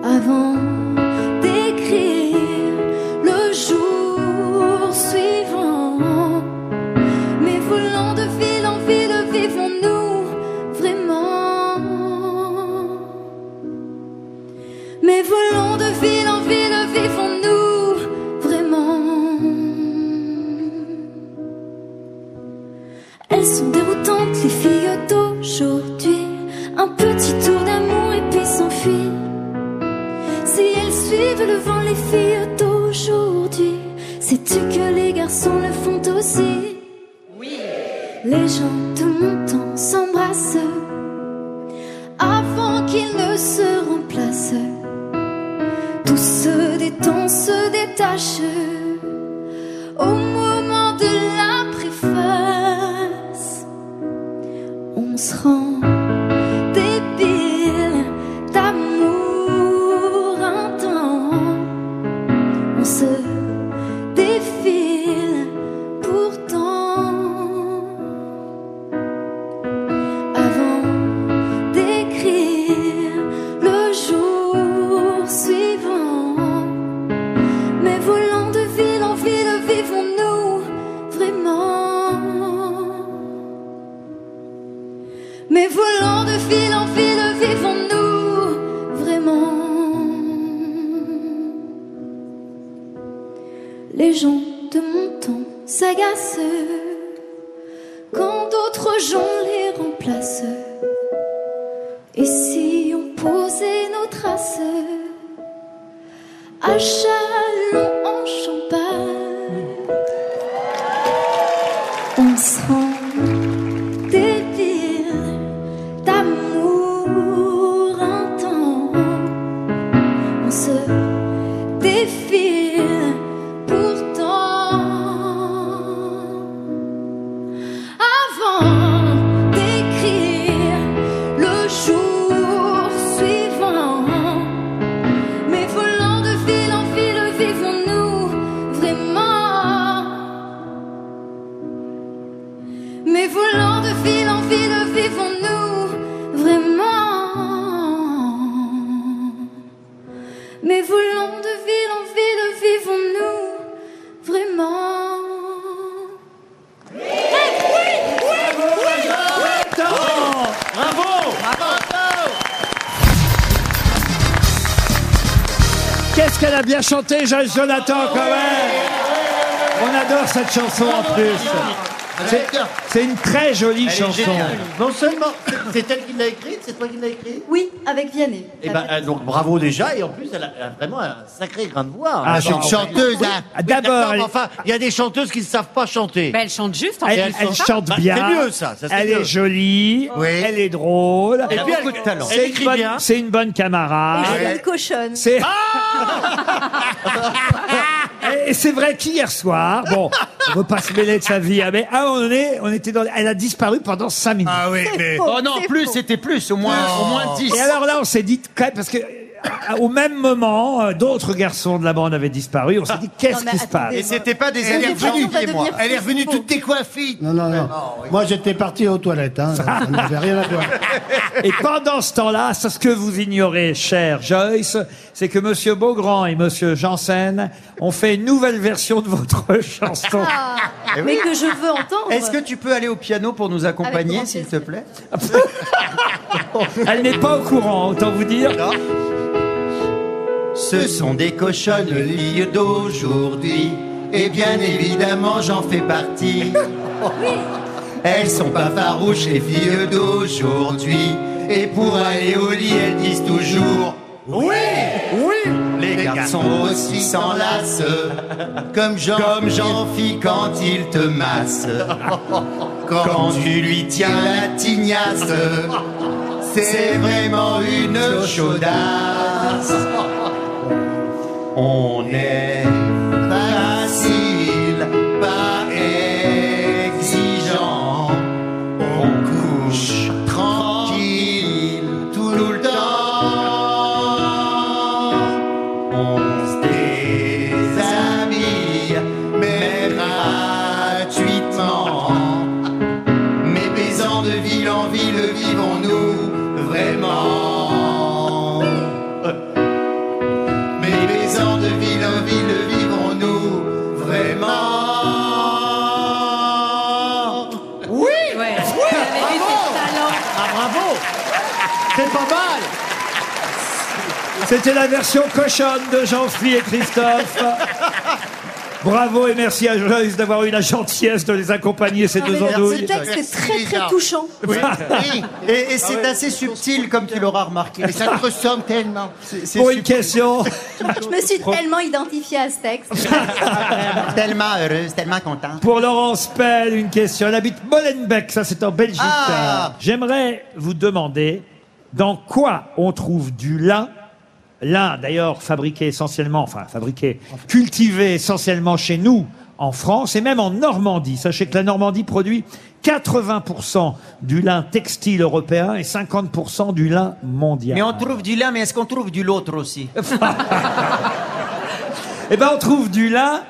Speaker 14: avant d'écrire le jour suivant. Mais voulant de ville en ville, vivons-nous vraiment Mais voulant de ville en ville, vivons-nous vraiment Elles sont déroutantes, les filles d'aujourd'hui. Un petit tour d'amour et puis s'enfuient. Si elles suivent le vent, les filles d'aujourd'hui, sais-tu que les garçons le font aussi les gens de mon temps s'embrassent avant qu'ils ne se remplacent. Tous ceux des temps se détachent au moment de la préface. On se rend débile d'amour un temps. On se défile pourtant. Avant d'écrire le jour suivant, mais volant de ville en ville, vivons-nous vraiment Mais volant de ville en ville, vivons-nous vraiment Les gens de mon temps s'agacent quand d'autres gens les remplacent. Et si on posait nos traces
Speaker 4: Ah.
Speaker 14: à Chalon en Champagne, on
Speaker 4: Ah.
Speaker 14: se rend débile d'amour un temps. On se défile pourtant avant d'écrire le jour suivant. Mais volant de ville en ville,
Speaker 2: Qu'est-ce qu'elle a bien chanté, Joyce Jonathan, quand même On adore cette chanson en plus. C'est- C'est une très jolie chanson.
Speaker 6: Non seulement, c'est- c'est elle qui l'a écrite, c'est toi qui l'as écrite
Speaker 8: Oui, avec Vianney.
Speaker 6: Et ben, euh, donc bravo déjà, et en plus, elle a, elle a vraiment un sacré grain de voix. hein.
Speaker 10: Ah, c'est une
Speaker 6: Enfin,
Speaker 10: chanteuse,
Speaker 6: oui.
Speaker 10: hein.
Speaker 6: Oui,
Speaker 10: D'abord,
Speaker 6: d'accord, mais
Speaker 10: elle-
Speaker 6: enfin, il y a des chanteuses qui ne savent pas chanter.
Speaker 5: Ben, elle chante juste, en
Speaker 6: Et
Speaker 5: fait.
Speaker 6: elles
Speaker 2: Elle
Speaker 6: sont-
Speaker 2: chante
Speaker 6: Bah,
Speaker 2: bien.
Speaker 6: C'est mieux ça. ça, c'est
Speaker 2: elle
Speaker 6: mieux.
Speaker 2: est jolie. Elle est drôle.
Speaker 6: Elle a beaucoup de talent.
Speaker 2: C'est
Speaker 6: Elle
Speaker 2: une,
Speaker 6: écrit
Speaker 2: bonne-
Speaker 6: bien.
Speaker 2: c'est une bonne camarade.
Speaker 6: ah,
Speaker 8: Et une cochonne. Ah,
Speaker 2: C'est- Et c'est vrai qu'hier soir, bon, on ne pas se mêler de sa vie, hein, mais à un moment donné, on était dans, elle a disparu pendant 5 minutes. Ah oui, mais.
Speaker 7: Oh non, plus, c'était plus, au moins, au moins 10.
Speaker 2: Et alors là, on s'est dit, quand même, parce que. euh, Au même moment, euh, d'autres garçons de la bande avaient disparu. On s'est
Speaker 8: Ah.
Speaker 2: dit, qu'est-ce qui se passe
Speaker 10: Et c'était pas des
Speaker 6: Elle est
Speaker 10: amis
Speaker 6: revenue,
Speaker 10: de moi.
Speaker 6: elle est revenue toute décoiffée.
Speaker 10: Non, non,
Speaker 2: Ah,
Speaker 10: non. Moi, j'étais parti aux toilettes. Hein. Ça n'avait rien à voir.
Speaker 2: Et pendant ce temps-là, ça, ce que vous ignorez, cher Joyce, c'est que Monsieur Beaugrand et Monsieur Janssen ont fait une nouvelle version de votre chanson.
Speaker 7: Eh oui.
Speaker 8: Ah. Mais que je veux entendre.
Speaker 7: Est-ce que tu peux aller au piano pour nous
Speaker 8: Avec
Speaker 7: accompagner,
Speaker 8: grand
Speaker 7: s'il te plaît
Speaker 2: Elle n'est pas au courant, autant vous dire.
Speaker 7: Ce sont des cochonnes, les filles d'aujourd'hui. Et bien évidemment, j'en fais partie. Elles sont pas farouches, les filles d'aujourd'hui. Et pour aller au lit, elles disent toujours Oui Oui Les garçons aussi s'enlacent, comme jean comme Jean-Phi quand il te masse. Quand tu lui tiens la tignasse, c'est vraiment une chaudasse. On est facile, pas exigeant. On couche tranquille tout le temps. On se déshabille, mais gratuitement. Mais baisant de ville en ville, vivons-nous vraiment mais baisant de ville en ville, vivons-nous vraiment
Speaker 5: Oui ouais.
Speaker 6: Ah bravo
Speaker 2: C'est pas mal C'était la version cochonne de Jean-Philippe et Christophe. Bravo et merci à Joyce d'avoir eu la gentillesse de les accompagner ces
Speaker 8: Ah,
Speaker 2: deux
Speaker 8: mais
Speaker 2: andouilles.
Speaker 8: le texte est très très touchant.
Speaker 7: Et, et c'est assez subtil, comme tu l'auras remarqué.
Speaker 6: Et ça te ressemble tellement.
Speaker 2: Pour une question,
Speaker 8: Je me suis tellement identifiée à ce texte.
Speaker 6: Ah,
Speaker 7: tellement heureuse, tellement contente.
Speaker 2: pour Laurence Pell, une question. Elle habite Molenbeek, ça c'est en Belgique.
Speaker 7: Ah.
Speaker 2: Euh, J'aimerais vous demander dans quoi on trouve du lin. Lin, d'ailleurs, fabriqué essentiellement, enfin fabriqué, cultivé essentiellement chez nous, en France et même en Normandie. Sachez que la Normandie produit 80% du lin textile européen et 50% du lin mondial.
Speaker 7: Mais on trouve du lin, mais est-ce qu'on trouve du l'autre aussi
Speaker 2: Eh ben, on trouve du lin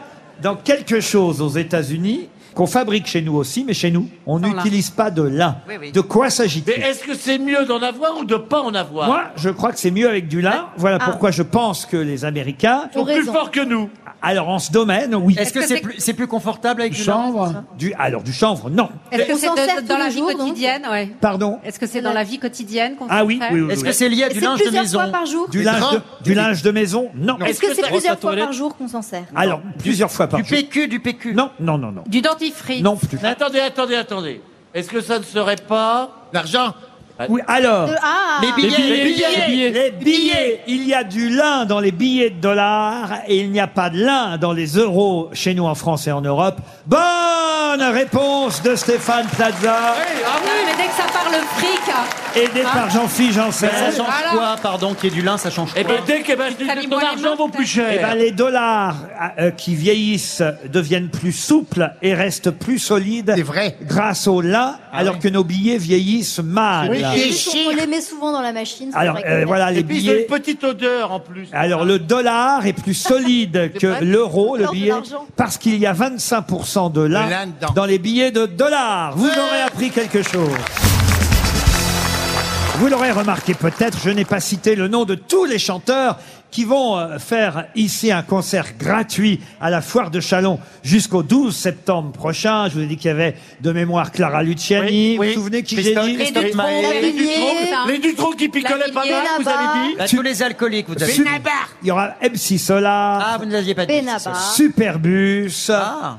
Speaker 2: dans quelque chose aux États-Unis qu'on fabrique chez nous aussi, mais chez nous, on
Speaker 4: Sans lin.
Speaker 2: n'utilise pas de lin.
Speaker 4: Oui, oui.
Speaker 2: De quoi s'agit-il
Speaker 4: Est-ce que c'est mieux d'en avoir ou de pas en avoir
Speaker 2: Moi, je crois que c'est mieux avec du lin. Voilà
Speaker 4: Ah.
Speaker 2: pourquoi je pense que les Américains
Speaker 4: Ils sont plus forts que nous.
Speaker 2: Alors, en ce domaine, oui.
Speaker 7: Est-ce que c'est plus, c'est plus confortable avec
Speaker 2: du
Speaker 7: du
Speaker 2: chanvre du, Alors, du chanvre, non.
Speaker 5: Est-ce que c'est
Speaker 8: s'en
Speaker 5: de-
Speaker 8: sert
Speaker 5: dans
Speaker 8: tous
Speaker 5: la
Speaker 8: les
Speaker 5: vie
Speaker 8: jours, donc
Speaker 5: quotidienne ouais.
Speaker 2: Pardon
Speaker 5: Est-ce que c'est dans la vie quotidienne qu'on
Speaker 2: Ah oui,
Speaker 5: s'en sert
Speaker 2: oui, oui, oui.
Speaker 8: Et c'est plusieurs fois par jour
Speaker 2: Du linge de, du linge de maison, non.
Speaker 8: Est-ce que c'est plusieurs fois par jour qu'on s'en sert
Speaker 2: Alors, plusieurs fois par
Speaker 7: Du
Speaker 2: jour.
Speaker 7: PQ, du PQ.
Speaker 2: Non, non, non, non.
Speaker 5: Du dentifrice
Speaker 2: Non plus.
Speaker 4: Mais Attendez, attendez, attendez. Est-ce que ça ne serait pas
Speaker 6: l'argent
Speaker 2: Oui, alors.
Speaker 8: De- Ah
Speaker 4: Les billets, les billets, les billets.
Speaker 2: les billets. Il y a du lin dans les billets de dollars et il n'y a pas de lin dans les euros chez nous en France et en Europe. Bonne réponse de Stéphane Plaza,
Speaker 5: Ah oui, mais dès que ça part le fric. hein.
Speaker 2: aidé par Jean-Philippe Janssen.
Speaker 7: Ça change
Speaker 5: Voilà.
Speaker 7: quoi, pardon, qu'il y ait du lin, ça change quoi
Speaker 4: Eh ben dès que eh ben, ton argent vaut plus cher.
Speaker 2: Eh ben, les dollars euh, qui vieillissent deviennent plus souples et restent plus solides grâce au lin,
Speaker 4: Ah
Speaker 2: alors que nos billets vieillissent mal.
Speaker 8: on les met souvent dans la machine. c'est
Speaker 2: Alors,
Speaker 8: vrai
Speaker 2: euh,
Speaker 8: qu'on
Speaker 2: voilà,
Speaker 8: aime.
Speaker 2: les billets.
Speaker 4: petite odeur en plus.
Speaker 2: Alors le dollar est plus solide
Speaker 8: C'est
Speaker 2: que
Speaker 8: vrai
Speaker 2: l'euro, le
Speaker 8: Encore de
Speaker 2: billet,
Speaker 8: l'argent.
Speaker 2: parce qu'il y a 25% de lin
Speaker 6: De lin dedans.
Speaker 2: dans les billets de dollars. Vous aurez appris quelque chose. Vous l'aurez remarqué peut-être, je n'ai pas cité le nom de tous les chanteurs qui vont euh, faire ici un concert gratuit à la foire de Chalon jusqu'au 12 septembre prochain. Je vous ai dit qu'il y avait de mémoire Clara Luciani. vous vous souvenez qui j'ai dit
Speaker 4: les Dutroux, les Dutroux qui picolaient pas mal, vous avez dit.
Speaker 15: Là, tous les alcooliques, vous avez dit.
Speaker 2: Il y aura MC Solar.
Speaker 15: Ah, vous ne l'aviez pas dit. c'est ça. Ah.
Speaker 2: Superbus,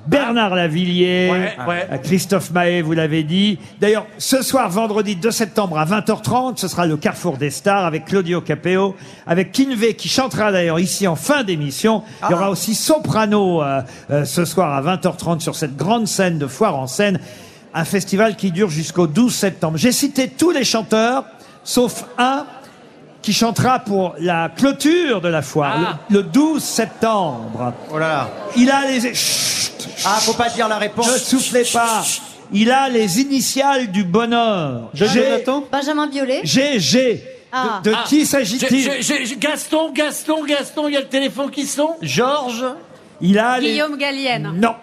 Speaker 2: Bernard Lavillier, euh, Christophe Mahé, vous l'avez dit. D'ailleurs, ce soir, vendredi 2 septembre à 20h30, ce sera le Carrefour des Stars avec Claudio Capeo, avec Kinvey qui chantera d'ailleurs ici en fin d'émission. Il y
Speaker 15: Ah.
Speaker 2: aura aussi Soprano euh, euh, ce soir à 20h30 sur cette grande scène de Foire en scène. Un festival qui dure jusqu'au 12 septembre. J'ai cité tous les chanteurs, sauf un qui chantera pour la clôture de la foire, le, le 12 septembre.
Speaker 15: Ah. Oh là là.
Speaker 2: Il a les... Chut,
Speaker 15: Ah, faut pas dire la réponse.
Speaker 2: ne soufflez pas. Il a les initiales du bonheur. J'ai-
Speaker 8: Benjamin Biolay.
Speaker 2: G, G.
Speaker 8: Ah.
Speaker 2: De
Speaker 4: Ah,
Speaker 2: qui s'agit-il
Speaker 4: j'ai- j'ai- j'ai- Gaston, Gaston, Gaston, il y a le téléphone qui sonne
Speaker 2: Georges. Il a les-
Speaker 5: Guillaume Gallienne.
Speaker 2: Non.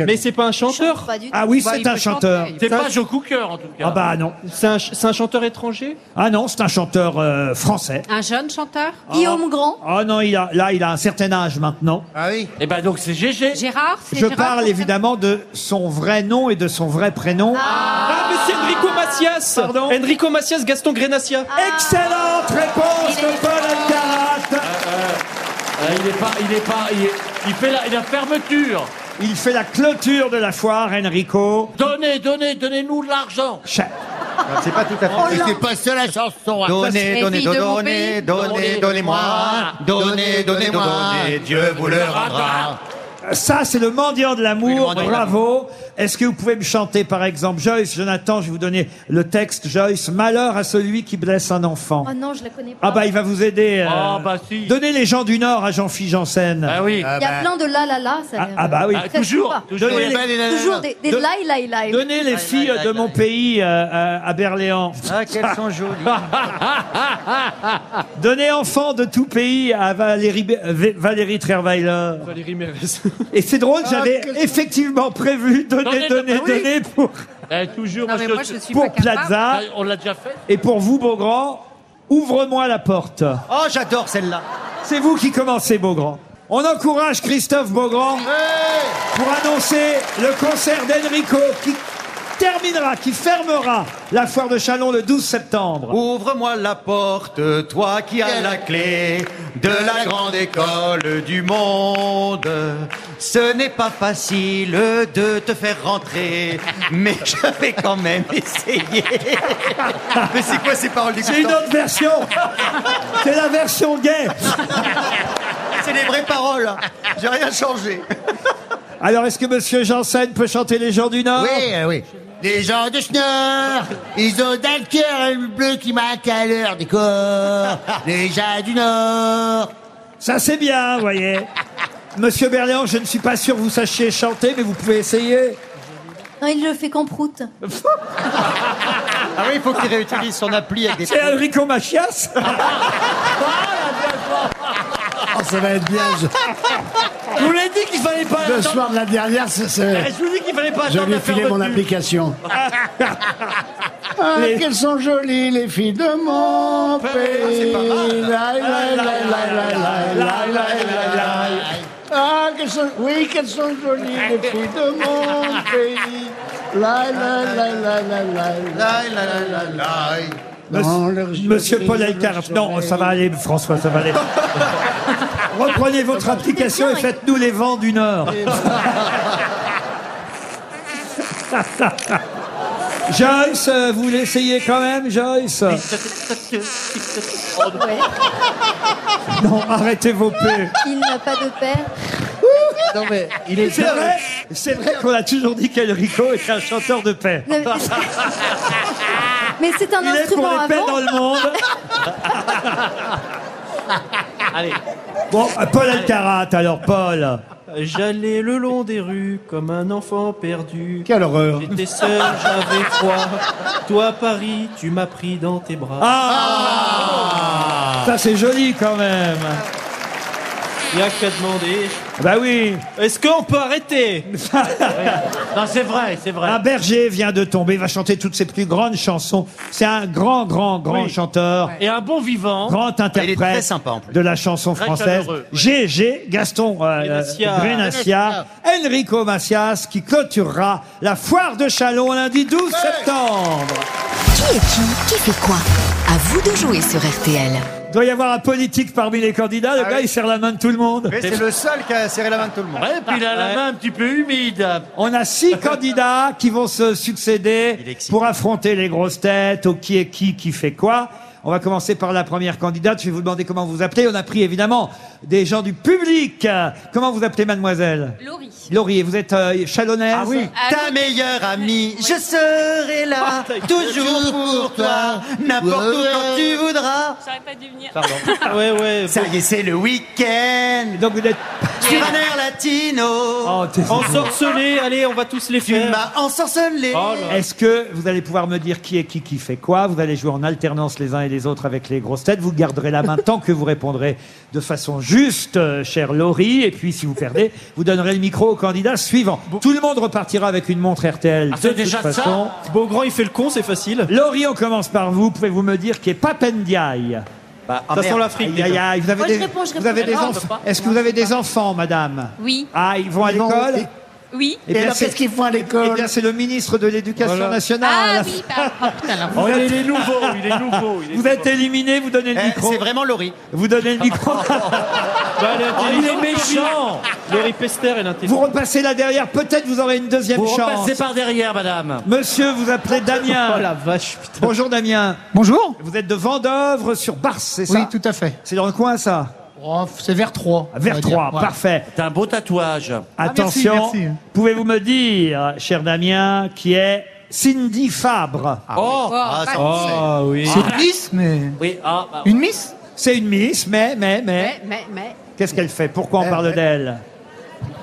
Speaker 2: Mais c'est pas un chanteur
Speaker 5: pas du tout.
Speaker 2: Ah oui,
Speaker 5: Bah,
Speaker 2: c'est
Speaker 5: il
Speaker 2: un
Speaker 5: peut
Speaker 2: chanteur.
Speaker 5: chanter.
Speaker 4: C'est
Speaker 2: Ça-
Speaker 4: pas Joe Cooker, en tout cas.
Speaker 2: Ah bah non. C'est un, chanteur étranger Ah non, c'est un chanteur euh, français.
Speaker 5: Un jeune chanteur
Speaker 2: Guillaume
Speaker 8: Grand
Speaker 2: Oh non, il a, là, il a un certain âge maintenant.
Speaker 6: Ah oui
Speaker 4: Eh ben donc c'est GG.
Speaker 5: Gérard, c'est
Speaker 2: Je
Speaker 5: Gérard
Speaker 2: parle évidemment de son vrai nom et de son vrai prénom.
Speaker 9: Ah, mais c'est Enrico Macias Pardon Enrico Macias, Gaston Grenassia.
Speaker 16: Ah.
Speaker 2: Excellente réponse de Paul Alcarat
Speaker 4: Ah, il est pas, il est pas, il, est- il fait la, la fermeture.
Speaker 2: Il fait la clôture de la foire, Enrico.
Speaker 4: Donnez, donnez, donnez-nous de l'argent.
Speaker 2: Cha-
Speaker 7: C'est pas tout à
Speaker 6: Oh
Speaker 7: fait.
Speaker 6: là.
Speaker 7: C'est pas ça la chanson. hein.
Speaker 6: Les
Speaker 7: Donnez, donnez,
Speaker 6: filles de mon
Speaker 7: donnez,
Speaker 6: pays.
Speaker 7: donnez, donnez-moi. Donnez, donnez-moi. Dieu vous le rendra.
Speaker 2: Ça, c'est le mendiant de l'amour.
Speaker 7: de
Speaker 2: Bravo. Est-ce que vous pouvez me chanter, par exemple, Joyce Jonathan, je vais vous donner le texte, Joyce. Malheur à celui qui blesse un enfant.
Speaker 8: Oh non, je la connais pas.
Speaker 2: Ah bah, il va vous aider. euh,
Speaker 4: Ah, bah, si.
Speaker 2: Donnez les gens du Nord à Jean-Philippe Janssen. Ah
Speaker 4: oui.
Speaker 8: Il y a plein de la la la. Ça a
Speaker 2: Ah,
Speaker 8: l'air-
Speaker 2: ah bah oui.
Speaker 8: Très sympa.
Speaker 2: Donnez, les,
Speaker 8: Toujours des, des
Speaker 2: Don-
Speaker 8: la la la.
Speaker 2: donnez les filles de mon pays euh, euh, à Berléans.
Speaker 15: Ah, qu'elles sont jolies.
Speaker 2: Donnez enfants de tout pays à Valérie, Be- Vé- Valérie Trierweiler.
Speaker 9: Valérie Mérès.
Speaker 2: Et c'est drôle,
Speaker 9: Ah,
Speaker 2: j'avais
Speaker 9: qu'est-ce
Speaker 2: effectivement prévu donner,
Speaker 4: Donnez,
Speaker 2: donner,
Speaker 4: oui.
Speaker 2: donner pour,
Speaker 4: Eh, toujours.
Speaker 5: Non, mais
Speaker 4: que- Ah,
Speaker 5: moi, je suis
Speaker 2: pour
Speaker 5: pas capable.
Speaker 6: Ah,
Speaker 2: Plaza
Speaker 4: On l'a déjà fait.
Speaker 2: et pour vous, Beaugrand. Ouvre-moi la porte.
Speaker 15: Oh, j'adore celle-là.
Speaker 2: C'est vous qui commencez, Beaugrand. On encourage Christophe Beaugrand pour annoncer le concert d'Enrico qui terminera, qui fermera la foire de Chalon le 12 septembre.
Speaker 7: Ouvre-moi la porte, toi qui as la clé de la grande école du monde. Ce n'est pas facile de te faire rentrer, mais je vais quand même essayer. Ah, Mais c'est quoi ces paroles du
Speaker 2: C'est une autre version. C'est la version gay.
Speaker 7: C'est les vraies paroles. J'ai rien changé.
Speaker 2: Alors, est-ce que Monsieur Janssen peut chanter Les gens du Nord
Speaker 6: Oui, euh, oui. Des gens de Schnorr, ils ont dans le cœur le bleu qui manque à leur décor. Les gens du Nord.
Speaker 2: Euh, Ça, c'est bien, vous voyez. Monsieur Berléand, je ne suis pas sûr que vous sachiez chanter, mais vous pouvez essayer.
Speaker 8: Non, il le fait qu'en prout.
Speaker 15: Ah oui, il faut qu'il réutilise son appli avec des.
Speaker 2: C'est Enrico Machias
Speaker 7: Ah,
Speaker 10: Oh, ça va être bien. Je,
Speaker 4: Je vous l'ai dit qu'il fallait pas
Speaker 10: le
Speaker 4: attendre.
Speaker 10: soir de la dernière, c'est-
Speaker 4: Eh,
Speaker 10: c'est-
Speaker 4: Je vous ai dit qu'il fallait pas
Speaker 10: je
Speaker 4: attendre
Speaker 10: lui ai
Speaker 4: la
Speaker 10: filé mon
Speaker 4: fermeture.
Speaker 10: application. Ah,
Speaker 2: Les-
Speaker 10: qu'elles sont jolies, les filles de mon
Speaker 4: Ah,
Speaker 10: pays. Laï, laï, laï, laï, laï,
Speaker 4: Ah,
Speaker 10: laï, laï, laï, laï, laï. Ah, qu'elles sont... Oui, qu'elles sont jolies, les filles de mon pays. Laï, laï, laï, laï, laï, laï, laï, laï, laï, laï. Dans leurs
Speaker 2: Monsieur,
Speaker 10: yeux
Speaker 2: Monsieur
Speaker 10: brille
Speaker 2: Paul
Speaker 10: le
Speaker 2: Elkarat, non,
Speaker 10: soleil.
Speaker 2: ça va aller, François, ça va aller. Reprenez votre application et faites-nous les vents du Nord. Joyce, euh, vous l'essayez quand même, Joyce Non, arrêtez vos peurs.
Speaker 8: Il n'a pas de père.
Speaker 10: Non, mais il est
Speaker 2: C'est vrai, c'est vrai qu'on a toujours dit qu'Elrico était un chanteur de paix.
Speaker 8: Non, mais c'est- Mais c'est un
Speaker 2: Il est pour
Speaker 8: instrument
Speaker 2: les paix dans
Speaker 8: avant.
Speaker 2: le monde. Bon, euh, Paul Alcarat, alors, Paul.
Speaker 9: J'allais le long des rues comme un enfant perdu.
Speaker 10: Quelle horreur.
Speaker 9: J'étais seul, j'avais froid. Toi, Paris, tu m'as pris dans tes bras. Ah.
Speaker 2: Ah Ça, c'est joli quand même.
Speaker 9: Y a qu'à demander,
Speaker 2: Bah oui.
Speaker 9: Est-ce qu'on peut arrêter
Speaker 2: Non, c'est vrai, c'est vrai. Un berger vient de tomber, va chanter toutes ses plus grandes chansons. C'est un grand, grand, grand
Speaker 4: Oui.
Speaker 2: chanteur.
Speaker 4: Et un bon vivant.
Speaker 2: Grand interprète
Speaker 4: Il est très sympa en plus.
Speaker 2: de la chanson
Speaker 4: Très
Speaker 2: française.
Speaker 4: chaleureux, ouais.
Speaker 2: GG, Gaston euh,
Speaker 4: Benassia.
Speaker 2: Benassia, Enrico Macias, qui clôturera la foire de Chalon lundi 12 septembre.
Speaker 12: Qui est qui Qui fait quoi À vous de jouer sur RTL.
Speaker 2: Il doit y avoir un politique parmi les candidats. Le gars, il serre la main de tout le monde.
Speaker 15: Ah Mais c'est le seul qui a serré la main de tout le monde.
Speaker 4: Ouais, puis il a la
Speaker 2: Ouais.
Speaker 4: main un petit peu humide.
Speaker 2: On a six candidats qui vont se succéder pour affronter les grosses têtes, au qui est qui, qui fait quoi. On va commencer par la première candidate. Je vais vous demander comment vous appelez. On a pris évidemment des gens du public. Euh, Comment vous appelez, mademoiselle
Speaker 17: Laurie.
Speaker 2: Laurie, et vous êtes euh, chalonnaise Ah oui.
Speaker 7: Ta meilleure amie, je serai là, toujours pour toi, n'importe où quand tu voudras.
Speaker 17: J'aurais pas dû venir.
Speaker 2: ouais, ouais.
Speaker 7: Ça y est, c'est le week-end.
Speaker 2: Donc vous êtes.
Speaker 7: Sur un air latino.
Speaker 9: Ensorcelés, allez, on va tous les faire.
Speaker 7: m'as ensorcelé.
Speaker 2: Est-ce que vous allez pouvoir me dire qui est qui qui fait quoi Vous allez jouer en alternance les uns et les autres avec les grosses têtes. Vous garderez la main tant que vous répondrez de façon juste, euh, chère Laurie. Et puis, si vous perdez, vous donnerez le micro au candidat suivant. Tout le monde repartira avec une montre RTL.
Speaker 9: Ah, c'est
Speaker 2: de
Speaker 9: déjà
Speaker 2: toute
Speaker 9: ça
Speaker 2: façon. Beau grand, il fait le con, c'est facile. Laurie, on commence par vous. Pouvez-vous me dire qui est Papendiaï
Speaker 9: ah, merde.
Speaker 2: Aïe, aïe, aïe, vous avez
Speaker 17: Moi, je
Speaker 2: des,
Speaker 17: réponds, je
Speaker 2: vous
Speaker 17: réponds.
Speaker 2: avez
Speaker 17: Ah
Speaker 2: des
Speaker 17: non, on
Speaker 2: enfants-
Speaker 17: peut pas.
Speaker 2: Est-ce que vous avez des enfants, madame
Speaker 17: Oui.
Speaker 2: Ah, ils vont à
Speaker 17: Ils vont-
Speaker 2: l'école
Speaker 17: Oui.
Speaker 2: Eh bien, c'est- Eh bien, c'est le ministre de l'Éducation
Speaker 17: Voilà. Ah
Speaker 2: nationale.
Speaker 17: oui, pardon.
Speaker 2: Oh,
Speaker 4: il est nouveau, il est nouveau, il est
Speaker 2: vous êtes éliminé, vous donnez le micro. C'est
Speaker 15: vraiment Laurie.
Speaker 2: Vous donnez le micro.
Speaker 4: Bah, Ah,
Speaker 10: Ah,
Speaker 9: il est méchant. Laurie Pester est
Speaker 2: vous
Speaker 9: l'intelligent.
Speaker 2: repassez là derrière, peut-être vous aurez une deuxième
Speaker 9: Vous
Speaker 2: chance.
Speaker 9: repassez
Speaker 4: par derrière, madame.
Speaker 2: Monsieur, vous appelez Damien.
Speaker 9: Oh la vache, putain.
Speaker 2: Bonjour Damien.
Speaker 18: Bonjour.
Speaker 2: Vous êtes de Vendœuvre sur Barse, c'est ça
Speaker 18: Oui, tout à fait. Oh,
Speaker 2: C'est dans le coin ça Ah,
Speaker 18: C'est vers 3.
Speaker 2: Vers 3, parfait.
Speaker 4: T'as un beau tatouage.
Speaker 2: Attention, pouvez-vous me dire, cher Damien, qui est Cindy Fabre
Speaker 4: Oh, Ah, ça, on le sait.
Speaker 2: Ah, oui.
Speaker 4: C'est une miss,
Speaker 18: mais.
Speaker 4: Oui, ah, bah,
Speaker 18: Une miss
Speaker 2: C'est une miss, mais, mais, mais.
Speaker 5: Mais, mais, mais.
Speaker 2: Qu'est-ce qu'elle fait Pourquoi on parle d'elle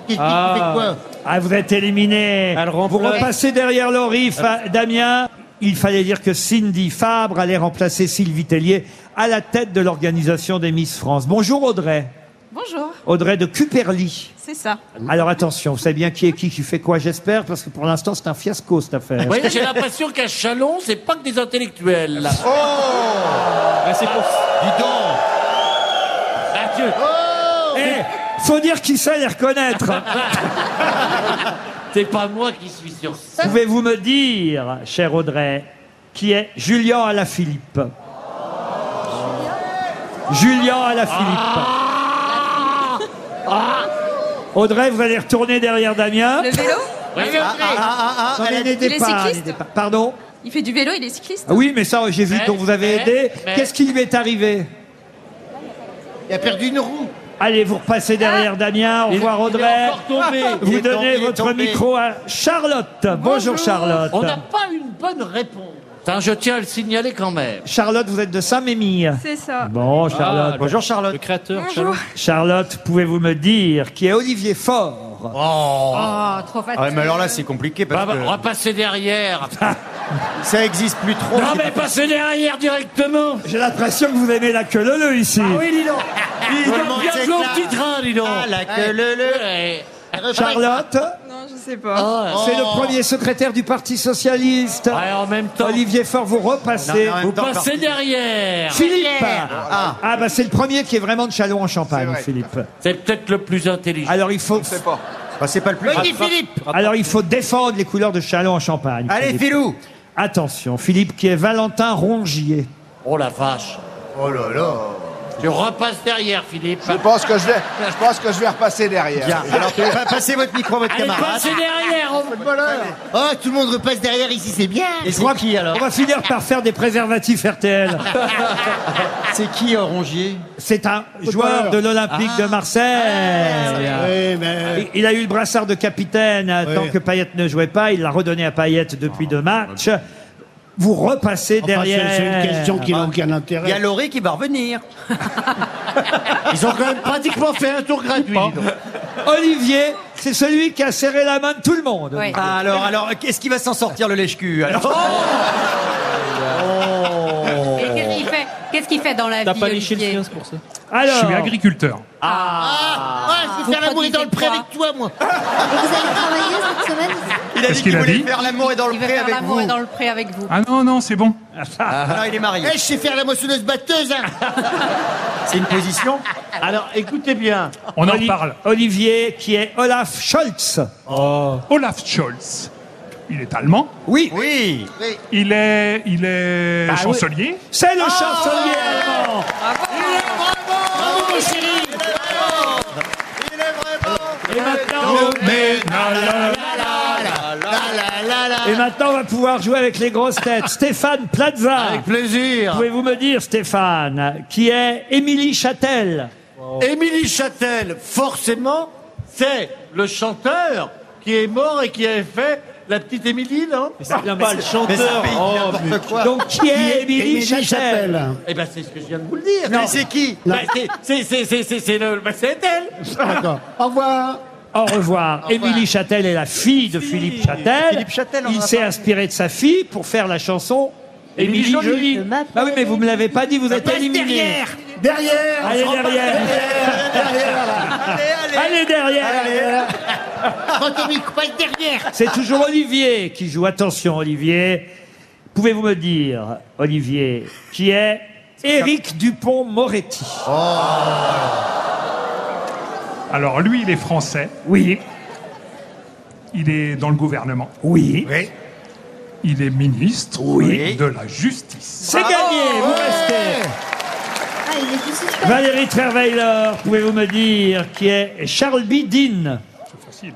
Speaker 5: qui fait quoi
Speaker 2: Ah, vous êtes éliminé. Vous repassez derrière Laurie, Fa- Damien. Il fallait dire que Cindy Fabre allait remplacer Sylvie Tellier à la tête de l'organisation des Miss France. Bonjour Audrey.
Speaker 17: Bonjour.
Speaker 2: Audrey de Cuperly.
Speaker 17: C'est ça.
Speaker 2: Alors attention, vous savez bien qui est qui, qui fait quoi, j'espère, parce que pour l'instant c'est un fiasco cette affaire.
Speaker 4: Oui, j'ai l'impression qu'à Chalon, c'est pas que des intellectuels. là.
Speaker 15: Oh
Speaker 9: c'est pour...
Speaker 4: Dis donc. Ah, Dieu.
Speaker 2: Eh, faut dire qui sait les reconnaître.
Speaker 4: C'est pas moi qui suis sur ça.
Speaker 2: Pouvez-vous me dire, cher Audrey, qui est Julien Alaphilippe Julien Alaphilippe.
Speaker 4: Ah
Speaker 2: Audrey, vous allez retourner derrière Damien.
Speaker 17: Le vélo
Speaker 2: Oui.
Speaker 17: Le vélo.
Speaker 2: Ah, ah, ah, ah,
Speaker 17: Il
Speaker 2: elle
Speaker 17: est-
Speaker 2: n'aidez
Speaker 17: il est
Speaker 2: pas,
Speaker 17: cycliste
Speaker 2: n'aidez pas. Pardon
Speaker 17: Il fait du vélo, il est cycliste.
Speaker 2: Ah Oui, mais ça, j'ai vu
Speaker 17: Mais,
Speaker 2: qu'on vous avait
Speaker 17: mais,
Speaker 2: aidé.
Speaker 17: mais.
Speaker 2: Qu'est-ce qui lui est arrivé
Speaker 15: Il a perdu une roue.
Speaker 2: Allez, vous repassez
Speaker 4: Ah
Speaker 2: derrière Damien. Au revoir, Audrey.
Speaker 4: tombé. Il
Speaker 2: Vous
Speaker 4: est tombé,
Speaker 2: donnez
Speaker 4: il est
Speaker 2: votre
Speaker 4: tombé.
Speaker 2: micro à Charlotte. Bonjour, Charlotte.
Speaker 4: On n'a pas une bonne réponse. Putain, je tiens à le signaler quand même.
Speaker 2: Charlotte, vous êtes de Saint-Mémy.
Speaker 17: C'est ça.
Speaker 2: Bon, Charlotte.
Speaker 4: Ah,
Speaker 2: Bonjour,
Speaker 4: Charlotte. Le créateur,
Speaker 17: Bonjour.
Speaker 2: Charlotte, pouvez-vous me dire qui est Olivier Faure
Speaker 15: Oh.
Speaker 17: Oh, trop
Speaker 15: Ah
Speaker 17: facile.
Speaker 15: ouais, mais alors là, c'est compliqué parce
Speaker 4: Bah, bah, on va
Speaker 15: que
Speaker 4: passer derrière.
Speaker 15: ça existe plus trop.
Speaker 4: non, mais passez derrière directement.
Speaker 2: J'ai l'impression que vous aimez la queue leu ici.
Speaker 4: Ah oui, dis donc. Dis
Speaker 15: Tout le
Speaker 4: donc,
Speaker 15: monde
Speaker 4: bien
Speaker 15: s'éclate.
Speaker 4: joué au petit train, dis donc.
Speaker 15: Ah, la queue leu leu.
Speaker 4: Ouais.
Speaker 2: Charlotte,
Speaker 17: Non, je sais
Speaker 4: Ah
Speaker 17: pas.
Speaker 15: Ah.
Speaker 2: c'est le premier secrétaire du Parti Socialiste.
Speaker 4: Oh. en même temps.
Speaker 2: Olivier Faure, vous repassez.
Speaker 4: Vous passez derrière.
Speaker 2: Philippe Ah, bah c'est le premier qui est vraiment de Chalon en Champagne, Philippe.
Speaker 4: C'est peut-être le plus intelligent.
Speaker 2: Alors il faut.
Speaker 15: pas. Bah, c'est pas le plus.
Speaker 2: Vas-y,
Speaker 15: Philippe.
Speaker 2: Alors il faut défendre les couleurs de Chalon en Champagne.
Speaker 15: Allez, Philou.
Speaker 2: Attention, Philippe qui est Valentin Rongier.
Speaker 4: Oh la vache.
Speaker 19: Oh là là.
Speaker 4: Tu repasses derrière, Philippe.
Speaker 19: Je pense que je vais, je pense que je vais repasser derrière.
Speaker 4: Bien.
Speaker 15: Alors, pa- passez votre micro à votre
Speaker 4: Allez,
Speaker 15: camarade.
Speaker 4: passez derrière. on-
Speaker 6: Oh, tout le monde repasse derrière ici, c'est bien.
Speaker 15: Et c'est qui alors
Speaker 2: On va finir par faire des préservatifs RTL.
Speaker 15: C'est qui euh, Rongier
Speaker 2: C'est un joueur de l'Olympique de Marseille.
Speaker 10: Oui, mais-
Speaker 2: Il il a eu le brassard de capitaine euh, tant que Payet ne jouait pas. Il l'a redonné à Payet depuis deux matchs. Vous repassez
Speaker 10: Enfin, c'est-
Speaker 2: derrière.
Speaker 10: c'est une question qui
Speaker 4: Ah.
Speaker 10: n'a
Speaker 15: Ah.
Speaker 10: aucun
Speaker 15: Il y a
Speaker 10: intérêt.
Speaker 15: Laurie qui va revenir.
Speaker 4: Ils ont quand même pratiquement fait un tour gratuit. dis donc.
Speaker 2: Olivier, c'est celui qui a serré la main de tout le monde. Oh
Speaker 5: Ouais.
Speaker 15: Ah, alors, alors, qu'est-ce qui va s'en sortir le lèche-cul alors
Speaker 13: euh,
Speaker 5: Et qu'est-ce qu'il fait Qu'est-ce Qu'est-ce qu'il fait dans la vie
Speaker 9: T'as pas léché
Speaker 5: Olivier
Speaker 9: le sien, c'est pour ça.
Speaker 2: Alors. Je suis agriculteur.
Speaker 10: Ah, ah, je
Speaker 5: Vous
Speaker 10: vais faire l'amour
Speaker 5: produisez
Speaker 10: et dans le pré
Speaker 5: quoi
Speaker 10: avec toi, moi.
Speaker 14: Vous allez travailler cette semaine
Speaker 4: Ah,
Speaker 7: Il a
Speaker 13: Qu'est-ce
Speaker 7: dit qu'il
Speaker 13: qu'il a
Speaker 7: voulait
Speaker 13: dit
Speaker 7: faire l'amour et dans le
Speaker 5: Il veut
Speaker 7: pré
Speaker 5: faire
Speaker 7: avec
Speaker 5: l'amour et
Speaker 7: vous.
Speaker 5: dans le pré avec vous.
Speaker 13: Ah non, non, c'est bon.
Speaker 4: Ah,
Speaker 7: Ah, Non, il est marié.
Speaker 10: Eh, je sais faire la moissonneuse batteuse, hein.
Speaker 4: C'est une position Alors, écoutez bien.
Speaker 13: On en
Speaker 2: Oli-
Speaker 13: parle.
Speaker 2: Olivier, qui est Olaf Scholz.
Speaker 13: Oh. Olaf Scholz. Il est allemand.
Speaker 2: Oui.
Speaker 7: Oui.
Speaker 13: Il est, il est
Speaker 2: Bah oui.
Speaker 13: chancelier.
Speaker 2: C'est le chancelier allemand.
Speaker 10: Bravo, mon chéri.
Speaker 4: Oh.
Speaker 2: Et maintenant, et maintenant, on va pouvoir jouer avec les grosses têtes. Stéphane Plaza.
Speaker 7: Avec plaisir.
Speaker 2: Pouvez-vous me dire, Stéphane, qui est Émilie Châtel
Speaker 4: Émilie Châtel, forcément, c'est le chanteur qui est mort et qui avait fait la petite Émilie, non
Speaker 9: Bien pas le chanteur. Oh, mais-
Speaker 2: Donc, qui est Émilie
Speaker 20: Émilie
Speaker 2: Châtel
Speaker 20: Chapelle.
Speaker 4: Eh ben, c'est ce que je viens de vous le dire.
Speaker 7: Mais c'est qui
Speaker 4: Bah, c'est- c'est- c'est- c'est c'est- c'est le. bah, c'est elle.
Speaker 20: D'accord. Au revoir.
Speaker 2: Au revoir. Émilie Châtel est la fille de Philippe Châtel.
Speaker 7: Philippe Châtel, on en
Speaker 2: Il
Speaker 7: a
Speaker 2: s'est
Speaker 7: parlé.
Speaker 2: inspiré de sa fille pour faire la chanson Émilie
Speaker 4: Émilie Joly.
Speaker 2: Jolie. Bah oui, mais vous me l'avez pas dit, vous êtes éliminé.
Speaker 10: Derrière.
Speaker 20: Derrière.
Speaker 2: Allez derrière. Allez derrière.
Speaker 10: Quand on y passe derrière.
Speaker 2: C'est toujours Olivier qui joue. Attention Olivier. Pouvez-vous me dire, Olivier, qui est Éric Dupont-Moretti
Speaker 7: Ah.
Speaker 13: Alors lui, il est français.
Speaker 2: Oui.
Speaker 13: Il est dans le gouvernement.
Speaker 2: Oui.
Speaker 13: Il est ministre
Speaker 2: Oui.
Speaker 13: de la justice.
Speaker 2: C'est gagné, vous restez.
Speaker 14: Ah, il est du suspense.
Speaker 2: Valérie Trierweiler, pouvez-vous me dire qui est Charles Bidin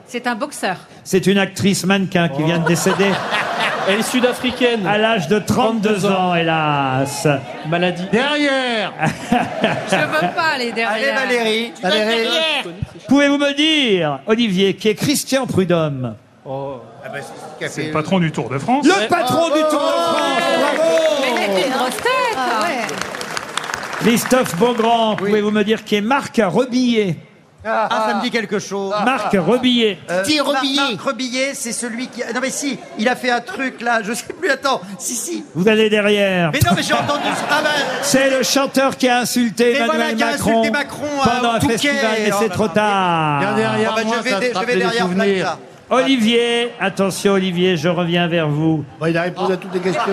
Speaker 5: C'est un boxeur.
Speaker 2: C'est une actrice mannequin qui vient de décéder
Speaker 9: Elle est sud-africaine.
Speaker 2: à l'âge de 32 ans, hélas.
Speaker 9: Maladie.
Speaker 4: Derrière.
Speaker 5: Je
Speaker 2: Ah.
Speaker 5: veux pas aller
Speaker 7: Allez,
Speaker 5: derrière.
Speaker 7: Valérie.
Speaker 10: Derrière.
Speaker 2: Pouvez-vous me dire, Olivier, qui est Christian Prudhomme
Speaker 13: Oh. Ah bah, C'est le patron du Tour de France.
Speaker 2: Le patron du Tour de France
Speaker 5: Oh, Mais mec, une grosse tête hein.
Speaker 14: Ah ouais.
Speaker 2: Christophe Beaugrand, pouvez-vous me dire qui est Marc Rebillet
Speaker 7: Ah, ça me dit quelque chose.
Speaker 2: Marc Rebillet.
Speaker 7: Euh,
Speaker 10: Didier
Speaker 7: Mar-
Speaker 10: Rebillet.
Speaker 7: Marc Rebillet, c'est celui qui. Non mais si, il a fait un truc là, je sais plus. Attends, si si.
Speaker 2: Vous allez derrière.
Speaker 7: Mais non, mais j'ai entendu. Ah ben,
Speaker 2: C'est le chanteur qui a insulté
Speaker 7: Mais voilà,
Speaker 2: Emmanuel
Speaker 7: qui a
Speaker 2: Macron,
Speaker 7: insulté Macron à-
Speaker 2: pendant
Speaker 7: au
Speaker 2: un
Speaker 7: Touquet.
Speaker 2: festival, mais
Speaker 7: Oh
Speaker 2: c'est
Speaker 7: là
Speaker 2: trop
Speaker 7: là.
Speaker 2: tard.
Speaker 4: Bien derrière
Speaker 7: Ah bah,
Speaker 4: moi,
Speaker 7: je vais,
Speaker 4: ça
Speaker 7: dé-
Speaker 4: te
Speaker 7: je vais
Speaker 4: rappelle les
Speaker 7: derrière
Speaker 4: souvenirs.
Speaker 7: Plaza.
Speaker 2: Olivier, attention Olivier, je reviens vers vous.
Speaker 20: Bon, il a répondu à toutes les questions.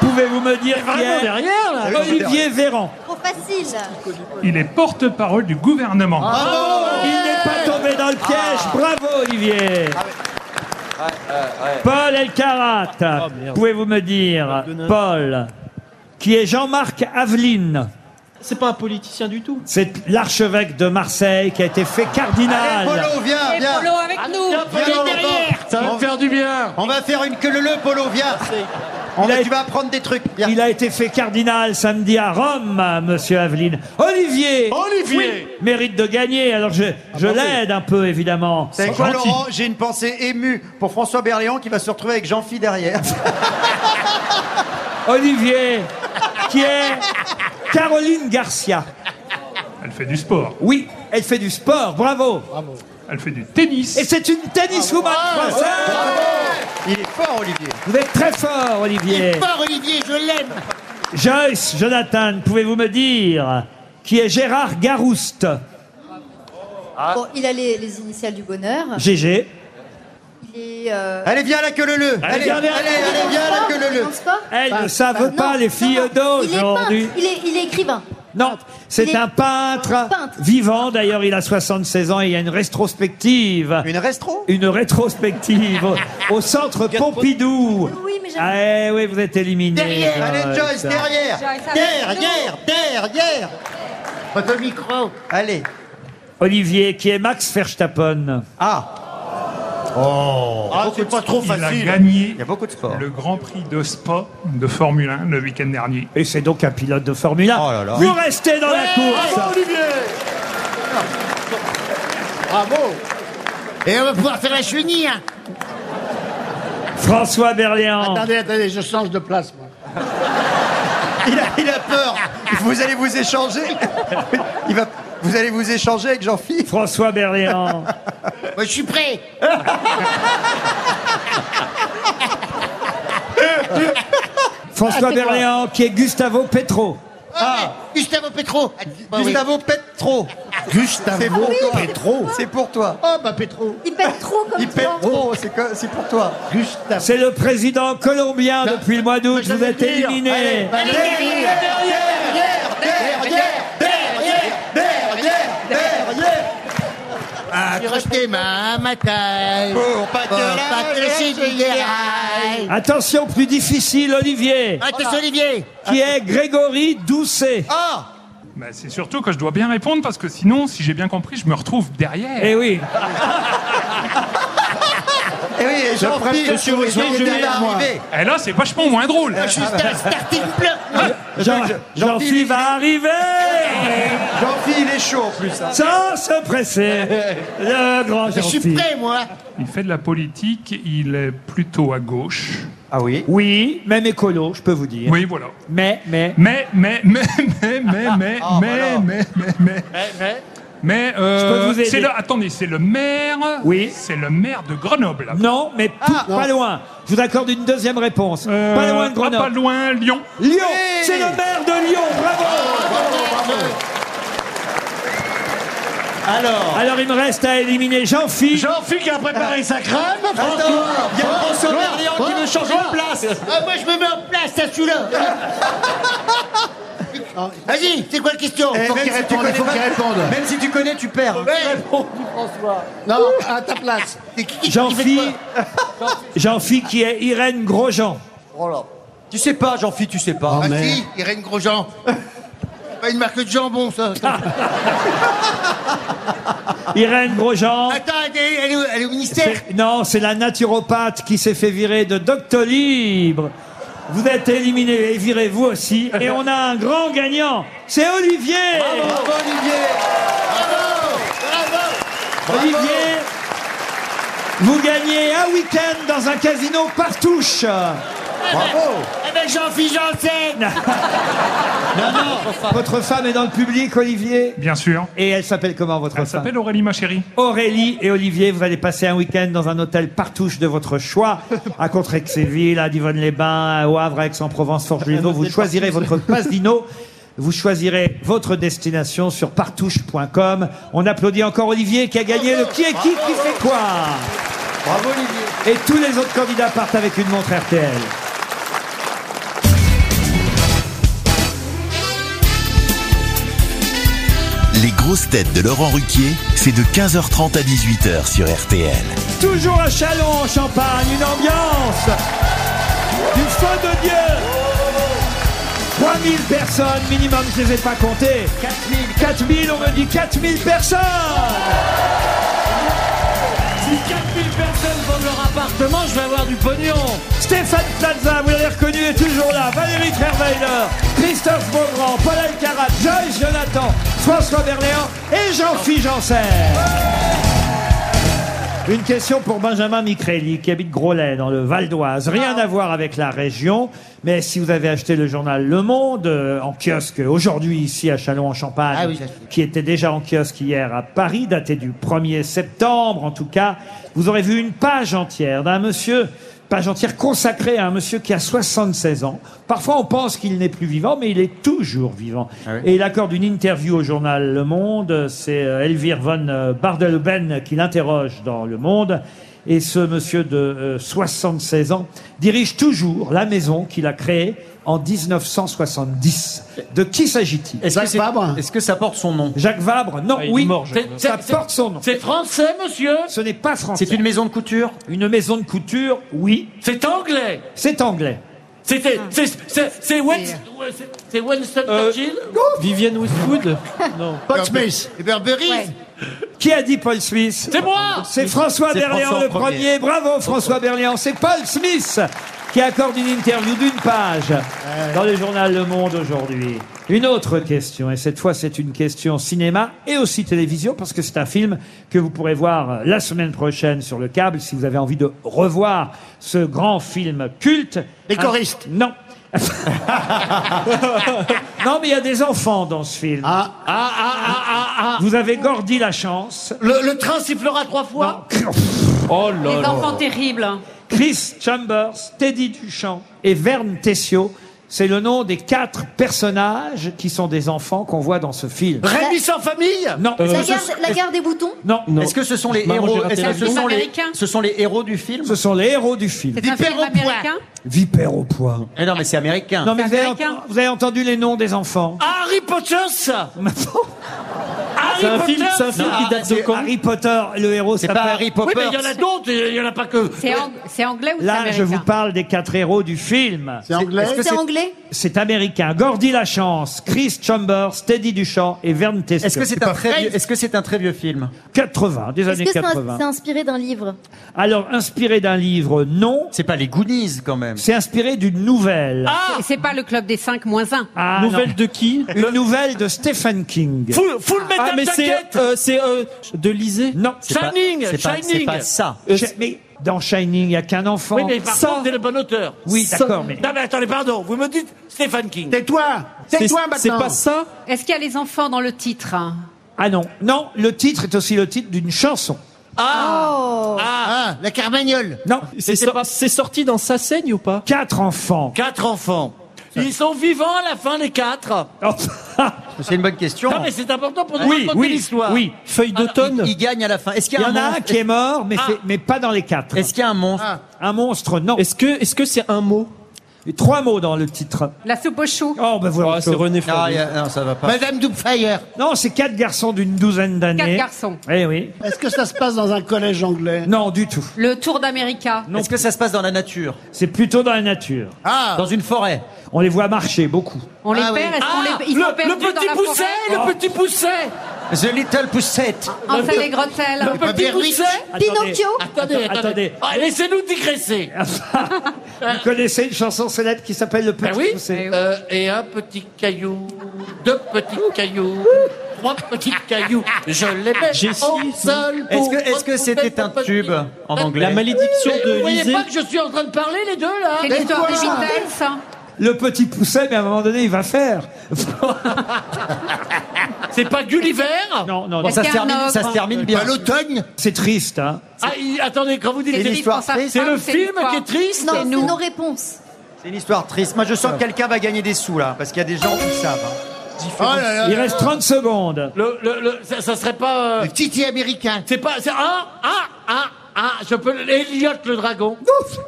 Speaker 2: Pouvez-vous me dire qui
Speaker 4: Vraiment
Speaker 2: est
Speaker 4: derrière, là.
Speaker 2: Olivier Véran.
Speaker 14: Trop facile.
Speaker 13: Il est porte-parole du gouvernement.
Speaker 2: Il n'est pas tombé dans le piège. Bravo Olivier. Paul
Speaker 4: Oh,
Speaker 2: Elkarat, pouvez-vous me dire, Paul, qui est Jean-Marc Aveline
Speaker 9: C'est pas un politicien du tout.
Speaker 2: C'est l'archevêque de Marseille qui a été fait cardinal.
Speaker 7: Allez, Polo, viens,
Speaker 5: Et
Speaker 7: viens.
Speaker 5: Polo avec
Speaker 9: Ah,
Speaker 5: nous
Speaker 7: Viens, on va-
Speaker 4: Ça va me faire du bien.
Speaker 7: On va faire une queue leu Polo, viens. On
Speaker 2: Il
Speaker 7: va-
Speaker 2: a-
Speaker 7: Tu vas apprendre des trucs. Viens.
Speaker 2: Il a été fait cardinal samedi à Rome, monsieur Aveline. Olivier
Speaker 4: Olivier. Ah,
Speaker 2: oui, mérite de gagner, alors je, je l'aide un peu évidemment.
Speaker 7: C'est quoi, Laurent J'ai une pensée émue pour François Berléand qui va se retrouver avec Jean-Phi derrière.
Speaker 2: Olivier, qui est Caroline Garcia.
Speaker 13: Elle fait du sport.
Speaker 2: Oui, elle fait du sport, bravo.
Speaker 13: Elle fait du tennis.
Speaker 2: Et c'est une tenniswoman française.
Speaker 7: Ah, Il est fort, Olivier.
Speaker 2: Vous êtes très fort, Olivier.
Speaker 10: Fort, Olivier, je l'aime.
Speaker 2: Joyce, Jonathan, pouvez-vous me dire qui est Gérard Garouste
Speaker 7: Ah.
Speaker 14: Bon, Oh, il a les, les initiales du bonheur.
Speaker 2: GG.
Speaker 14: Il est. euh,
Speaker 7: Allez, viens à la queue leu leu.
Speaker 2: Allez,
Speaker 7: Allez,
Speaker 2: viens,
Speaker 7: allez,
Speaker 2: viens.
Speaker 7: allez, viens à la queue
Speaker 14: il
Speaker 7: leu leu.
Speaker 14: danse pas
Speaker 2: Elles
Speaker 7: Bah,
Speaker 2: ne savent
Speaker 14: Non,
Speaker 2: pas, les filles
Speaker 14: non, non, il est peintre,
Speaker 2: d'aujourd'hui.
Speaker 14: Il est, il est écrivain.
Speaker 2: Non, c'est
Speaker 14: Il est
Speaker 2: un peintre,
Speaker 14: peintre.
Speaker 2: vivant. D'ailleurs, il a 76 ans et il y a une rétrospective.
Speaker 7: Une restro
Speaker 2: Une rétrospective au- au centre Pompidou.
Speaker 14: Oui, mais j'aime.
Speaker 2: Ah eh oui, vous êtes éliminé. Ah,
Speaker 10: Derrière,
Speaker 7: Allez, Joyce, derrière.
Speaker 5: Joyce, avec
Speaker 7: Derrière, derrière.
Speaker 10: Pas au micro.
Speaker 7: Allez.
Speaker 2: Olivier, qui est Max Verstappen.
Speaker 7: Ah,
Speaker 4: Ah, c'est pas trop
Speaker 13: Il a
Speaker 4: facile.
Speaker 13: gagné
Speaker 7: il y a beaucoup de sport.
Speaker 13: le Grand Prix de Spa de Formule 1 le week-end dernier.
Speaker 2: Et c'est donc un pilote de Formule 1.
Speaker 7: Oh là là.
Speaker 2: Vous restez dans la course.
Speaker 7: Ah,
Speaker 4: Bravo, Olivier.
Speaker 20: Bravo.
Speaker 10: Et on va pouvoir faire la chenille, hein.
Speaker 2: François Berléand.
Speaker 20: Attendez, attendez, je change de place, moi.
Speaker 7: Il a, il a peur. Vous allez vous échanger. Il va, vous allez vous échanger avec Jean-Phi.
Speaker 2: François Berléand.
Speaker 10: Moi, je suis prêt.
Speaker 15: Ah.
Speaker 7: Ah,
Speaker 2: François Berléand, qui est Gustavo Petro.
Speaker 6: Gustavo Petro.
Speaker 4: Ah, bah
Speaker 15: Gustavo Petro.
Speaker 6: Gustavo
Speaker 15: Petro. C'est pour toi.
Speaker 6: Oh, bah Petro.
Speaker 8: Il pète trop comme
Speaker 15: Il pète
Speaker 2: Oh,
Speaker 15: trop, c'est que- c'est pour toi.
Speaker 2: C'est le président colombien depuis le mois d'août. Vous êtes
Speaker 15: dire.
Speaker 2: éliminé.
Speaker 15: Allez, allez,
Speaker 2: Derrière,
Speaker 15: Ah,
Speaker 6: Accroche tes mains à ma taille. Pour pas que Oh, la générale.
Speaker 2: Attention, plus difficile, Olivier.
Speaker 15: Ah,
Speaker 6: Attention, Olivier.
Speaker 2: Qui est Grégory Doucet.
Speaker 15: Ah.
Speaker 13: Bah, c'est surtout que je dois bien répondre parce que sinon, si j'ai bien compris, je me retrouve derrière.
Speaker 2: Eh oui.
Speaker 15: Eh oui, et Jean-Philippe,
Speaker 13: Monsieur
Speaker 15: Jean-Philippe,
Speaker 13: Rousseau, je
Speaker 15: il est
Speaker 13: vais-
Speaker 15: arrivé. Ah,
Speaker 13: Eh là, c'est vachement moins drôle.
Speaker 6: Juste un starting block.
Speaker 2: Ah, Jean- Jean-Philippe va arriver
Speaker 15: Jean-Philippe, il est chaud en plus. hein.
Speaker 2: Sans se presser. Le grand
Speaker 6: Je suis
Speaker 2: Jean-Philippe.
Speaker 6: prêt, moi.
Speaker 13: Il fait de la politique, il est plutôt à gauche.
Speaker 15: Ah oui
Speaker 2: Oui, même écolo, je peux vous dire.
Speaker 13: Oui, voilà.
Speaker 2: Mais, mais... Ah,
Speaker 13: Mais, mais, mais, mais, mais, mais,
Speaker 15: Oh,
Speaker 13: mais,
Speaker 15: voilà.
Speaker 13: mais, mais, mais, mais, euh,
Speaker 2: Je peux vous aider.
Speaker 13: c'est le- attendez, c'est le maire.
Speaker 2: Oui.
Speaker 13: C'est le maire de Grenoble.
Speaker 2: Non, mais
Speaker 13: Ah.
Speaker 2: tout-
Speaker 15: ah.
Speaker 2: pas loin. Je vous accorde une deuxième réponse.
Speaker 13: Euh,
Speaker 2: pas loin de
Speaker 13: ah, pas
Speaker 2: Grenoble.
Speaker 13: loin, Lyon.
Speaker 2: Lyon, c'est le maire de Lyon, bravo
Speaker 15: Alors,
Speaker 2: Alors il me reste à éliminer Jean-Philippe.
Speaker 3: Jean-Philippe a préparé sa crème.
Speaker 15: attends, il y a François Berléand qui veut changer de place.
Speaker 6: Ah, moi, je me mets en place, à celui-là. Vas-y, c'est quoi la question
Speaker 15: Eh,
Speaker 19: Faut qu'il
Speaker 15: même si tu
Speaker 19: réponde,
Speaker 15: connais
Speaker 19: faut qu'il
Speaker 15: pas-
Speaker 19: réponde.
Speaker 15: Même si tu connais, tu perds.
Speaker 19: Non, à ta place.
Speaker 6: C'est qui- qui- qui fait quoi
Speaker 2: Jean-Philippe Jean-Philippe qui est Irène Grosjean.
Speaker 15: Oh Tu sais pas, Jean-Philippe, tu sais pas.
Speaker 6: Ah si, Irène Grosjean. C'est pas une marque de jambon, ça.
Speaker 2: Irène Grosjean.
Speaker 6: Attends, elle est, elle est au- elle est au ministère.
Speaker 2: C'est- Non, c'est la naturopathe qui s'est fait virer de Doctolib. Vous êtes éliminé et virez vous aussi. Et on a un grand gagnant, c'est Olivier.
Speaker 15: Bravo, Olivier.
Speaker 2: Olivier, vous gagnez un week-end dans un casino par touche.
Speaker 15: Bravo.
Speaker 6: Avec Jean-Philippe Janssen.
Speaker 2: Votre femme est dans le public, Olivier.
Speaker 13: Bien sûr.
Speaker 2: Et elle s'appelle comment votre
Speaker 13: Elle
Speaker 2: femme
Speaker 13: s'appelle Aurélie, ma chérie.
Speaker 2: Aurélie et Olivier, vous allez passer un week-end dans un hôtel partouche de votre choix, à Contrexéville, à Divonne-les-Bains, au Havre, Aix-en-Provence, Forgerino. Vous choisirez votre Pasdino. Vous choisirez votre destination sur partouche.com. On applaudit encore Olivier qui a gagné le qui est qui qui fait quoi.
Speaker 15: Bravo, Olivier.
Speaker 2: Et tous les autres candidats partent avec une montre RTL.
Speaker 1: Les grosses têtes de Laurent Ruquier, c'est de 15h30 à 18h sur RTL.
Speaker 2: Toujours à Chalon en Champagne, une ambiance du feu de Dieu. 3000 personnes minimum, je les ai pas comptées. 4000, 4000, on me dit 4000 personnes.
Speaker 4: Si 4000 personnes vendent leur appartement, je vais avoir du pognon.
Speaker 2: Stéphane Plaza, vous l'avez reconnu, est toujours là. Valérie Trierweiler, Christophe Beaugrand, Paul Alcarat, Joyce Jonathan, François Berléand et Jean-Philippe Janssen. Une question pour Benjamin Micrelli, qui habite Groslay, dans le Val d'Oise. Rien à voir avec la région, mais si vous avez acheté le journal Le Monde, euh, en kiosque aujourd'hui, ici à Châlons-en-Champagne,
Speaker 6: Ah oui, j'ai acheté.
Speaker 2: qui était déjà en kiosque hier à Paris, daté du 1er septembre en tout cas, vous aurez vu une page entière d'un monsieur, page entière consacrée à un monsieur qui a 76 ans. Parfois on pense qu'il n'est plus vivant, mais il est toujours vivant. Et il accorde une interview au journal Le Monde, c'est euh, Elvire von euh, Bardelben qui l'interroge dans Le Monde. Et ce monsieur de euh, 76 ans dirige toujours la maison qu'il a créée en 1970. De qui s'agit-il
Speaker 9: Est-ce que, c'est- est-ce que ça porte son nom
Speaker 2: Jacques Vabre, non,
Speaker 9: Ah, il est
Speaker 2: oui,
Speaker 9: mort, Jacques
Speaker 2: ça
Speaker 4: Vabre. C'est-
Speaker 2: porte son nom.
Speaker 4: C'est français, monsieur
Speaker 2: Ce n'est pas français.
Speaker 4: C'est une maison de couture
Speaker 2: Une maison de couture, oui,
Speaker 4: C'est anglais
Speaker 2: c'est anglais.
Speaker 4: C'était. c'est- C'est c'est Winston. C'est Winston
Speaker 2: Euh,
Speaker 4: Churchill
Speaker 9: Vivienne Westwood Non.
Speaker 6: Paul Smith. Et Burberry.
Speaker 2: Qui a dit Paul Smith
Speaker 4: C'est moi
Speaker 2: C'est François
Speaker 9: C'est
Speaker 2: Berléand
Speaker 9: François
Speaker 2: le
Speaker 9: en premier.
Speaker 2: premier. Bravo François Berléand. C'est Paul Smith qui accorde une interview d'une page dans le journal Le Monde aujourd'hui. Une autre question, et cette fois c'est une question cinéma et aussi télévision, parce que c'est un film que vous pourrez voir euh, la semaine prochaine sur le câble si vous avez envie de revoir ce grand film culte.
Speaker 6: Les
Speaker 2: Un-
Speaker 6: choristes.
Speaker 2: Non. non, mais il y a des enfants dans ce film.
Speaker 9: Ah, ah, ah, ah,
Speaker 2: Vous avez Gordy la chance.
Speaker 9: ah. Le, le train sifflera trois fois Oh là
Speaker 5: Les enfants terribles.
Speaker 2: Chris Chambers, Teddy Duchamp et Verne Tessio C'est le nom des quatre personnages qui sont des enfants qu'on voit dans ce film.
Speaker 3: Rémi sans famille
Speaker 2: Non.
Speaker 15: Euh,
Speaker 8: La garde, la garde des boutons
Speaker 2: Non.
Speaker 15: Est-ce que ce sont les
Speaker 2: Maman, j'ai
Speaker 15: héros
Speaker 2: raté
Speaker 15: Est-ce
Speaker 2: la
Speaker 15: que ce
Speaker 2: vie.
Speaker 15: sont les
Speaker 5: Américain.
Speaker 15: ce sont les héros du film
Speaker 2: Ce sont les héros du film.
Speaker 5: C'est un film américain
Speaker 2: Vipère au poids.
Speaker 15: Eh non, mais c'est américain.
Speaker 2: Non, mais vous avez, ent- vous avez entendu les noms des enfants
Speaker 4: Ah,
Speaker 3: Harry Potter, ça Harry
Speaker 2: C'est un film-
Speaker 3: Potter,
Speaker 2: c'est un film
Speaker 3: ça
Speaker 2: qui date de quand Harry Potter, le héros
Speaker 15: C'est pas
Speaker 2: s'appelle-
Speaker 15: Harry Potter.
Speaker 3: Oui, mais il y en a d'autres, il y en a pas que.
Speaker 5: C'est ang- c'est anglais ou c'est
Speaker 2: Là,
Speaker 5: américain
Speaker 2: je vous parle des quatre héros du film. C'est
Speaker 8: anglais C'est anglais
Speaker 2: C'est américain. Gordy Lachance, Chris Chambers, Teddy Duchamp et Vern Tester.
Speaker 15: Est-ce que c'est un très vieux, est-ce que c'est un très vieux film
Speaker 2: 80, des
Speaker 8: Est-ce
Speaker 2: années
Speaker 8: que c'est un-
Speaker 2: 80.
Speaker 8: c'est inspiré d'un livre
Speaker 2: Alors, inspiré d'un livre, non. C'est pas les Goonies, quand même. C'est inspiré d'une nouvelle.
Speaker 5: C'est- C'est pas le club des 5 moins 1.
Speaker 2: Ah,
Speaker 9: Nouvelle
Speaker 2: non.
Speaker 9: de qui
Speaker 2: Une nouvelle de Stephen King.
Speaker 9: Full, full metal
Speaker 2: Ah, mais c'est,
Speaker 9: jacket C'est euh, de Lisée
Speaker 2: Non.
Speaker 15: C'est pas-
Speaker 9: Shining
Speaker 15: c'est pas- c'est
Speaker 9: Shining
Speaker 15: pas ça.
Speaker 9: Euh,
Speaker 2: Ch- Mais dans Shining, il n'y a qu'un enfant.
Speaker 9: Oui, mais par
Speaker 2: Ça-
Speaker 9: contre, c'est le bon auteur.
Speaker 2: Oui,
Speaker 9: Ça-
Speaker 2: d'accord, mais-
Speaker 9: Non, mais attendez, pardon, vous me dites Stephen King.
Speaker 19: Tais-toi Tais-toi maintenant
Speaker 9: ça
Speaker 5: Est-ce qu'il y a les enfants dans le titre hein
Speaker 2: Ah non, non, le titre est aussi le titre d'une chanson.
Speaker 8: Oh
Speaker 19: Ah, la Carmagnole
Speaker 2: Non,
Speaker 9: C'est sor- c'est sorti dans Sa saigne ou pas
Speaker 2: quatre enfants.
Speaker 4: Quatre enfants. Ils sont vivants à la fin, les quatre
Speaker 15: C'est une bonne question.
Speaker 4: Non, mais c'est important pour nous
Speaker 9: Oui,
Speaker 4: raconter
Speaker 9: oui,
Speaker 4: l'histoire.
Speaker 2: Oui.
Speaker 9: Feuille d'automne
Speaker 15: Il gagne à la fin. Est-ce qu'il
Speaker 2: Il
Speaker 15: y
Speaker 2: y
Speaker 15: a un
Speaker 2: en a
Speaker 15: monstre
Speaker 2: un qui est mort,
Speaker 9: Ah.
Speaker 2: mais, c'est- mais pas dans les quatre.
Speaker 15: Est-ce qu'il y a un monstre
Speaker 2: Un monstre, non.
Speaker 9: Est-ce que est-ce que c'est un mot
Speaker 2: Et trois mots dans le titre.
Speaker 5: La soupe aux choux.
Speaker 2: Oh, ben voilà.
Speaker 9: C'est René
Speaker 15: Ah, il y
Speaker 9: Flavien.
Speaker 15: a- non, ça va pas.
Speaker 19: Madame Doubtfire
Speaker 2: Non, c'est quatre garçons d'une douzaine
Speaker 5: Quatre
Speaker 2: d'années.
Speaker 5: garçons.
Speaker 2: Eh oui.
Speaker 19: Est-ce que ça se passe dans un collège anglais
Speaker 2: Non, du tout.
Speaker 5: Le Tour d'América.
Speaker 15: Est-ce que ça se passe dans la nature
Speaker 2: C'est plutôt dans la nature.
Speaker 19: Ah
Speaker 15: Dans une forêt
Speaker 2: On les voit marcher beaucoup.
Speaker 5: On les
Speaker 19: Ah oui.
Speaker 5: perd, est-ce qu'on
Speaker 4: Ah,
Speaker 5: les ils sont
Speaker 4: le,
Speaker 5: perdus
Speaker 4: le petit
Speaker 5: dans la
Speaker 4: pousset,
Speaker 5: forêt
Speaker 4: le petit pousset
Speaker 15: The Little Poussette
Speaker 5: Hansel et Gretel.
Speaker 4: Le petit pousset
Speaker 8: Pinocchio
Speaker 2: Attendez, attendez.
Speaker 4: Ah, Laissez-nous digresser
Speaker 2: Vous connaissez une chanson célèbre qui s'appelle Le Petit
Speaker 4: Ben oui
Speaker 5: Eh
Speaker 2: Poucet
Speaker 4: Euh, Et un petit caillou, deux petits cailloux, trois petits cailloux, je les mets
Speaker 9: J'ai
Speaker 4: au
Speaker 9: si-
Speaker 4: sol
Speaker 15: Est-ce que
Speaker 4: pour
Speaker 15: est-ce que c'était un
Speaker 4: retrouver
Speaker 15: tube
Speaker 4: mon
Speaker 15: en
Speaker 4: petit-
Speaker 15: anglais
Speaker 9: La malédiction
Speaker 4: Vous
Speaker 9: de
Speaker 4: voyez
Speaker 9: Lisée.
Speaker 4: pas que je suis en train de parler les deux là
Speaker 5: C'est l'histoire des
Speaker 19: Laisse-moi.
Speaker 5: Beatles. hein.
Speaker 2: Le Petit Pousset, mais à un moment donné, il va faire.
Speaker 4: C'est pas Gulliver
Speaker 2: non, non, non.
Speaker 15: Bon, ça se termine, ça se termine bien.
Speaker 19: À Euh, l'automne
Speaker 2: C'est triste, hein.
Speaker 4: Ah, il- attendez, quand vous dites
Speaker 5: C'est
Speaker 4: c'est
Speaker 5: l'histoire.
Speaker 4: c'est le film qui est triste
Speaker 8: Non, c'est nos réponses.
Speaker 15: C'est une histoire triste. Moi, je
Speaker 9: Euh.
Speaker 15: sens que quelqu'un va gagner des sous là, parce qu'il y a des gens qui savent. hein.
Speaker 19: Oh là
Speaker 2: Il
Speaker 19: là
Speaker 2: reste 30 secondes.
Speaker 4: le, le, le- Euh, ça, ça serait pas... euh,
Speaker 19: Le Titi américain
Speaker 4: C'est pas. C'est ah ah ah ah. Je peux. Elliot le dragon.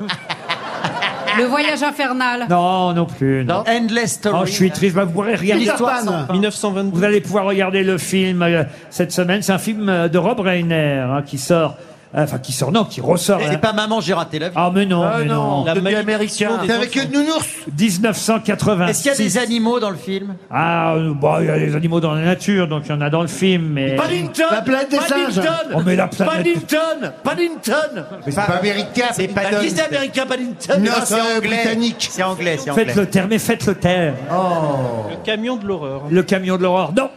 Speaker 5: Ah. Le voyage infernal.
Speaker 2: Non, non plus. Non.
Speaker 15: Endless Story.
Speaker 2: Oh, je suis triste. Bah, vous pourrez regarder.
Speaker 15: L'histoire sans fin.
Speaker 9: 1922.
Speaker 2: Vous allez pouvoir regarder le film euh, cette semaine. C'est un film euh, de Rob Reiner hein, qui sort. euh, Enfin, qui sort, non, qui ressort. hein.
Speaker 15: C'est
Speaker 2: là.
Speaker 15: pas maman, j'ai raté la vie.
Speaker 2: Ah, mais non, mais non.
Speaker 9: La
Speaker 4: Devenue
Speaker 9: malédiction
Speaker 4: américain.
Speaker 9: des
Speaker 19: T'es avec une nounours
Speaker 2: 1986.
Speaker 15: Est-ce qu'il y a des animaux dans le film
Speaker 2: Ah, euh, bon, il y a les animaux dans la nature, donc il y en a dans le film, mais.
Speaker 4: Euh, Paddington.
Speaker 19: La planète des
Speaker 4: Paddington.
Speaker 19: singes.
Speaker 2: Oh, mais la planète-
Speaker 4: Paddington. Paddington.
Speaker 19: Mais c'est pas américain
Speaker 15: C'est pas
Speaker 4: Bah, qui
Speaker 15: Paddington.
Speaker 4: c'est américain Paddington Ah,
Speaker 19: Non, c'est
Speaker 15: anglais.
Speaker 19: britannique
Speaker 15: C'est anglais, c'est anglais.
Speaker 2: Faites le terme, mais faites le terme.
Speaker 15: Oh.
Speaker 2: Oh.
Speaker 9: Le camion de l'horreur.
Speaker 2: Le camion de l'horreur. Non,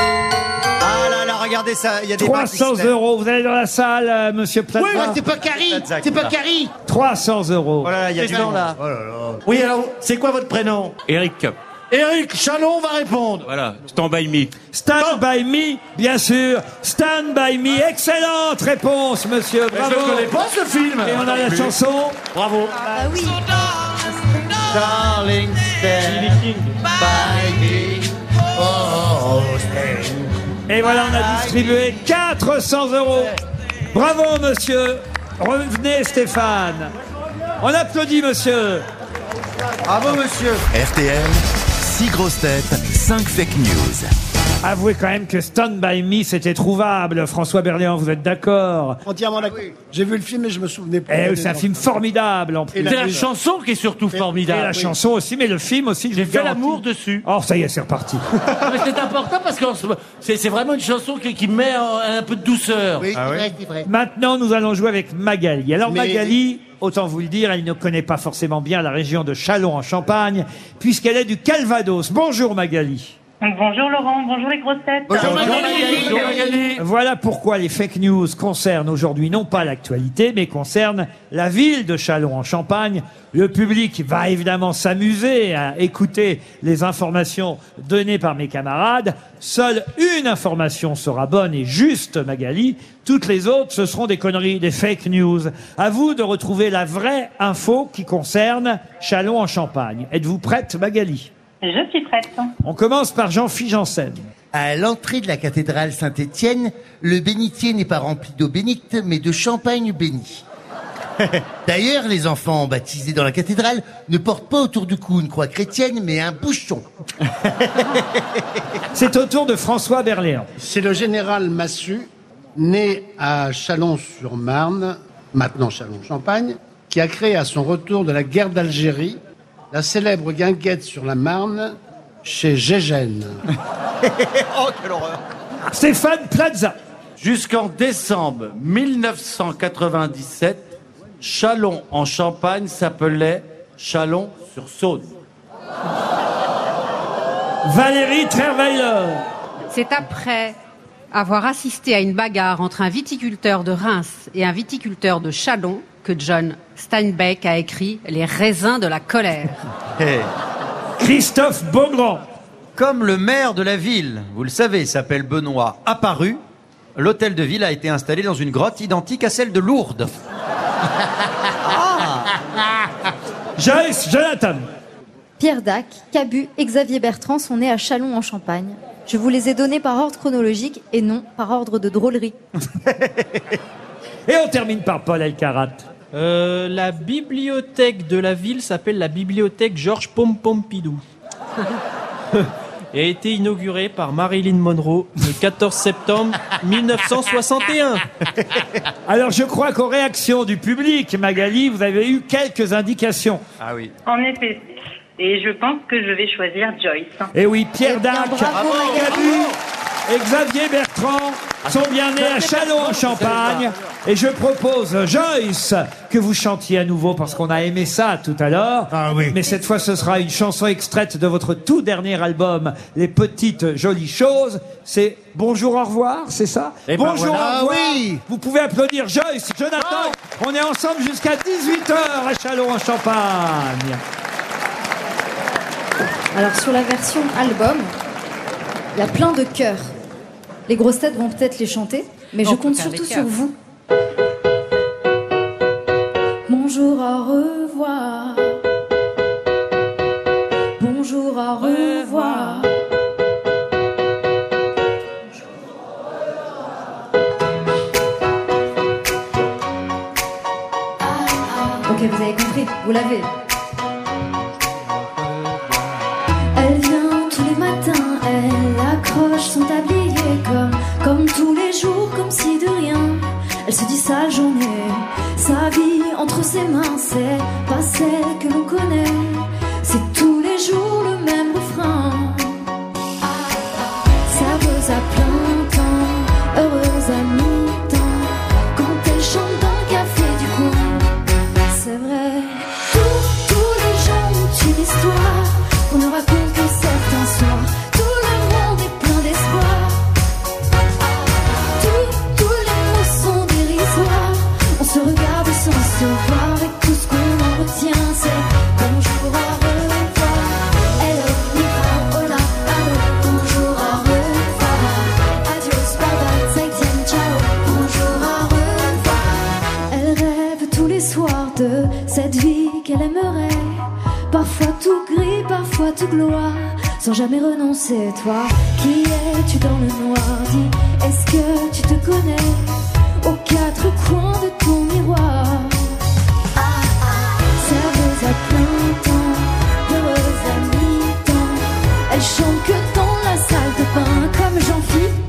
Speaker 15: Ah là là, regardez ça, il y a des mains qui se
Speaker 2: 300
Speaker 15: lèvent.
Speaker 2: euros. Vous allez dans la salle, euh, monsieur Plaza.
Speaker 19: Ouais, c'est pas Carrie
Speaker 15: Zac,
Speaker 19: C'est pas
Speaker 15: là.
Speaker 19: Carrie
Speaker 2: 300 euros.
Speaker 15: Oh là là, il y a
Speaker 4: Ces
Speaker 15: du
Speaker 4: gens
Speaker 15: monde.
Speaker 4: là. Oui alors, c'est quoi votre prénom
Speaker 18: Eric,
Speaker 4: Eric Chalon va répondre.
Speaker 18: voilà, stand by me.
Speaker 2: Stand by me, bien sûr. Stand by me. Excellente réponse, monsieur.
Speaker 4: Je
Speaker 2: Bravo.
Speaker 4: ne connais pas ce film.
Speaker 2: Et on a la chanson.
Speaker 4: Bravo.
Speaker 8: Ah bah oui.
Speaker 15: Darling, stand by me. Oh, oh, stand.
Speaker 2: Et voilà, on a distribué 400 euros. Bravo, monsieur. Revenez, Stéphane. On applaudit, monsieur.
Speaker 15: Bravo, monsieur.
Speaker 1: RTL, 6 grosses têtes, 5 fake news.
Speaker 2: Avouez quand même que Stand by me, c'était trouvable. François Berléand, vous êtes d'accord
Speaker 19: Entièrement d'accord. J'ai vu le film et je me souvenais pas.
Speaker 2: Eh,
Speaker 19: des
Speaker 2: C'est un
Speaker 19: noms.
Speaker 2: film formidable, en plus.
Speaker 19: Et
Speaker 4: C'est la chanson qui est surtout
Speaker 2: Et la
Speaker 4: formidable.
Speaker 2: chanson aussi, mais le film aussi.
Speaker 4: J'ai fait l'amour dessus.
Speaker 2: Oh, ça y est, c'est reparti.
Speaker 4: Mais C'est important parce que c'est c'est vraiment une chanson qui, qui met euh, un peu de douceur.
Speaker 19: Oui, c'est vrai, c'est vrai.
Speaker 2: Maintenant, nous allons jouer avec Magali. Alors,
Speaker 19: Mais-
Speaker 2: Magali, autant vous le dire, elle ne connaît pas forcément bien la région de Châlons en Champagne, puisqu'elle est du Calvados. Bonjour, Magali.
Speaker 21: Bonjour Laurent, bonjour les grosses têtes.
Speaker 2: Voilà pourquoi les fake news concernent aujourd'hui non pas l'actualité, mais concernent la ville de Châlons en Champagne. Le public va évidemment s'amuser à écouter les informations données par mes camarades. Seule une information sera bonne et juste, Magali. Toutes les autres, ce seront des conneries, des fake news. À vous de retrouver la vraie info qui concerne Châlons en Champagne. Êtes-vous prête, Magali
Speaker 21: Je suis prête.
Speaker 2: On commence par Jean-Philippe Janssen.
Speaker 22: À l'entrée de la cathédrale Saint-Étienne, le bénitier n'est pas rempli d'eau bénite, mais de champagne béni. D'ailleurs, les enfants baptisés dans la cathédrale ne portent pas autour du cou une croix chrétienne, mais un bouchon.
Speaker 2: C'est au tour de François Berléand.
Speaker 4: C'est le général Massu, né à Chalon-sur-Marne, maintenant Chalon-Champagne, qui a créé à son retour de la guerre d'Algérie la célèbre guinguette sur la Marne chez Gégène.
Speaker 23: oh, quelle horreur
Speaker 2: Stéphane Plaza.
Speaker 24: Jusqu'en décembre 1997, Chalon en Champagne s'appelait Chalon sur Saône.
Speaker 2: Valérie Trierweiler.
Speaker 5: C'est après avoir assisté à une bagarre entre un viticulteur de Reims et un viticulteur de Chalon que John Steinbeck a écrit Les raisins de la colère.
Speaker 2: Christophe Beaugrand.
Speaker 7: Eh. Comme le maire de la ville, vous le savez, s'appelle Benoît Apparu, l'hôtel de ville a été installé dans une grotte identique à celle de Lourdes. Ah.
Speaker 2: Joyce Jonathan.
Speaker 14: Pierre Dac, Cabu et Xavier Bertrand sont nés à Châlons en Champagne. Je vous les ai donnés par ordre chronologique et non par ordre de drôlerie.
Speaker 2: Et on termine par Paul Elkarat.
Speaker 9: Euh, la bibliothèque de la ville s'appelle la bibliothèque Georges Pompompidou. Et a été inaugurée par Marilyn Monroe le 14 septembre 1961.
Speaker 2: Alors je crois qu'aux réactions du public, Magali, vous avez eu quelques indications.
Speaker 23: Ah oui.
Speaker 21: En effet. Et je pense que je vais choisir Joyce.
Speaker 2: Et Eh oui,
Speaker 7: Eh
Speaker 2: Pierre Dac,
Speaker 21: bravo,
Speaker 2: Cabu et Xavier Bertrand sont bien nés à Châlons en Champagne. Et je propose, Joyce, que vous chantiez à nouveau parce qu'on a aimé ça tout à l'heure. Mais cette fois, ce sera une chanson extraite de votre tout dernier album, Les Petites Jolies Choses. C'est Bonjour, au revoir, c'est ça
Speaker 7: Eh ben
Speaker 2: Bonjour,
Speaker 7: voilà.
Speaker 2: au
Speaker 7: Ah
Speaker 2: revoir. Vous pouvez applaudir Joyce, Jonathan. On est ensemble jusqu'à 18h à Châlons en Champagne.
Speaker 14: Alors sur la version album, il y a plein de chœurs. Les grosses têtes vont peut-être les chanter, mais
Speaker 10: On
Speaker 14: je
Speaker 10: peut
Speaker 14: compte
Speaker 10: faire les
Speaker 14: surtout
Speaker 10: chœurs.
Speaker 14: sur vous. Bonjour, au revoir. Bonjour, au revoir. Ok, vous avez compris, vous l'avez.
Speaker 10: Elle vient tous les matins, elle accroche son tablier comme, comme tous les jours, comme si de rien. Elle se dit sa journée, sa vie entre ses mains, c'est pas celle que l'on connaît. C'est tous les jours le même refrain. Serveuse à plein temps, heureuse à mi-temps, quand elle chante dans le café du coin. C'est vrai. Tous, tous les gens ont une histoire qu'on ne raconte que certains soirs. Tout le monde est plein d'espoir. Ah, Tous, tous les mots sont dérisoires. On se regarde sans se voir et tout ce qu'on en retient, c'est bonjour à revoir. Hello, Nipa, hola, allô, bonjour à revoir. Adios, bye bye, zaijian, ciao, bonjour à revoir. Elle rêve tous les soirs de cette vie qu'elle aimerait. Parfois tout gris, parfois tout gloire, sans jamais renoncer. Toi, qui es-tu dans le noir Dis, est-ce que tu te connais aux quatre coins de ton miroir Ah, Serveuse à plein temps, heureuse à mi-temps, elle chante que dans la salle de bain comme Jean-Philippe.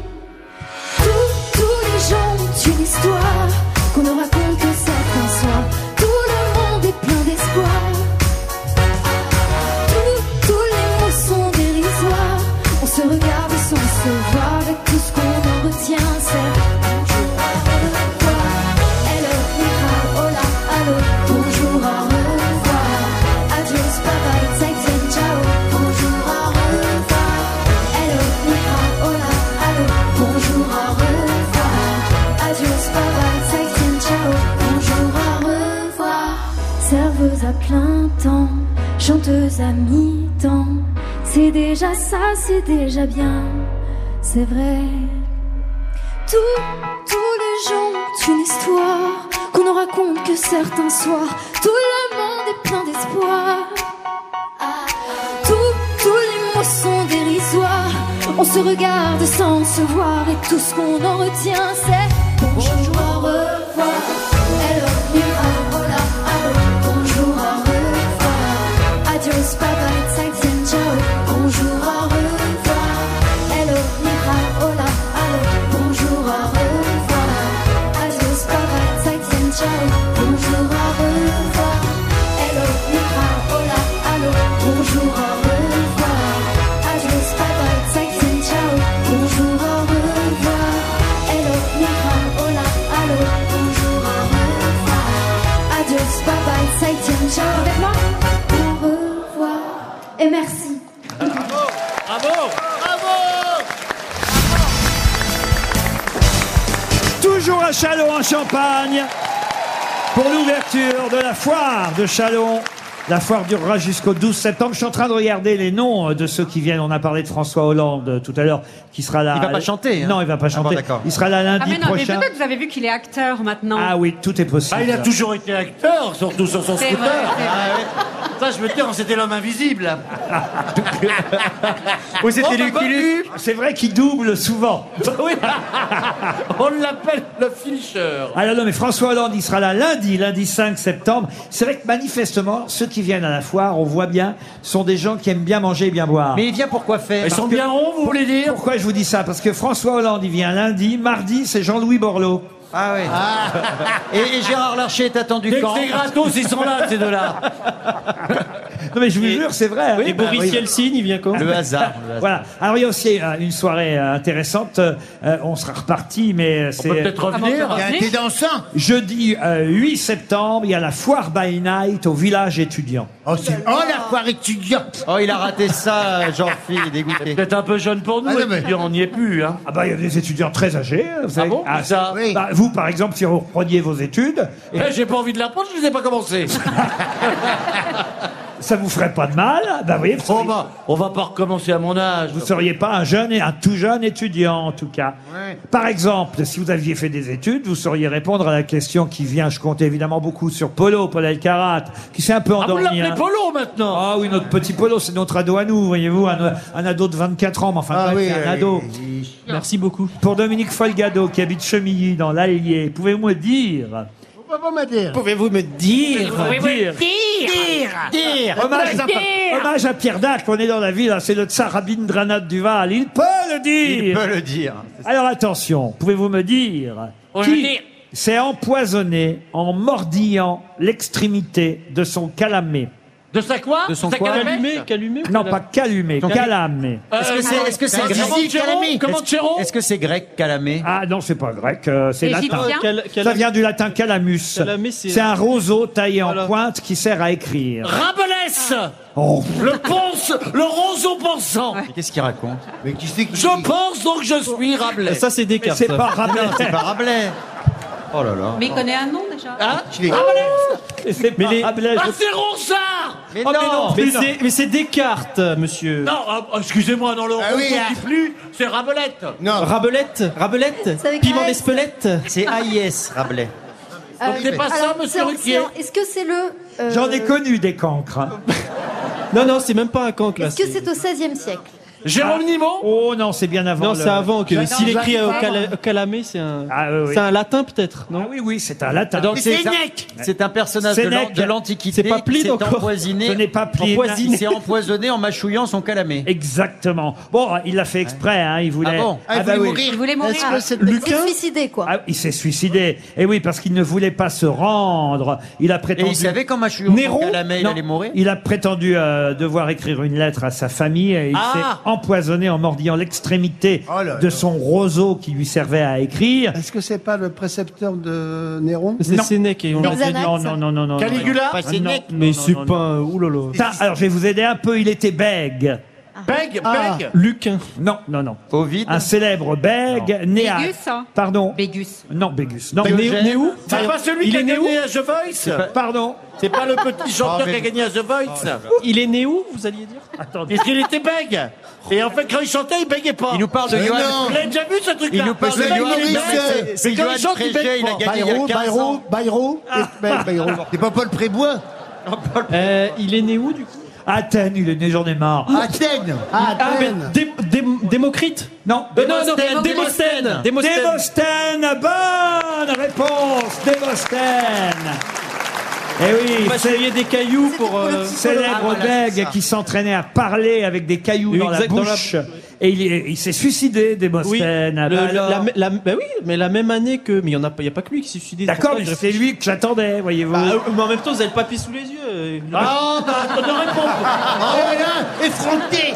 Speaker 10: Tous, tous les gens ont une histoire qu'on ne raconte que certains soirs. Tout le monde est plein d'espoir. Tous, tous les mots sont dérisoires. On se regarde sans se voir avec tout ce qu'on en retient. C'est bonjour à revoir. Hello, Mira, hola, allô. Bonjour à revoir. Adios, bye bye, zaizen, ciao. Bonjour à revoir. Elle
Speaker 14: à mi-temps. C'est déjà ça, c'est déjà bien. C'est vrai. Tous, tous les gens ont une histoire qu'on ne raconte que certains soirs. Tout le monde est plein d'espoir. Tous, tous les mots sont dérisoires. On se regarde sans se voir et tout ce qu'on en retient, c'est bonjour, au revoir. Hello, mira, hola, allô, bonjour, au revoir. Adios, bye bye, tsaïtien, ciao, bonjour, au revoir. Hello, mira, hola, allô, bonjour, au revoir. Adios, bye bye, tsaïtien, ciao, bonjour, au revoir. Hello, mira, hola, allô, bonjour, au revoir. Adios, bye bye, tsaïtien, ciao, bonjour, au revoir. Hello, mira, hola, allô, bonjour, au revoir. Adios, bye bye, tsaïtien, ciao, avec moi. Au revoir et merci.
Speaker 2: Bravo Toujours à Chalon en Champagne pour l'ouverture de la foire de Chalon. La foire durera jusqu'au 12 septembre. Je suis en train de regarder les noms euh, de ceux qui viennent. On a parlé de François Hollande euh, tout à l'heure, qui sera là.
Speaker 15: Il va pas chanter, hein.
Speaker 2: Non, il va pas
Speaker 15: Ah bon,
Speaker 2: chanter.
Speaker 15: d'accord.
Speaker 2: il sera là
Speaker 5: Ah,
Speaker 2: lundi
Speaker 5: mais non, mais
Speaker 2: prochain.
Speaker 5: peut-être vous avez vu qu'il est acteur maintenant.
Speaker 2: ah oui, tout est possible.
Speaker 3: Ah, il a toujours été acteur, surtout sur son
Speaker 5: C'est
Speaker 3: scooter.
Speaker 5: vrai, c'est
Speaker 3: Ah ouais. Ça, je me tais, c'était l'homme invisible.
Speaker 2: Ou
Speaker 3: Oh,
Speaker 2: c'était
Speaker 3: bah,
Speaker 2: Lucky Luke. C'est vrai qu'il double souvent.
Speaker 4: Oui. On l'appelle le finisher.
Speaker 2: Alors Ah non, mais François Hollande, il sera là lundi, lundi 5 septembre. C'est vrai que manifestement, ceux qui viennent à la foire, on voit bien, sont des gens qui aiment bien manger et bien boire.
Speaker 15: Mais il vient pour quoi faire
Speaker 2: Ils
Speaker 15: Parce que-
Speaker 2: ronds, vous voulez dire Pourquoi je vous dis ça Parce que François Hollande, il vient lundi, mardi, c'est Jean-Louis Borloo.
Speaker 15: Ah oui.
Speaker 2: Ah.
Speaker 15: Et, et Gérard Larcher est attendu
Speaker 2: Dès que
Speaker 15: quand
Speaker 2: c'est gratos, ils sont là, ces deux-là. Non mais je vous jure, c'est vrai. hein bah
Speaker 9: Et Boris Yeltsin, il vient quand
Speaker 2: Le hasard, Voilà. Alors il y a aussi euh, une soirée euh, intéressante. Euh, euh, on sera reparti, mais euh, c'est
Speaker 6: peut peut-être Ah, revenir. bon, on peut
Speaker 2: Il y a
Speaker 6: revenir.
Speaker 2: été dansant. Jeudi euh, 8 septembre, il y a la foire by night au village étudiant. Oh, la foire étudiante.
Speaker 15: Oh, il a raté ça, euh, Jean-Philippe, dégoûté. Peut-être un peu jeune pour nous, on n'y est plus. Hein.
Speaker 2: Ah bah il y a des étudiants très âgés. Vous savez. Ah, ça. Bah, vous par exemple, si vous repreniez vos études, et
Speaker 4: Eh, J'ai pas envie de l'apprendre, je ne les ai pas commencé.
Speaker 2: ça vous ferait pas de mal. Bah vous voyez. vous seriez-
Speaker 4: Oh, On va pas recommencer à mon âge.
Speaker 2: Vous seriez pas un jeune et un tout jeune étudiant en tout cas. Par exemple, si vous aviez fait des études, vous sauriez répondre à la question qui vient. Je compte évidemment beaucoup sur Polo, Paul Elkarat, qui s'est un peu endormi.
Speaker 4: l'appelez
Speaker 2: Polo maintenant Ah oui, notre petit Polo, c'est notre ado à nous, voyez-vous, un, un ado de 24 ans, mais enfin, bref, c'est un ado.
Speaker 9: Merci beaucoup.
Speaker 2: Pour Dominique Folgado, qui habite Chemilly, dans l'Allier, pouvez-vous me dire
Speaker 19: Vous pouvez pas me dire.
Speaker 2: Pouvez-vous me dire
Speaker 19: Dire.
Speaker 10: Dire. Dire.
Speaker 2: Hommage, à-
Speaker 10: Dire.
Speaker 2: hommage à Pierre Dac, on est dans la ville, hein, c'est le tsar Rabindranath Duval, il peut le dire
Speaker 15: Il peut le dire.
Speaker 2: Alors attention, pouvez-vous me dire
Speaker 4: je
Speaker 2: qui
Speaker 4: veux dire.
Speaker 2: s'est empoisonné en mordillant l'extrémité de son calamé
Speaker 4: De sa quoi De son
Speaker 2: quoi
Speaker 9: Calumé, calumé
Speaker 2: Non, pas calumet,
Speaker 15: Son
Speaker 2: calamé.
Speaker 9: Euh,
Speaker 15: Est-ce que c'est est -ce
Speaker 2: Comment Chéron Comment Chéron
Speaker 15: Est-ce que c'est grec, Calamé
Speaker 2: Ah non, c'est pas grec, euh, c'est
Speaker 9: Égyptien
Speaker 2: latin.
Speaker 9: Euh, cal-
Speaker 2: Ça vient du latin calamus.
Speaker 9: Calamé, c'est-
Speaker 2: C'est un roseau taillé en pointe qui sert à écrire.
Speaker 4: Rabelais
Speaker 2: Oh.
Speaker 4: Le ponce, le roseau pensant.
Speaker 15: Qu'est-ce qu'il raconte
Speaker 6: Mais qui c'est
Speaker 4: Je pense donc je suis Rabelais.
Speaker 9: Ça, c'est Descartes.
Speaker 2: Mais c'est pas Rabelais.
Speaker 15: Non, c'est pas Rabelais. Oh là là.
Speaker 5: Mais il connaît un nom déjà.
Speaker 2: Ah, Et c'est
Speaker 9: Mais
Speaker 2: pas
Speaker 9: les-
Speaker 2: Rabelais, je-
Speaker 4: Ah, c'est Ronsard
Speaker 15: Mais
Speaker 2: Oh, mais non,
Speaker 9: Mais
Speaker 2: plus, non.
Speaker 9: c'est- mais c'est Descartes, monsieur.
Speaker 4: Non, ah, ah, excusez-moi, dans le roseau
Speaker 6: oui, ah.
Speaker 4: qui plie, c'est Rabelette.
Speaker 6: Non.
Speaker 9: Rabelette, Rabelette,
Speaker 8: avec
Speaker 9: piment
Speaker 8: un S.
Speaker 9: d'Espelette.
Speaker 15: C'est AIS, Rabelais.
Speaker 8: Euh,
Speaker 4: c'est pas ça,
Speaker 8: alors,
Speaker 4: monsieur
Speaker 8: c'est en-
Speaker 4: Ruquier
Speaker 8: c'est en- Est-ce que c'est le. euh,
Speaker 2: J'en ai connu des cancres. hein.
Speaker 9: Non, non, c'est même pas un cancre, là.
Speaker 8: Est-ce que
Speaker 9: c'est-
Speaker 8: c'est au XVIe siècle
Speaker 4: Jérôme Nimon
Speaker 2: Oh non, c'est bien avant.
Speaker 9: Non,
Speaker 2: le-
Speaker 9: c'est avant. que S'il
Speaker 8: j'arrive
Speaker 9: écrit au
Speaker 8: pas.
Speaker 9: cala- au calamé, c'est un...
Speaker 2: Ah, oui, oui.
Speaker 9: c'est un latin, peut-être,
Speaker 2: Ah
Speaker 9: non
Speaker 2: oui, oui, c'est un latin.
Speaker 15: Donc,
Speaker 2: c'est
Speaker 15: un- C'est un personnage de l'an-
Speaker 2: Sénèque.
Speaker 15: de l'Antiquité
Speaker 9: C'est pas Pline
Speaker 15: qui s'est
Speaker 9: encore.
Speaker 15: empoisonné.
Speaker 2: Ce n'est pas Pline.
Speaker 15: Empoisonné. Il s'est empoisonné en mâchouillant son calamé.
Speaker 2: Exactement. Bon, il l'a fait exprès, hein, il voulait.
Speaker 15: Ah bon
Speaker 6: Ah, il
Speaker 2: bah
Speaker 6: voulait
Speaker 2: oui.
Speaker 6: mourir.
Speaker 5: Il voulait mourir.
Speaker 6: Est-ce que c'est
Speaker 8: Il s'est suicidé, quoi.
Speaker 2: Ah, il s'est suicidé. Et oui, parce qu'il ne voulait pas se rendre. Il a
Speaker 15: Et
Speaker 2: prétendu.
Speaker 15: il savait qu'en mâchouillant son
Speaker 2: Néron
Speaker 15: calamé, il
Speaker 2: Non.
Speaker 15: allait mourir
Speaker 2: Il a prétendu euh, devoir écrire une lettre à sa famille et il
Speaker 15: Ah
Speaker 2: s'est empoisonné en mordillant l'extrémité
Speaker 6: Oh là
Speaker 2: de
Speaker 6: là.
Speaker 2: son roseau qui lui servait à écrire.
Speaker 19: Est-ce que c'est pas le précepteur de Néron
Speaker 9: C'est
Speaker 2: Non.
Speaker 9: Sénèque et on
Speaker 2: Non,
Speaker 9: l'a dit.
Speaker 8: Exanax.
Speaker 2: non, non, non, non, non.
Speaker 15: Caligula
Speaker 2: Non,
Speaker 15: Pas Sénèque.
Speaker 2: non,
Speaker 9: Mais
Speaker 2: non,
Speaker 9: c'est
Speaker 2: non,
Speaker 9: pas un... Ouh là là.
Speaker 2: non. Ça, alors je vais vous aider un peu, il était bègue. Ah,
Speaker 25: Bègue,
Speaker 19: Ah.
Speaker 25: bègue.
Speaker 9: Luquin.
Speaker 2: Non.
Speaker 9: Non, non.
Speaker 2: Ovide. Un célèbre bègue, né à...
Speaker 9: Bégus, hein.
Speaker 2: Pardon. Bégus. Non, Bégus. Non,
Speaker 25: Bégus.
Speaker 2: né- né où
Speaker 25: C'est pas celui
Speaker 2: Il
Speaker 25: qui a
Speaker 2: est né
Speaker 25: gagné
Speaker 2: où
Speaker 25: à The Voice
Speaker 2: Pardon.
Speaker 25: C'est pas le
Speaker 19: Ah,
Speaker 25: petit chanteur qui a gagné à The Voice
Speaker 9: Il est né où, vous alliez dire Attendez.
Speaker 25: Parce qu'il était bègue. Et en fait, quand il chantait, il bégait pas. Il nous parle
Speaker 9: de Mais Johann- non.
Speaker 25: Vous l'avez déjà vu ce truc-là
Speaker 9: Il nous parle de
Speaker 25: Le mec,
Speaker 9: Johann-
Speaker 25: il est
Speaker 9: Mais
Speaker 25: bègue.
Speaker 9: c'est-
Speaker 25: Mais
Speaker 9: c'est
Speaker 25: quand
Speaker 9: Johann
Speaker 25: chante, il
Speaker 9: Préjet,
Speaker 25: bègue
Speaker 9: il a
Speaker 25: pas.
Speaker 9: gagné il y a 15 ans.
Speaker 13: Bayrou, Bayrou.
Speaker 7: C'est pas Paul Prébois
Speaker 9: Euh, Il est né où, du coup
Speaker 2: Athènes, il est né, j'en ai marre.
Speaker 7: Athènes
Speaker 2: Ah,
Speaker 9: Athènes.
Speaker 2: mais Dé- Dé- Démocrite Non.
Speaker 9: Euh, non, non, Démosthène. Démosthène. Démosthène.
Speaker 2: Démosthène, bonne réponse, Démosthène. Eh
Speaker 9: On
Speaker 2: oui,
Speaker 9: va
Speaker 2: c'est-
Speaker 9: essayer des cailloux pour. euh,
Speaker 2: célèbre
Speaker 9: Ah, voilà, c'est
Speaker 2: bègue
Speaker 9: ça.
Speaker 2: qui s'entraînait à parler avec des cailloux dans la
Speaker 9: Exact, dans la
Speaker 2: bouche. Et il, est- il s'est suicidé, Démosthène.
Speaker 9: Oui,
Speaker 2: Ah,
Speaker 9: le-
Speaker 2: bah
Speaker 9: la-
Speaker 2: alors.
Speaker 9: la- la- bah oui, mais la même année que. Mais il n'y a, pas- y a pas que lui qui s'est suicidé.
Speaker 2: D'accord, mais c'est
Speaker 9: lui
Speaker 2: que j'attendais, voyez-vous.
Speaker 9: mais en même temps, vous avez le papier sous les yeux. euh,
Speaker 25: Ah, bah, on ne répond pas.
Speaker 2: Eh,
Speaker 9: Oh là, effronté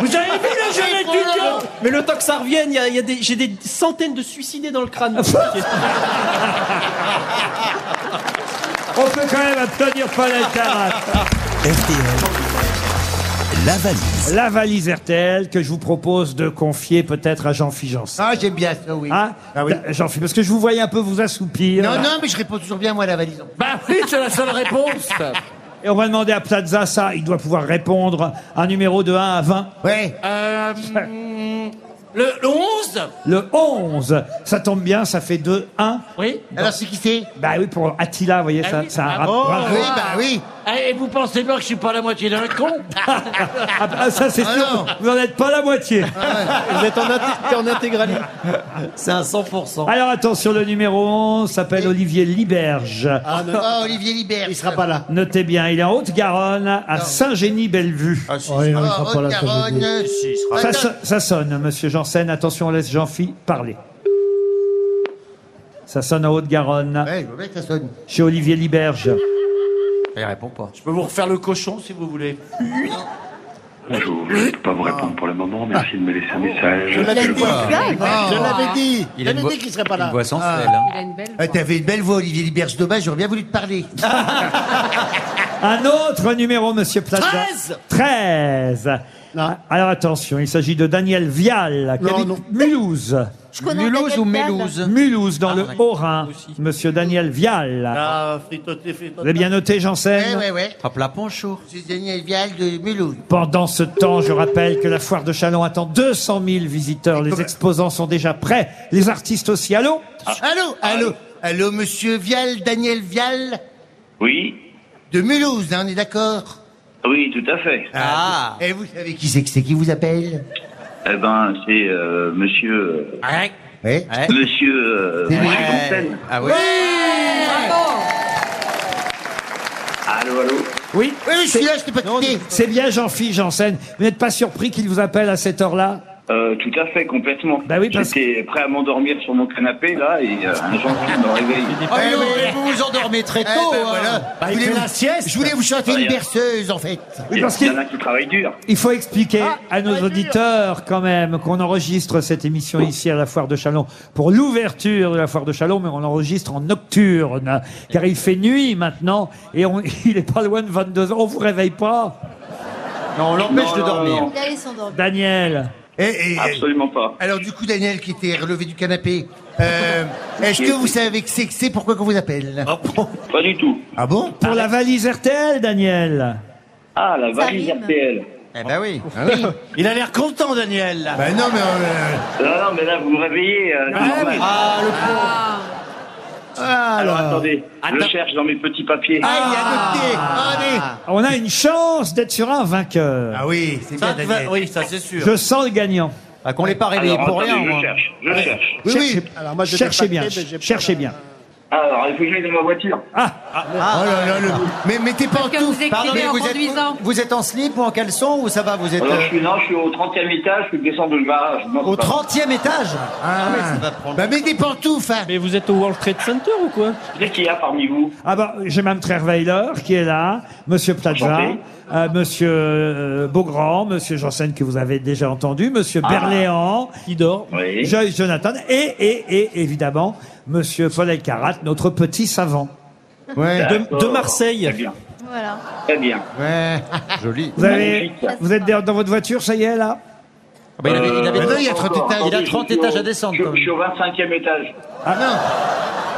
Speaker 9: Vous avez vu le jeune étudiant Mais le temps que ça revienne, il y a- il y a des- j'ai des centaines de suicidés dans le crâne.
Speaker 2: On peut quand même obtenir pas la
Speaker 10: La valise.
Speaker 2: La valise RTL que je vous propose de confier peut-être à Jean-Philippe Janssen.
Speaker 7: Ah, j'aime bien ça, oui.
Speaker 2: Hein Jean-Philippe, parce que je vous voyais un peu vous assoupir.
Speaker 7: Non, non, mais je réponds toujours bien, moi, à la valise.
Speaker 25: Bah oui, c'est la seule réponse.
Speaker 2: Et on va demander à Plaza ça, il doit pouvoir répondre un numéro de 1 à 20.
Speaker 7: Ouais.
Speaker 25: Euh, mm, le, le 11
Speaker 2: Le 11, ça tombe bien, ça fait 2, 1.
Speaker 25: Oui.
Speaker 7: Alors c'est qui c'est
Speaker 2: Bah oui, pour Attila, vous voyez,
Speaker 25: Ah
Speaker 2: ça,
Speaker 25: oui,
Speaker 2: ça a un
Speaker 25: ah
Speaker 2: rapport.
Speaker 25: bon. Ah, Et vous pensez bien que je suis pas la moitié d'un con
Speaker 2: Ah, bah, ça c'est
Speaker 25: Ah
Speaker 2: sûr,
Speaker 25: non.
Speaker 2: vous n'en êtes pas la moitié.
Speaker 7: Ah
Speaker 9: Vous êtes en, inté- en intégralité.
Speaker 25: C'est un 100%.
Speaker 2: Alors attention, le numéro 11 s'appelle Olivier Liberge.
Speaker 7: Ah, non. Ah, Olivier Libert. Il sera pas là.
Speaker 2: Notez bien, il est en Haute-Garonne, à Saint-Génie-Bellevue.
Speaker 7: il sera Ah, pas là, ça, je Haute-Garonne. veux dire. Si, il sera
Speaker 2: Ça,
Speaker 7: là.
Speaker 2: so- ça sonne, monsieur Janssen. Attention, on laisse Jean-Phi parler. Ça sonne en Haute-Garonne.
Speaker 7: Ouais, je veux bien que ça sonne.
Speaker 2: Chez Olivier Liberge.
Speaker 25: Il répond pas. Je peux vous refaire le cochon si vous voulez.
Speaker 4: Je vous laisse pas vous répondre pour le moment. Merci de me laisser un message.
Speaker 13: Je l'avais dit.
Speaker 7: Ah.
Speaker 13: Je l'avais dit.
Speaker 7: Il
Speaker 13: Je
Speaker 7: a une
Speaker 13: l'avais
Speaker 7: voix-
Speaker 13: dit qu'il serait pas là.
Speaker 5: Il a une belle
Speaker 7: Ah, T'avais une belle voix, Olivier Libert. C'est dommage, j'aurais bien voulu te parler.
Speaker 2: Un autre numéro, monsieur Plaza. 13 13 Alors attention, il s'agit de Daniel Vial, qui
Speaker 7: Non,
Speaker 2: habite
Speaker 7: non.
Speaker 2: Mulhouse.
Speaker 7: Je connais Mulhouse Daniel ou Vial. Mélouse
Speaker 2: Mulhouse,
Speaker 7: Ah,
Speaker 2: dans le Haut-Rhin. Monsieur Daniel Vial.
Speaker 25: Ah, fritoté,
Speaker 2: Vous avez bien noté, Janssen
Speaker 7: Ouais, ouais, ouais.
Speaker 25: Hop la poncho.
Speaker 7: C'est Daniel Vial de Mulhouse.
Speaker 2: Pendant ce temps, je rappelle que la foire de Chalon attend 200 000 visiteurs. Les exposants sont déjà prêts. Les artistes aussi. Allô
Speaker 7: Allô, allô, allô, monsieur Vial, Daniel Vial
Speaker 4: Oui,
Speaker 7: de Mulhouse, hein, on est d'accord
Speaker 4: oui, tout à fait.
Speaker 7: Ah Et vous savez qui c'est que c'est qui vous appelle
Speaker 4: Eh ben, c'est euh, monsieur. euh, Monsieur. euh,
Speaker 7: C'est lui.
Speaker 4: monsieur Janssen.
Speaker 7: Eh. Ah oui
Speaker 4: Allô, allô
Speaker 2: Oui
Speaker 7: Oui, je suis là, je t'ai pas quitté.
Speaker 2: C'est bien Jean-Philippe Janssen. Vous n'êtes pas surpris qu'il vous appelle à cette heure-là
Speaker 4: Euh, tout à fait, complètement.
Speaker 2: Bah oui, parce
Speaker 4: J'étais prêt à m'endormir sur mon canapé, là, et euh, un gentil me réveille.
Speaker 7: Oh, Vous vous endormez
Speaker 2: Eh
Speaker 7: très tôt.
Speaker 2: ben
Speaker 7: hein.
Speaker 2: Bah,
Speaker 7: je, voulais vous, je voulais vous chanter une berceuse, en fait.
Speaker 4: Il y,
Speaker 2: parce
Speaker 4: en
Speaker 2: qu'il-
Speaker 4: a qui travaillent dur.
Speaker 2: Il faut expliquer à nos auditeurs quand même qu'on enregistre cette émission ici à la foire de Chalon pour l'ouverture de la foire de Chalon, mais on l'enregistre en nocturne car il fait nuit maintenant et on- il est pas loin de 22 ans. On vous réveille pas,
Speaker 25: Non, on l'empêche
Speaker 4: Non, de non, dormir. non.
Speaker 26: Il allait s'endormir.
Speaker 2: Daniel.
Speaker 4: Absolument pas.
Speaker 7: Alors, du coup, Daniel, qui était relevé du canapé, euh, est-ce que vous savez que c'est que c'est pourquoi qu'on vous appelle
Speaker 25: Ah,
Speaker 4: Pas du tout.
Speaker 7: Ah bon
Speaker 2: Pour la valise RTL, Daniel.
Speaker 4: Ah, la valise RTL.
Speaker 27: Eh ben oui.
Speaker 25: Ah Il a l'air content, Daniel. Là.
Speaker 7: Ben non, mais. euh,
Speaker 4: Non, non, mais là, vous me réveillez. euh, c'est normal. Ah.
Speaker 25: Ah, le pauvre.
Speaker 4: Alors, attendez, je cherche dans mes petits papiers.
Speaker 7: Ah,
Speaker 25: Ah.
Speaker 2: Ah. On a une chance d'être sur un vainqueur.
Speaker 7: Ah oui, c'est
Speaker 25: Ça, tu vas- Oui, ça c'est sûr. Ah,
Speaker 2: Je sens le gagnant.
Speaker 4: Bah,
Speaker 27: qu'on l'ait pas réveillé
Speaker 4: Alors,
Speaker 27: pour
Speaker 4: attendez,
Speaker 27: rien, au
Speaker 4: je
Speaker 27: moins.
Speaker 4: cherche, je cherche.
Speaker 2: Oui,
Speaker 7: oui.
Speaker 13: Alors, moi, je
Speaker 2: cherchez
Speaker 13: l'ai
Speaker 2: bien,
Speaker 13: pas fait, mais j'ai pas
Speaker 2: cherchez bien.
Speaker 4: Alors, il faut que j'aille dans ma voiture.
Speaker 25: Ah,
Speaker 7: Oh là là, le- mais mettez pas en
Speaker 5: que vous
Speaker 7: tout.
Speaker 5: écrivez en conduisant.
Speaker 27: êtes, vous êtes en slip ou en caleçon ou ça va Vous êtes
Speaker 4: Alors, je
Speaker 27: euh,
Speaker 4: suis, Oh non, je suis au 30e étage, je suis descendu le barrage. Non,
Speaker 27: au
Speaker 4: c'est pas-
Speaker 27: 30e étage
Speaker 7: Ah, bah, mais des pantoufles, hein.
Speaker 9: Mais vous êtes au World Trade Center ou quoi
Speaker 4: Qu'est-ce qu'il y a parmi vous
Speaker 2: Ah bah, j'ai Mme Trerweiler qui est là, Monsieur Plaza,
Speaker 4: Enchanté.
Speaker 2: euh, Monsieur euh, Beaugrand, Monsieur Janssen que vous avez déjà entendu, Monsieur
Speaker 4: Ah.
Speaker 2: Berléand,
Speaker 9: Il dort.
Speaker 4: Oui.
Speaker 2: Joyce Jonathan et, et, et évidemment Monsieur Paul Elkarat, notre petit savant.
Speaker 7: Ouais.
Speaker 9: De, de Marseille.
Speaker 4: Très bien.
Speaker 17: Voilà.
Speaker 28: Très bien.
Speaker 6: Ouais.
Speaker 2: Joli. Vous, avez, vous êtes dans votre voiture, ça y est, là
Speaker 28: bah, il avait-
Speaker 2: Euh,
Speaker 28: il avait-
Speaker 6: il y a 30 étages.
Speaker 28: Il a 30 étages à
Speaker 2: descendre.
Speaker 28: Je, je suis au 25e étage.
Speaker 2: Ah non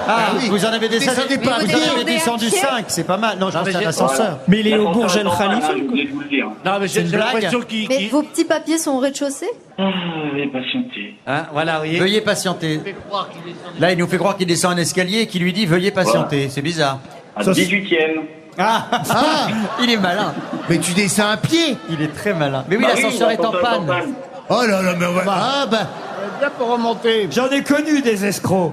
Speaker 15: Ah,
Speaker 28: Ah oui.
Speaker 15: vous en avez descendu,
Speaker 28: Descendez
Speaker 15: vous
Speaker 28: pas,
Speaker 15: en
Speaker 28: vous
Speaker 15: avez
Speaker 28: descendez à
Speaker 15: descendu
Speaker 28: pied.
Speaker 15: 5, c'est pas mal. Non, je
Speaker 28: Non,
Speaker 15: pense que
Speaker 28: mais
Speaker 15: c'est un
Speaker 28: j'ai-
Speaker 15: ascenseur.
Speaker 28: Mais il est au Burj
Speaker 15: Al
Speaker 28: Khalifa, je voulais vous le dire.
Speaker 4: Non, mais j'ai j'ai l'impression qu'il.
Speaker 8: Mais vos petits papiers sont au rez-de-chaussée
Speaker 28: Veuillez patienter.
Speaker 15: Hein, voilà, voyez. Veuillez patienter. Là, il nous fait croire qu'il descend un escalier et qu'il lui dit veuillez patienter. C'est bizarre.
Speaker 28: À 18e.
Speaker 15: Ah, ah, il est malin. Mais tu descends à pied. Il est très malin. Mais oui,
Speaker 19: Bah oui,
Speaker 15: l'ascenseur est en
Speaker 19: l'ascenseur est en
Speaker 15: panne.
Speaker 19: panne.
Speaker 15: Oh là là, mais on va- Ah bah.
Speaker 19: Là pour remonter.
Speaker 2: J'en ai connu des escrocs.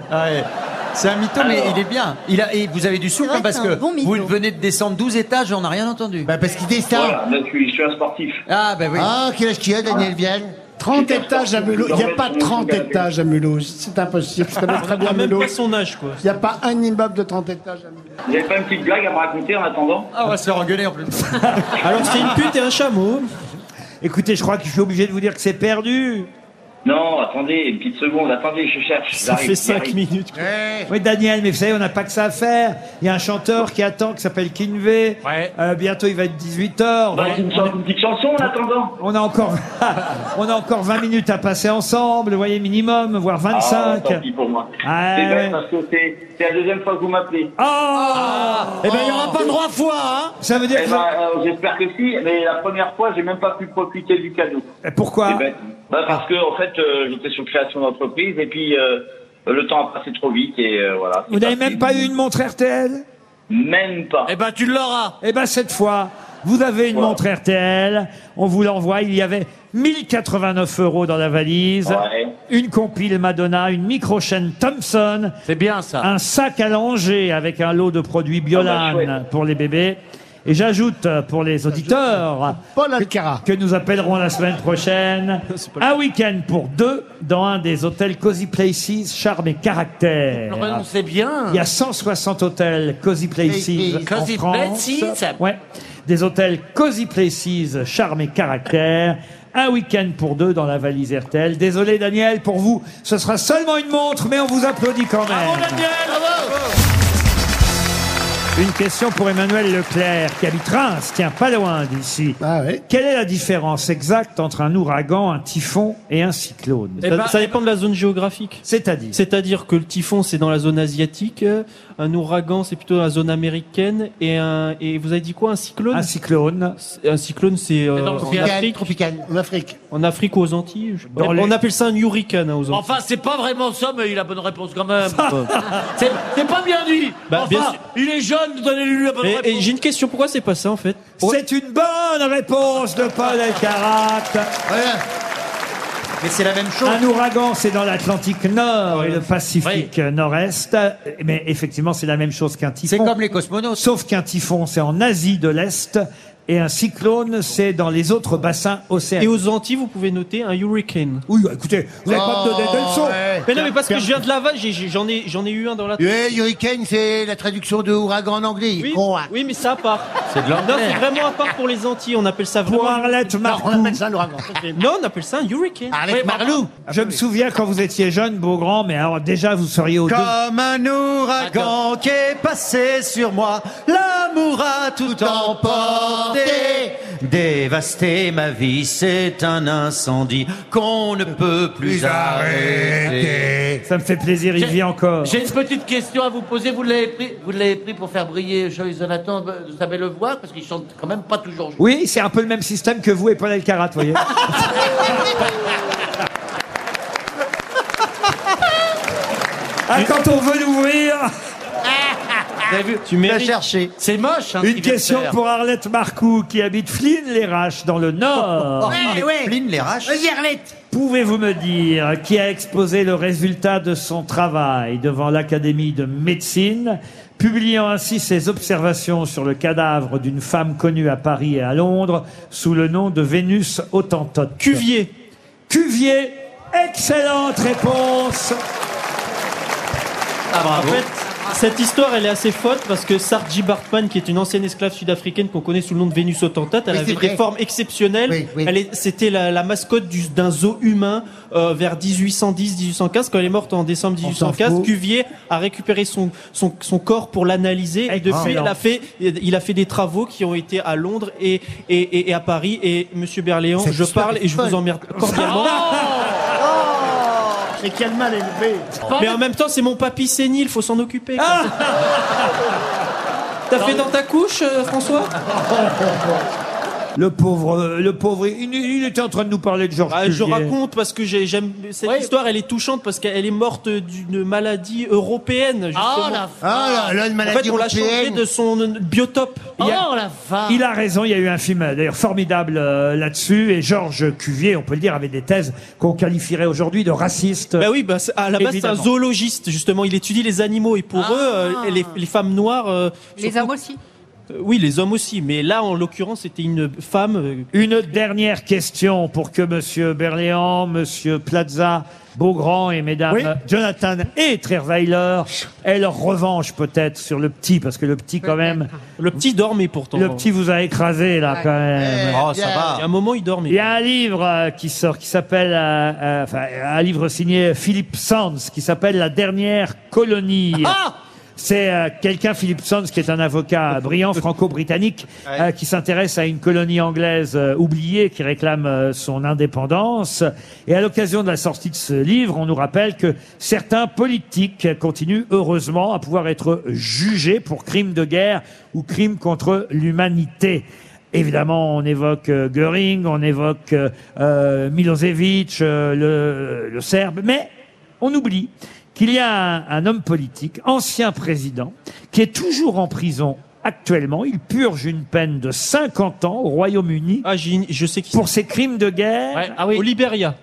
Speaker 15: C'est un mytho, mais
Speaker 19: Alors.
Speaker 15: il est bien. Il a, et vous avez du souffle
Speaker 19: vrai
Speaker 15: hein, parce
Speaker 19: que c'est
Speaker 15: que
Speaker 19: un bon mytho.
Speaker 15: vous venez de descendre 12 étages, on n'a rien entendu. Bah parce qu'il descend.
Speaker 28: Voilà, là, je suis, je suis un sportif.
Speaker 15: Ah bah oui.
Speaker 6: Ah, quel âge tu as, Daniel Vial
Speaker 19: 30 étages à Mulhouse. Il n'y a pas 30 étages à Mulhouse. C'est impossible. Je connais très bien
Speaker 9: même pas
Speaker 19: Mulhouse.
Speaker 9: son âge, quoi.
Speaker 19: Il n'y a pas un immeuble de 30 étages à Mulhouse.
Speaker 28: Ah. Vous avez pas une petite blague à me raconter en attendant
Speaker 15: Ah, on va se faire engueuler en plus.
Speaker 2: Alors, c'est une pute et un chameau. Écoutez, je crois que je suis obligé de vous dire que c'est perdu.
Speaker 28: Non, attendez, une petite seconde, attendez, je cherche.
Speaker 2: Ça fait cinq minutes.
Speaker 28: Eh.
Speaker 2: Oui, Daniel, mais vous savez, on n'a pas que ça à faire. Il y a un chanteur qui attend, qui s'appelle Kinvey. Euh, bientôt, il va être 18h.
Speaker 28: Bah, une chan- une petite chanson en attendant.
Speaker 2: On a encore, on a encore 20 minutes à passer ensemble, vous voyez, minimum, voire 25.
Speaker 28: Ah, tant pis pour moi.
Speaker 2: Ah,
Speaker 28: c'est bête
Speaker 2: ouais.
Speaker 28: parce que c'est c'est la deuxième fois que vous m'appelez.
Speaker 2: Ah
Speaker 28: Eh ben, il n'y aura pas trois fois, hein
Speaker 2: Ça veut dire que-
Speaker 28: euh, J'espère que si, mais la première fois, j'ai même pas pu profiter du cadeau.
Speaker 2: pourquoi
Speaker 28: C'est bête. Bah, Parce que, en fait, euh, j'étais sur création d'entreprise et puis euh, le temps a passé trop vite et euh, voilà.
Speaker 2: vous n'avez même pas eu une montre RTL
Speaker 28: Même pas.
Speaker 2: Eh ben, tu l'auras. Eh ben, cette fois, vous avez une montre RTL. On vous l'envoie. Il y avait 1089 euros dans la valise.
Speaker 28: Ouais.
Speaker 2: Une compile Madonna, une micro-chaîne Thompson. C'est bien ça. Un sac à langer avec un lot de produits
Speaker 19: Ah
Speaker 2: Biolan
Speaker 19: bah, chouette.
Speaker 2: pour les bébés. Et j'ajoute euh, pour les auditeurs que, que nous appellerons la semaine prochaine un week-end pour deux dans un des hôtels Cozy Places, Charme et Caractère.
Speaker 4: Ouais, on sait bien.
Speaker 2: Il y a 160 hôtels Cozy Places
Speaker 4: Cozy
Speaker 2: en France.
Speaker 4: Places.
Speaker 2: Ouais. Des hôtels Cozy Places, charme et caractère. Un week-end pour deux dans la valise RTL. Désolé Daniel, pour vous, ce sera seulement une montre, mais on vous applaudit quand
Speaker 4: Ah,
Speaker 2: même. Une question pour Emmanuel Leclerc, qui habite Reims, tiens, pas loin d'ici. Quelle est la différence exacte entre un ouragan, un typhon et un cyclone
Speaker 4: Eh
Speaker 9: Ça,
Speaker 4: ben,
Speaker 9: ça dépend de la zone géographique.
Speaker 2: C'est-à-dire
Speaker 9: C'est-à-dire que le typhon, c'est dans la zone asiatique, euh, un ouragan, c'est plutôt dans la zone américaine, et, un, et vous avez dit quoi, un cyclone Un
Speaker 2: cyclone.
Speaker 9: Un cyclone, c'est euh,
Speaker 19: Dans le
Speaker 9: en,
Speaker 19: tropical,
Speaker 9: Afrique,
Speaker 19: En Afrique.
Speaker 9: en Afrique ou aux Antilles. je-
Speaker 19: Dans
Speaker 9: on,
Speaker 19: les-
Speaker 9: on appelle ça un hurricane hein, aux Antilles.
Speaker 4: Enfin, c'est pas vraiment ça, mais il a bonne réponse quand même. c'est c'est pas bien dit.
Speaker 9: Bah,
Speaker 4: enfin,
Speaker 9: bien sûr.
Speaker 4: il est jeune, donnez-lui la bonne
Speaker 9: Mais-
Speaker 4: réponse.
Speaker 9: et j'ai une question, pourquoi c'est pas ça en fait
Speaker 2: C'est une bonne réponse de Paul Elkarat.
Speaker 15: Mais c'est la même chose.
Speaker 2: Un ouragan, c'est dans l'Atlantique Nord et le Pacifique Nord-Est. Mais effectivement, c'est la même chose qu'un typhon. C'est comme
Speaker 15: les cosmonautes.
Speaker 2: Sauf qu'un typhon, c'est en Asie de l'Est. Et un cyclone, c'est dans les autres bassins océaniques.
Speaker 9: Et aux Antilles, vous pouvez noter un hurricane.
Speaker 2: Oui, bah, écoutez, vous n'avez pas me donner de
Speaker 15: Oh,
Speaker 2: leçons.
Speaker 9: Mais non, mais parce que je viens de Laval, j'ai- j'ai- j'en ai, j'en ai eu un dans la.
Speaker 6: Ouais, hurricane, c'est la traduction de ouragan en anglais.
Speaker 9: Oui,
Speaker 6: Con, hein.
Speaker 9: oui, mais ça à part.
Speaker 6: C'est de
Speaker 9: Non,
Speaker 6: l'anglais.
Speaker 9: c'est vraiment à part pour les Antilles. On appelle ça vraiment.
Speaker 2: Arlette Marlou.
Speaker 9: Non, on appelle ça un ouragan. Non, on appelle ça un hurricane.
Speaker 2: Oui, bah, Je me souviens quand vous étiez jeune, beau grand, mais alors déjà, vous seriez au deux-
Speaker 15: Comme un ouragan qui est passé sur moi, l'amour a tout emporté. Dévasté ma vie, c'est un incendie qu'on ne peut plus arrêter.
Speaker 2: Ça me fait plaisir, il vit encore.
Speaker 4: J'ai une petite question à vous poser. Vous l'avez pris, vous l'avez pris pour faire briller Joyce Jonathan. bah, Vous savez le voir parce qu'il chante quand même pas toujours.
Speaker 2: Oui, c'est un peu le même système que vous et Paul Elkarat, vous voyez. Ah, quand on veut l'ouvrir
Speaker 9: Tu mérites. chercher.
Speaker 4: C'est moche. hein, ce
Speaker 2: Une
Speaker 4: qu'il vient de
Speaker 2: question
Speaker 4: faire. Oh,
Speaker 2: pour Arlette Marcoux qui habite Flines-les-Raches dans le Nord.
Speaker 29: Vas-y, Arlette.
Speaker 2: Pouvez-vous me dire qui a exposé le résultat de son travail devant l'Académie de médecine, publiant ainsi ses observations sur le cadavre d'une femme connue à Paris et à Londres sous le nom de Vénus Autantote
Speaker 9: Cuvier.
Speaker 2: Cuvier, excellente réponse.
Speaker 15: Ah, bravo.
Speaker 9: En fait, Cette histoire, elle est assez faute parce que Sarji Bartman, qui est une ancienne esclave sud-africaine qu'on connaît sous le nom de Vénus Potentate, elle
Speaker 6: Oui, c'est
Speaker 9: avait des
Speaker 6: vrai.
Speaker 9: formes exceptionnelles. Elle est- C'était la, la mascotte du- d'un zoo humain euh, vers 1810-1815. Quand elle est morte en décembre 1815, Cuvier a récupéré son, son, son corps pour l'analyser. Et depuis,
Speaker 3: Excellent.
Speaker 9: elle a fait, il a fait des travaux qui ont été à Londres et, et, et, et à Paris. Et Monsieur Berléand,
Speaker 3: Cette
Speaker 9: je
Speaker 3: histoire
Speaker 9: parle
Speaker 3: est
Speaker 9: et je
Speaker 3: folle.
Speaker 9: vous emmerde cordialement.
Speaker 4: Oh
Speaker 10: Et quel mal élevé
Speaker 9: Mais en même temps, c'est mon papy sénile, faut s'en occuper. quoi. T'as fait dans ta couche, euh, François
Speaker 2: Le pauvre, euh, le pauvre, il, il était en train de nous parler de Georges
Speaker 9: Ah, Je
Speaker 2: Cuvier.
Speaker 9: raconte parce que j'ai- j'aime cette histoire, elle est touchante parce qu'elle est morte d'une maladie européenne. Justement.
Speaker 2: Oh, la Ah là là, une
Speaker 9: En
Speaker 2: maladie
Speaker 9: fait, on l'a changé
Speaker 2: européenne.
Speaker 9: de son euh, biotope.
Speaker 2: Il y a- Il a raison, il y a eu un film euh, d'ailleurs formidable euh, là-dessus, et Georges Cuvier, on peut le dire, avait des thèses qu'on qualifierait aujourd'hui de racistes.
Speaker 9: Bah oui, bah, c'est- à la base, c'est un
Speaker 2: Évidemment. Ah.
Speaker 9: zoologiste, justement. Il étudie les animaux et pour eux, euh, les, les femmes noires. euh,
Speaker 5: Les hommes aussi.
Speaker 9: euh, oui, les hommes aussi. Mais là, en l'occurrence, c'était une femme. euh,
Speaker 2: Une dernière question pour que Monsieur Berléand, Monsieur Plaza, Beaugrand et Mesdames
Speaker 9: Oui.
Speaker 2: Jonathan et Trerweiler aient leur revanche peut-être sur le petit, parce que le petit quand même...
Speaker 9: Le petit dormait pourtant.
Speaker 2: Le petit vous a écrasé là quand même.
Speaker 9: Oh, ça va. Il y a un moment, il dormait.
Speaker 2: Il y a un livre euh, qui sort qui s'appelle, euh, euh, enfin, un livre signé Philippe Sands qui s'appelle La dernière colonie.
Speaker 9: Ah
Speaker 2: C'est euh, quelqu'un, Philippe Sands, qui est un avocat brillant franco-britannique, euh, qui s'intéresse à une colonie anglaise euh, oubliée qui réclame euh, son indépendance. Et à l'occasion de la sortie de ce livre, on nous rappelle que certains politiques continuent heureusement à pouvoir être jugés pour crimes de guerre ou crimes contre l'humanité. Évidemment, on évoque euh, Göring, on évoque euh, euh, Milosevic, euh, le, le Serbe, mais on oublie qu'il y a un, un homme politique, ancien président, qui est toujours en prison actuellement. Il purge une peine de 50 ans au Royaume-Uni
Speaker 15: Ah,
Speaker 2: pour ses crimes de guerre
Speaker 4: ah
Speaker 9: au Libéria.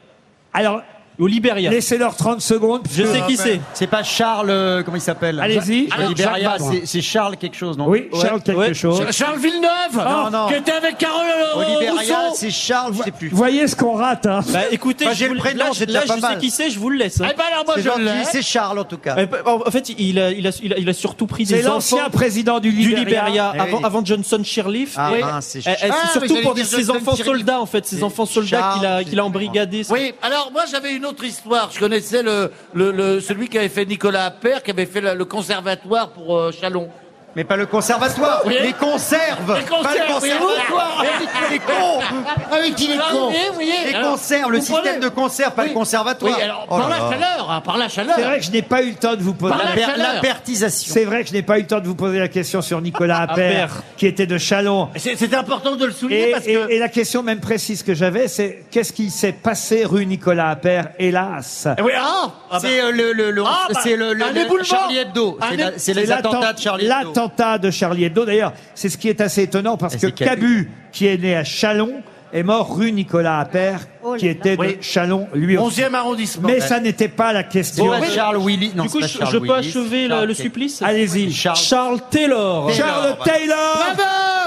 Speaker 2: Alors,
Speaker 9: au Libéria.
Speaker 2: Laissez-leur 30 secondes.
Speaker 15: Je
Speaker 2: parce
Speaker 15: sais
Speaker 2: que-
Speaker 15: qui c'est. C'est pas Charles, euh, comment il s'appelle
Speaker 2: Allez-y.
Speaker 15: Charles Libéria,
Speaker 2: Jacques Vabre.
Speaker 15: c'est- c'est Charles quelque chose, non
Speaker 2: Oui, Charles quelque chose.
Speaker 4: Charles Villeneuve
Speaker 15: Non, non.
Speaker 4: Qui était avec Carole
Speaker 15: Au
Speaker 4: euh,
Speaker 15: Libéria,
Speaker 4: Rousseau
Speaker 15: c'est Charles, je sais plus.
Speaker 2: Voyez ce qu'on rate, hein.
Speaker 9: Bah écoutez,
Speaker 15: Bah,
Speaker 9: je
Speaker 15: j'ai
Speaker 9: vous
Speaker 15: le
Speaker 9: le-
Speaker 15: prénom,
Speaker 9: là,
Speaker 15: j'ai
Speaker 9: là,
Speaker 15: déjà pas
Speaker 9: je sais
Speaker 15: mal.
Speaker 9: qui c'est, je vous le laisse. hein.
Speaker 15: Eh ben, alors, moi, C'est je le gentil, l'ai. c'est Charles, en tout cas.
Speaker 9: Eh ben, En en fait, il a, il a, il a, il a surtout pris
Speaker 2: C'est
Speaker 9: des
Speaker 2: l'ancien
Speaker 9: enfants
Speaker 2: président du Libéria. Eh oui.
Speaker 9: avant, avant Johnson Sirleaf.
Speaker 15: Ah,
Speaker 9: Et-
Speaker 15: mince, c'est
Speaker 9: et- et
Speaker 15: Ah, mais
Speaker 9: surtout
Speaker 15: j'allais
Speaker 9: pour
Speaker 15: dire
Speaker 9: ses
Speaker 15: Johnson
Speaker 9: enfants
Speaker 15: Sirleaf.
Speaker 9: soldats, en fait, ses
Speaker 15: C'est
Speaker 9: enfants soldats qu'il a,
Speaker 4: Charles,
Speaker 9: qu'il a embrigadés.
Speaker 4: Oui, alors moi j'avais une autre histoire. Je connaissais le, le, le- celui qui avait fait Nicolas Appert, qui avait fait la- le conservatoire pour euh, Chalon.
Speaker 15: Mais pas le conservatoire,
Speaker 4: Oui.
Speaker 15: les conserves
Speaker 4: Les conserves,
Speaker 15: Pas le
Speaker 4: oui,
Speaker 15: conservatoire
Speaker 4: oui.
Speaker 15: Avec les cons Avec qui les
Speaker 4: Ah,
Speaker 15: cons
Speaker 4: oui, oui,
Speaker 15: Les
Speaker 4: alors,
Speaker 15: conserves, le
Speaker 4: vous comprenez
Speaker 15: système de conserve, pas
Speaker 4: Oui.
Speaker 15: le conservatoire
Speaker 4: Oui, alors,
Speaker 15: Oh
Speaker 4: par
Speaker 15: là
Speaker 4: la
Speaker 15: là.
Speaker 4: chaleur, hein, par la chaleur.
Speaker 2: Ah. C'est vrai que je n'ai pas eu le temps de vous poser
Speaker 4: Par la
Speaker 2: per-
Speaker 4: chaleur.
Speaker 2: C'est vrai que je n'ai pas eu le temps de vous poser la question sur Nicolas Appert,
Speaker 4: Ah, Appert.
Speaker 2: qui était de Chalon.
Speaker 4: C'était important de le souligner
Speaker 2: Et,
Speaker 4: parce
Speaker 2: et-
Speaker 4: que.
Speaker 2: et la question même précise que j'avais, c'est qu'est-ce qui s'est passé rue Nicolas Appert, hélas
Speaker 4: Eh oui, ah
Speaker 15: C'est euh, le, le, le-
Speaker 4: Ah, bah,
Speaker 15: c'est le, le-
Speaker 4: un
Speaker 15: le-
Speaker 4: éboulement.
Speaker 15: Charlie Hebdo.
Speaker 2: Ah,
Speaker 4: Un
Speaker 15: Oh, C'est la-
Speaker 4: é-
Speaker 15: C'est les
Speaker 2: l'attent-
Speaker 15: attentats de Charlie Hebdo.
Speaker 2: L'attentat de Charlie Hebdo. D'ailleurs, c'est ce qui est assez étonnant parce que Cabu, qui est né à Chalon, est mort rue Nicolas Appert,
Speaker 4: Oh là
Speaker 2: qui
Speaker 4: là.
Speaker 2: était de
Speaker 4: Oui.
Speaker 2: Chalon, lui aussi.
Speaker 4: 11e arrondissement.
Speaker 2: Mais
Speaker 4: Ouais.
Speaker 2: ça n'était pas la question.
Speaker 15: C'est pas Oui. Charles Willy- non,
Speaker 9: Du coup,
Speaker 15: c'est pas
Speaker 9: je,
Speaker 15: Charles
Speaker 9: je peux
Speaker 15: Willis,
Speaker 9: achever le,
Speaker 15: Charles
Speaker 9: le
Speaker 15: Kay.
Speaker 9: supplice
Speaker 2: Allez-y.
Speaker 9: Charles, Taylor.
Speaker 2: Charles Taylor
Speaker 4: Ah,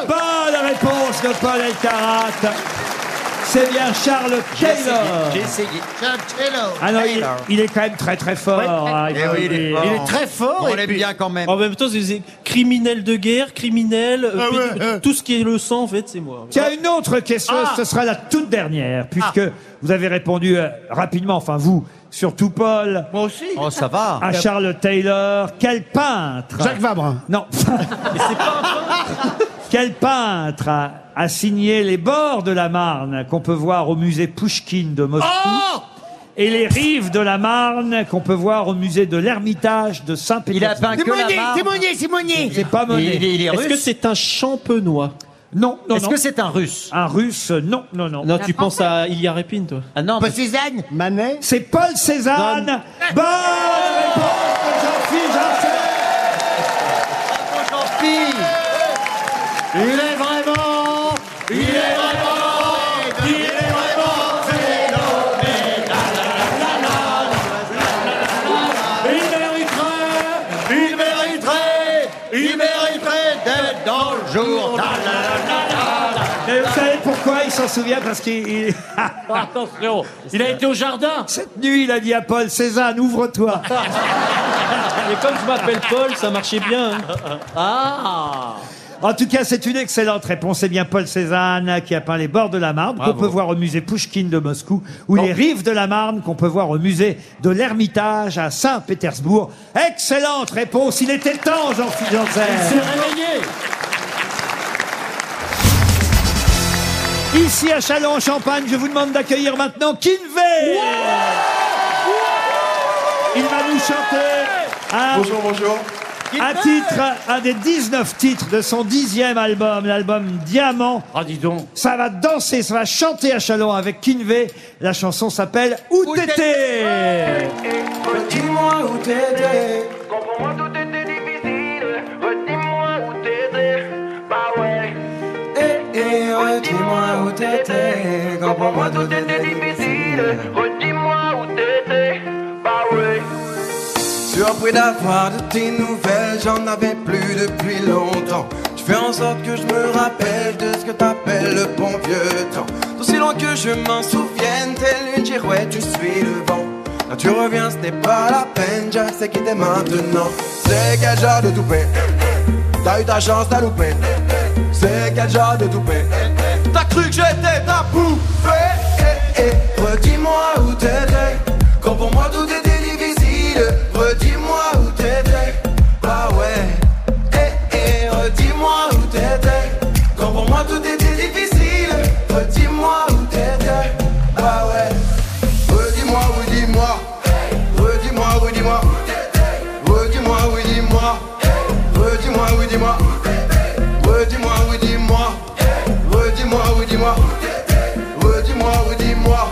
Speaker 2: Bonne réponse de Paul Elkarat C'est bien Charles Taylor Ah non, il, il est quand même très très fort. hein,
Speaker 15: Eh
Speaker 2: il faut le dire.
Speaker 15: On l'aime bien quand même. Ah
Speaker 9: En même temps, c'est- c'est criminel de guerre, criminel, euh, pédo- tout ce qui est le sang, en fait, c'est moi.
Speaker 2: Tiens, une autre question,
Speaker 9: Ah.
Speaker 2: ce sera la toute dernière, puisque vous avez répondu euh, rapidement, enfin vous, surtout Paul. Moi aussi.
Speaker 15: Oh, ça va.
Speaker 2: À Charles Taylor. Quel peintre
Speaker 19: Jacques Vabre.
Speaker 2: Non. Quel peintre a, a signé les bords de la Marne qu'on peut voir au musée Pouchkine de Moscou et les rives de la Marne qu'on peut voir au musée de l'Ermitage de Saint-Pétersbourg.
Speaker 6: C'est Monet, c'est Monet, c'est Monet.
Speaker 2: C'est pas Monet.
Speaker 15: Il est- il est russe
Speaker 9: c'est un champenois
Speaker 2: Non, non,
Speaker 15: Est-ce
Speaker 2: non.
Speaker 15: que c'est un russe
Speaker 2: Un russe, euh, non, non, non.
Speaker 9: Non, tu penses à Ilya Repin, toi
Speaker 15: Ah non,
Speaker 6: Paul Cézanne
Speaker 19: Manet
Speaker 2: C'est Paul Cézanne. Bonne réponse de Jean-Philippe
Speaker 4: Il est vraiment. Il est vraiment. Il est vraiment phénoménal. La, la, la, la, la, la, la, la, la, la, la. Il mériterait. Il mériterait. Il mériterait d'être dans le jour.
Speaker 2: Mais vous savez pourquoi il s'en souvient Parce qu'il. il-
Speaker 4: Attention, il a été au jardin.
Speaker 2: Cette nuit, il a dit à Paul Cézanne, ouvre-toi.
Speaker 9: Mais comme je m'appelle Paul, ça marchait bien. hein. Ah
Speaker 2: En tout cas, c'est une excellente réponse. C'est bien Paul Cézanne qui a peint les bords de la Marne, qu'on
Speaker 9: Bravo.
Speaker 2: peut voir au musée Pouchkine de Moscou, ou les rives de la Marne, qu'on peut voir au musée de l'Ermitage à Saint-Pétersbourg. Excellente réponse. Il était temps, Jean-Philippe
Speaker 15: Ah
Speaker 2: Janssen.
Speaker 10: réveillé
Speaker 2: Ici à Châlons-en-Champagne, je vous demande d'accueillir maintenant Kinvey Il va nous chanter un,
Speaker 16: Bonjour, bonjour.
Speaker 2: un titre, un des 19 titres de son dixième album, l'album Diamant. Ah, dis donc Ça va danser, ça va chanter à Chalon avec Kinvey. La chanson s'appelle Où t'étais
Speaker 10: Dis-moi où t'étais.
Speaker 16: Eh, eh, redis-moi où t'étais. Comprends-moi, tout était difficile. Redis-moi où t'étais. Bah ouais. Surpris d'avoir de tes nouvelles, j'en avais plus depuis longtemps. Tu fais en sorte que je me rappelle de ce que t'appelles le bon vieux temps. D'aussi loin que je m'en souvienne, telle une girouette, je suis le vent. Là tu reviens, ce n'est pas la peine, je sais qui t'es maintenant. C'est quel genre de toupet T'as eu ta chance, t'as loupé. C'est quel genre de toupet T'as cru que j'étais ta poupée Eh, eh, Redis-moi où t'étais Quand pour moi tout était difficile Redis-moi où t'étais Ah ouais Eh, eh, redis-moi où t'étais Quand pour moi tout était difficile Redis-moi où t'étais Ah ouais Redis-moi, oui, dis-moi Redis-moi, oui, dis-moi Redis-moi, oui, dis-moi Redis-moi, oui, dis-moi Redis-moi, oui, dis-moi. Redis-moi, oui, dis-moi. Redis-moi, oui, dis-moi.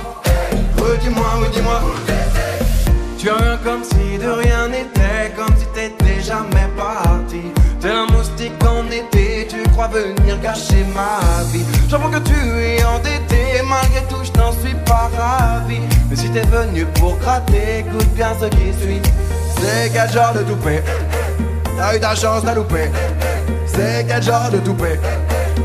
Speaker 16: Redis-moi, oui, dis-moi. Tu reviens comme si de rien n'était, comme si t'étais jamais parti. T'es un moustique en été, tu crois venir gâcher ma vie. J'avoue que tu es endetté, malgré tout, je n'en suis pas ravi. Mais si t'es venu pour gratter, écoute bien ce qui suit. C'est quel genre de toupet T'as eu ta chance, t'as loupé. C'est quel genre de toupet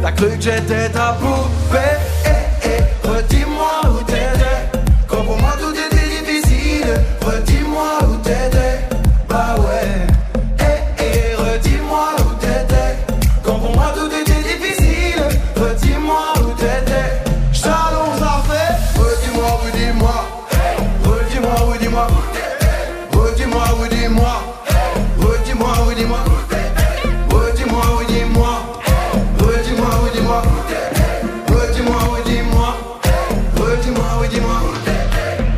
Speaker 16: T'as cru que j'étais ta poupée Eh, eh, Redis-moi où t'étais Quand pour moi tout était difficile Redis-moi où t'étais Bah ouais Eh, eh, redis-moi où t'étais Quand pour moi tout était difficile Redis-moi où t'étais J'allons en fait Redis-moi, redis-moi Redis-moi, redis-moi Redis-moi, redis-moi Redis-moi, redis-moi Redis-moi, redis-moi Redis-moi, redis-moi. Redis-moi, redis-moi. Redis-moi, redis-moi.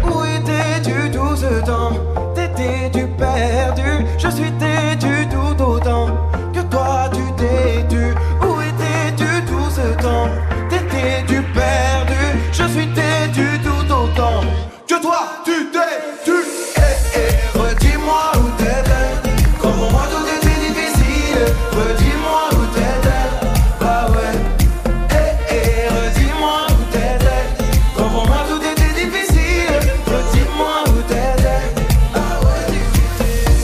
Speaker 16: Où étais-tu tout ce temps T'étais-tu perdu Je suis têtu tout autant que toi tu t'es tu. Où étais-tu tout ce temps T'étais-tu perdu Je suis têtu tout autant que toi tu t'es tu. Eh, eh, redis-moi où t'étais. Quand pour moi tout était difficile. Redis-moi où t'étais. Bah ouais. Eh, eh, redis-moi où t'étais. Quand pour moi tout était difficile. Redis-moi où t'étais. Ah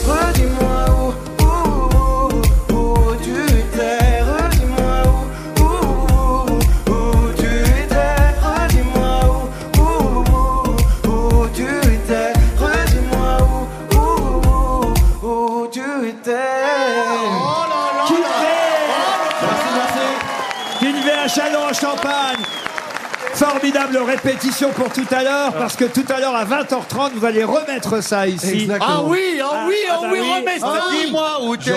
Speaker 16: Redis-moi où, où, où, où tu étais. Redis-moi où, où, où, où tu étais. Redis-moi où, où, où, où tu étais. Redis-moi où, où, où, où tu étais. Oh là là
Speaker 2: Kinvey Kinvey à Chalon en Champagne Formidable répétition pour tout à l'heure, parce que tout à l'heure à 20h30, vous allez remettre ça ici.
Speaker 4: Ah oui, ah oui, ah
Speaker 2: bah
Speaker 4: oui, remets ça. Dis-moi où t'étais.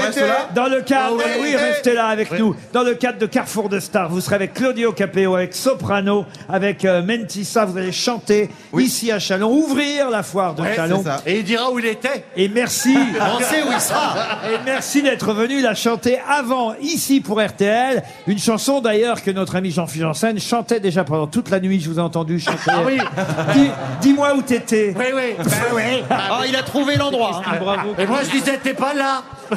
Speaker 2: Dans le cadre,
Speaker 4: Ah
Speaker 2: oui, restez là avec nous. Dans le cadre de Carrefour de Stars, vous serez avec Claudio Capéo, avec Soprano, avec euh, Mentissa. Vous allez chanter ici à Chalon, ouvrir la foire de
Speaker 15: Ouais,
Speaker 2: Chalon.
Speaker 15: c'est ça.
Speaker 2: Et il dira où il était. Et merci.
Speaker 15: On sait où il sera.
Speaker 2: Et merci d'être venu la chanter avant, ici pour RTL. Une chanson d'ailleurs que notre ami Jean-Philippe Janssen chantait déjà pendant toute la nuit. Je vous ai entendu chanter.
Speaker 15: Ah oui.
Speaker 2: Dis- Dis-moi où t'étais.
Speaker 4: Oui, oui.
Speaker 15: Ah, il a trouvé l'endroit. hein.
Speaker 4: Et moi je disais, t'es pas là.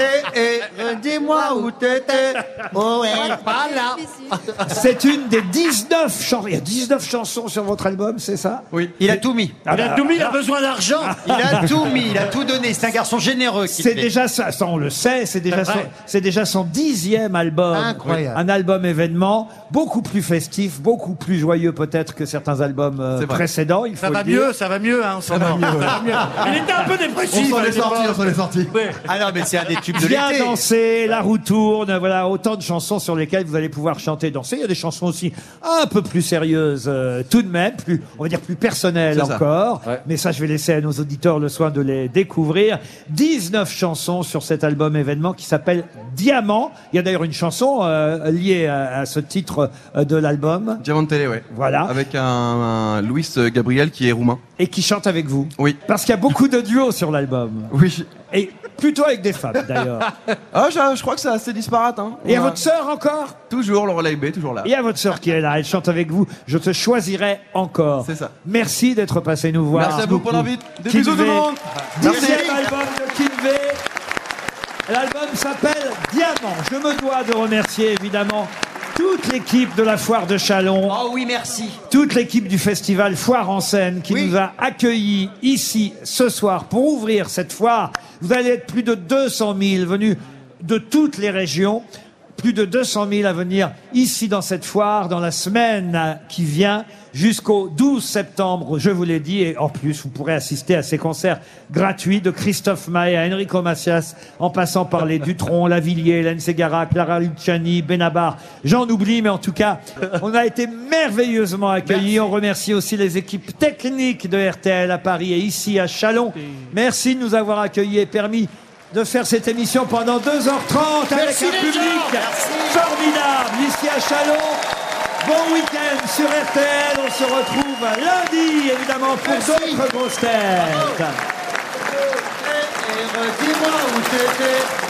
Speaker 7: Eh, eh, redis-moi où t'étais. Oh, eh, pas là.
Speaker 2: C'est une des 19 chansons. Il y a 19 chansons sur votre album, c'est ça
Speaker 15: Oui. Il a tout mis.
Speaker 2: Ah
Speaker 15: il a
Speaker 2: bah.
Speaker 15: tout mis, il a besoin d'argent. Il a tout mis, il a tout donné. C'est un garçon généreux. qui
Speaker 2: C'est
Speaker 15: l'est.
Speaker 2: déjà ça, ça, on le sait, c'est déjà,
Speaker 15: Ouais.
Speaker 2: son, c'est déjà son dixième album.
Speaker 15: Incroyable.
Speaker 2: Un album événement, beaucoup plus festif, beaucoup plus joyeux peut-être que certains albums euh,
Speaker 4: C'est vrai.
Speaker 2: précédents. Il
Speaker 4: Ça
Speaker 2: faut
Speaker 4: va
Speaker 2: le dire.
Speaker 4: mieux, ça va mieux, hein, on s'en
Speaker 2: Ça va
Speaker 4: va.
Speaker 2: mieux, ouais.
Speaker 4: Ça va mieux. Il était un peu dépressif.
Speaker 2: On s'en est
Speaker 4: à l'époque.
Speaker 2: sorti, on s'en est sorti.
Speaker 4: Oui.
Speaker 15: Ah non, mais c'est un des tubes de
Speaker 2: Bien
Speaker 15: l'été.
Speaker 2: danser, la roue tourne, voilà autant de chansons sur lesquelles vous allez pouvoir chanter, danser. Il y a des chansons aussi un peu plus sérieuses, euh, tout de même, plus, on va dire plus personnelles
Speaker 15: C'est ça.
Speaker 2: encore. Mais ça, je vais laisser à nos auditeurs le soin de les découvrir. 19 chansons sur cet album événement qui s'appelle Diamant. Il y a d'ailleurs une chanson euh, liée à, à ce titre euh, de l'album.
Speaker 11: Diamant Télé, ouais.
Speaker 2: Voilà.
Speaker 11: Avec un, un Louis euh, Gabriel qui est roumain.
Speaker 2: Et qui chante avec vous.
Speaker 11: Oui.
Speaker 2: Parce qu'il y a beaucoup de duos sur l'album.
Speaker 11: Oui.
Speaker 2: Et plutôt avec des femmes, d'ailleurs.
Speaker 11: ah, je, je crois que c'est assez disparate. Hein.
Speaker 2: Et à
Speaker 11: On a-
Speaker 2: votre sœur encore
Speaker 11: Toujours, Laura Laibé, toujours là.
Speaker 2: Il y a votre sœur qui est là, elle chante avec vous. Je te choisirai encore. C'est ça. Merci d'être passé nous voir.
Speaker 11: Merci à vous pour
Speaker 2: beaucoup.
Speaker 11: l'invite. Des
Speaker 2: Kinvé,
Speaker 11: bisous tout le monde.
Speaker 2: Dixième
Speaker 11: Merci.
Speaker 2: album de Kinvé. L'album s'appelle Diamant. Je me dois de remercier évidemment toute l'équipe de la foire de Chalon.
Speaker 29: Oh oui, merci.
Speaker 2: Toute l'équipe du festival Foire en scène qui nous a accueillis ici ce soir pour ouvrir cette foire. Vous allez être plus de 200 000 venus de toutes les régions. Plus de 200 000 à venir ici dans cette foire dans la semaine qui vient jusqu'au 12 septembre, je vous l'ai dit. Et en plus, vous pourrez assister à ces concerts gratuits de Christophe Maé à Enrico Macias en passant par les Dutron, Lavillier, Hélène Segara, Clara Luciani, Benabar. J'en oublie, mais en tout cas, on a été merveilleusement accueillis. On remercie aussi les équipes techniques de RTL à Paris et ici à Chalon. Merci de nous avoir accueillis et permis de faire cette émission pendant 2h30 avec
Speaker 7: Merci
Speaker 2: un
Speaker 7: les
Speaker 2: public
Speaker 7: gens.
Speaker 2: formidable ici à Chalon. Bon week-end sur RTL. On se retrouve lundi, évidemment, pour d'autres grosses têtes.
Speaker 7: Eh, eh, redis-moi où t'étais.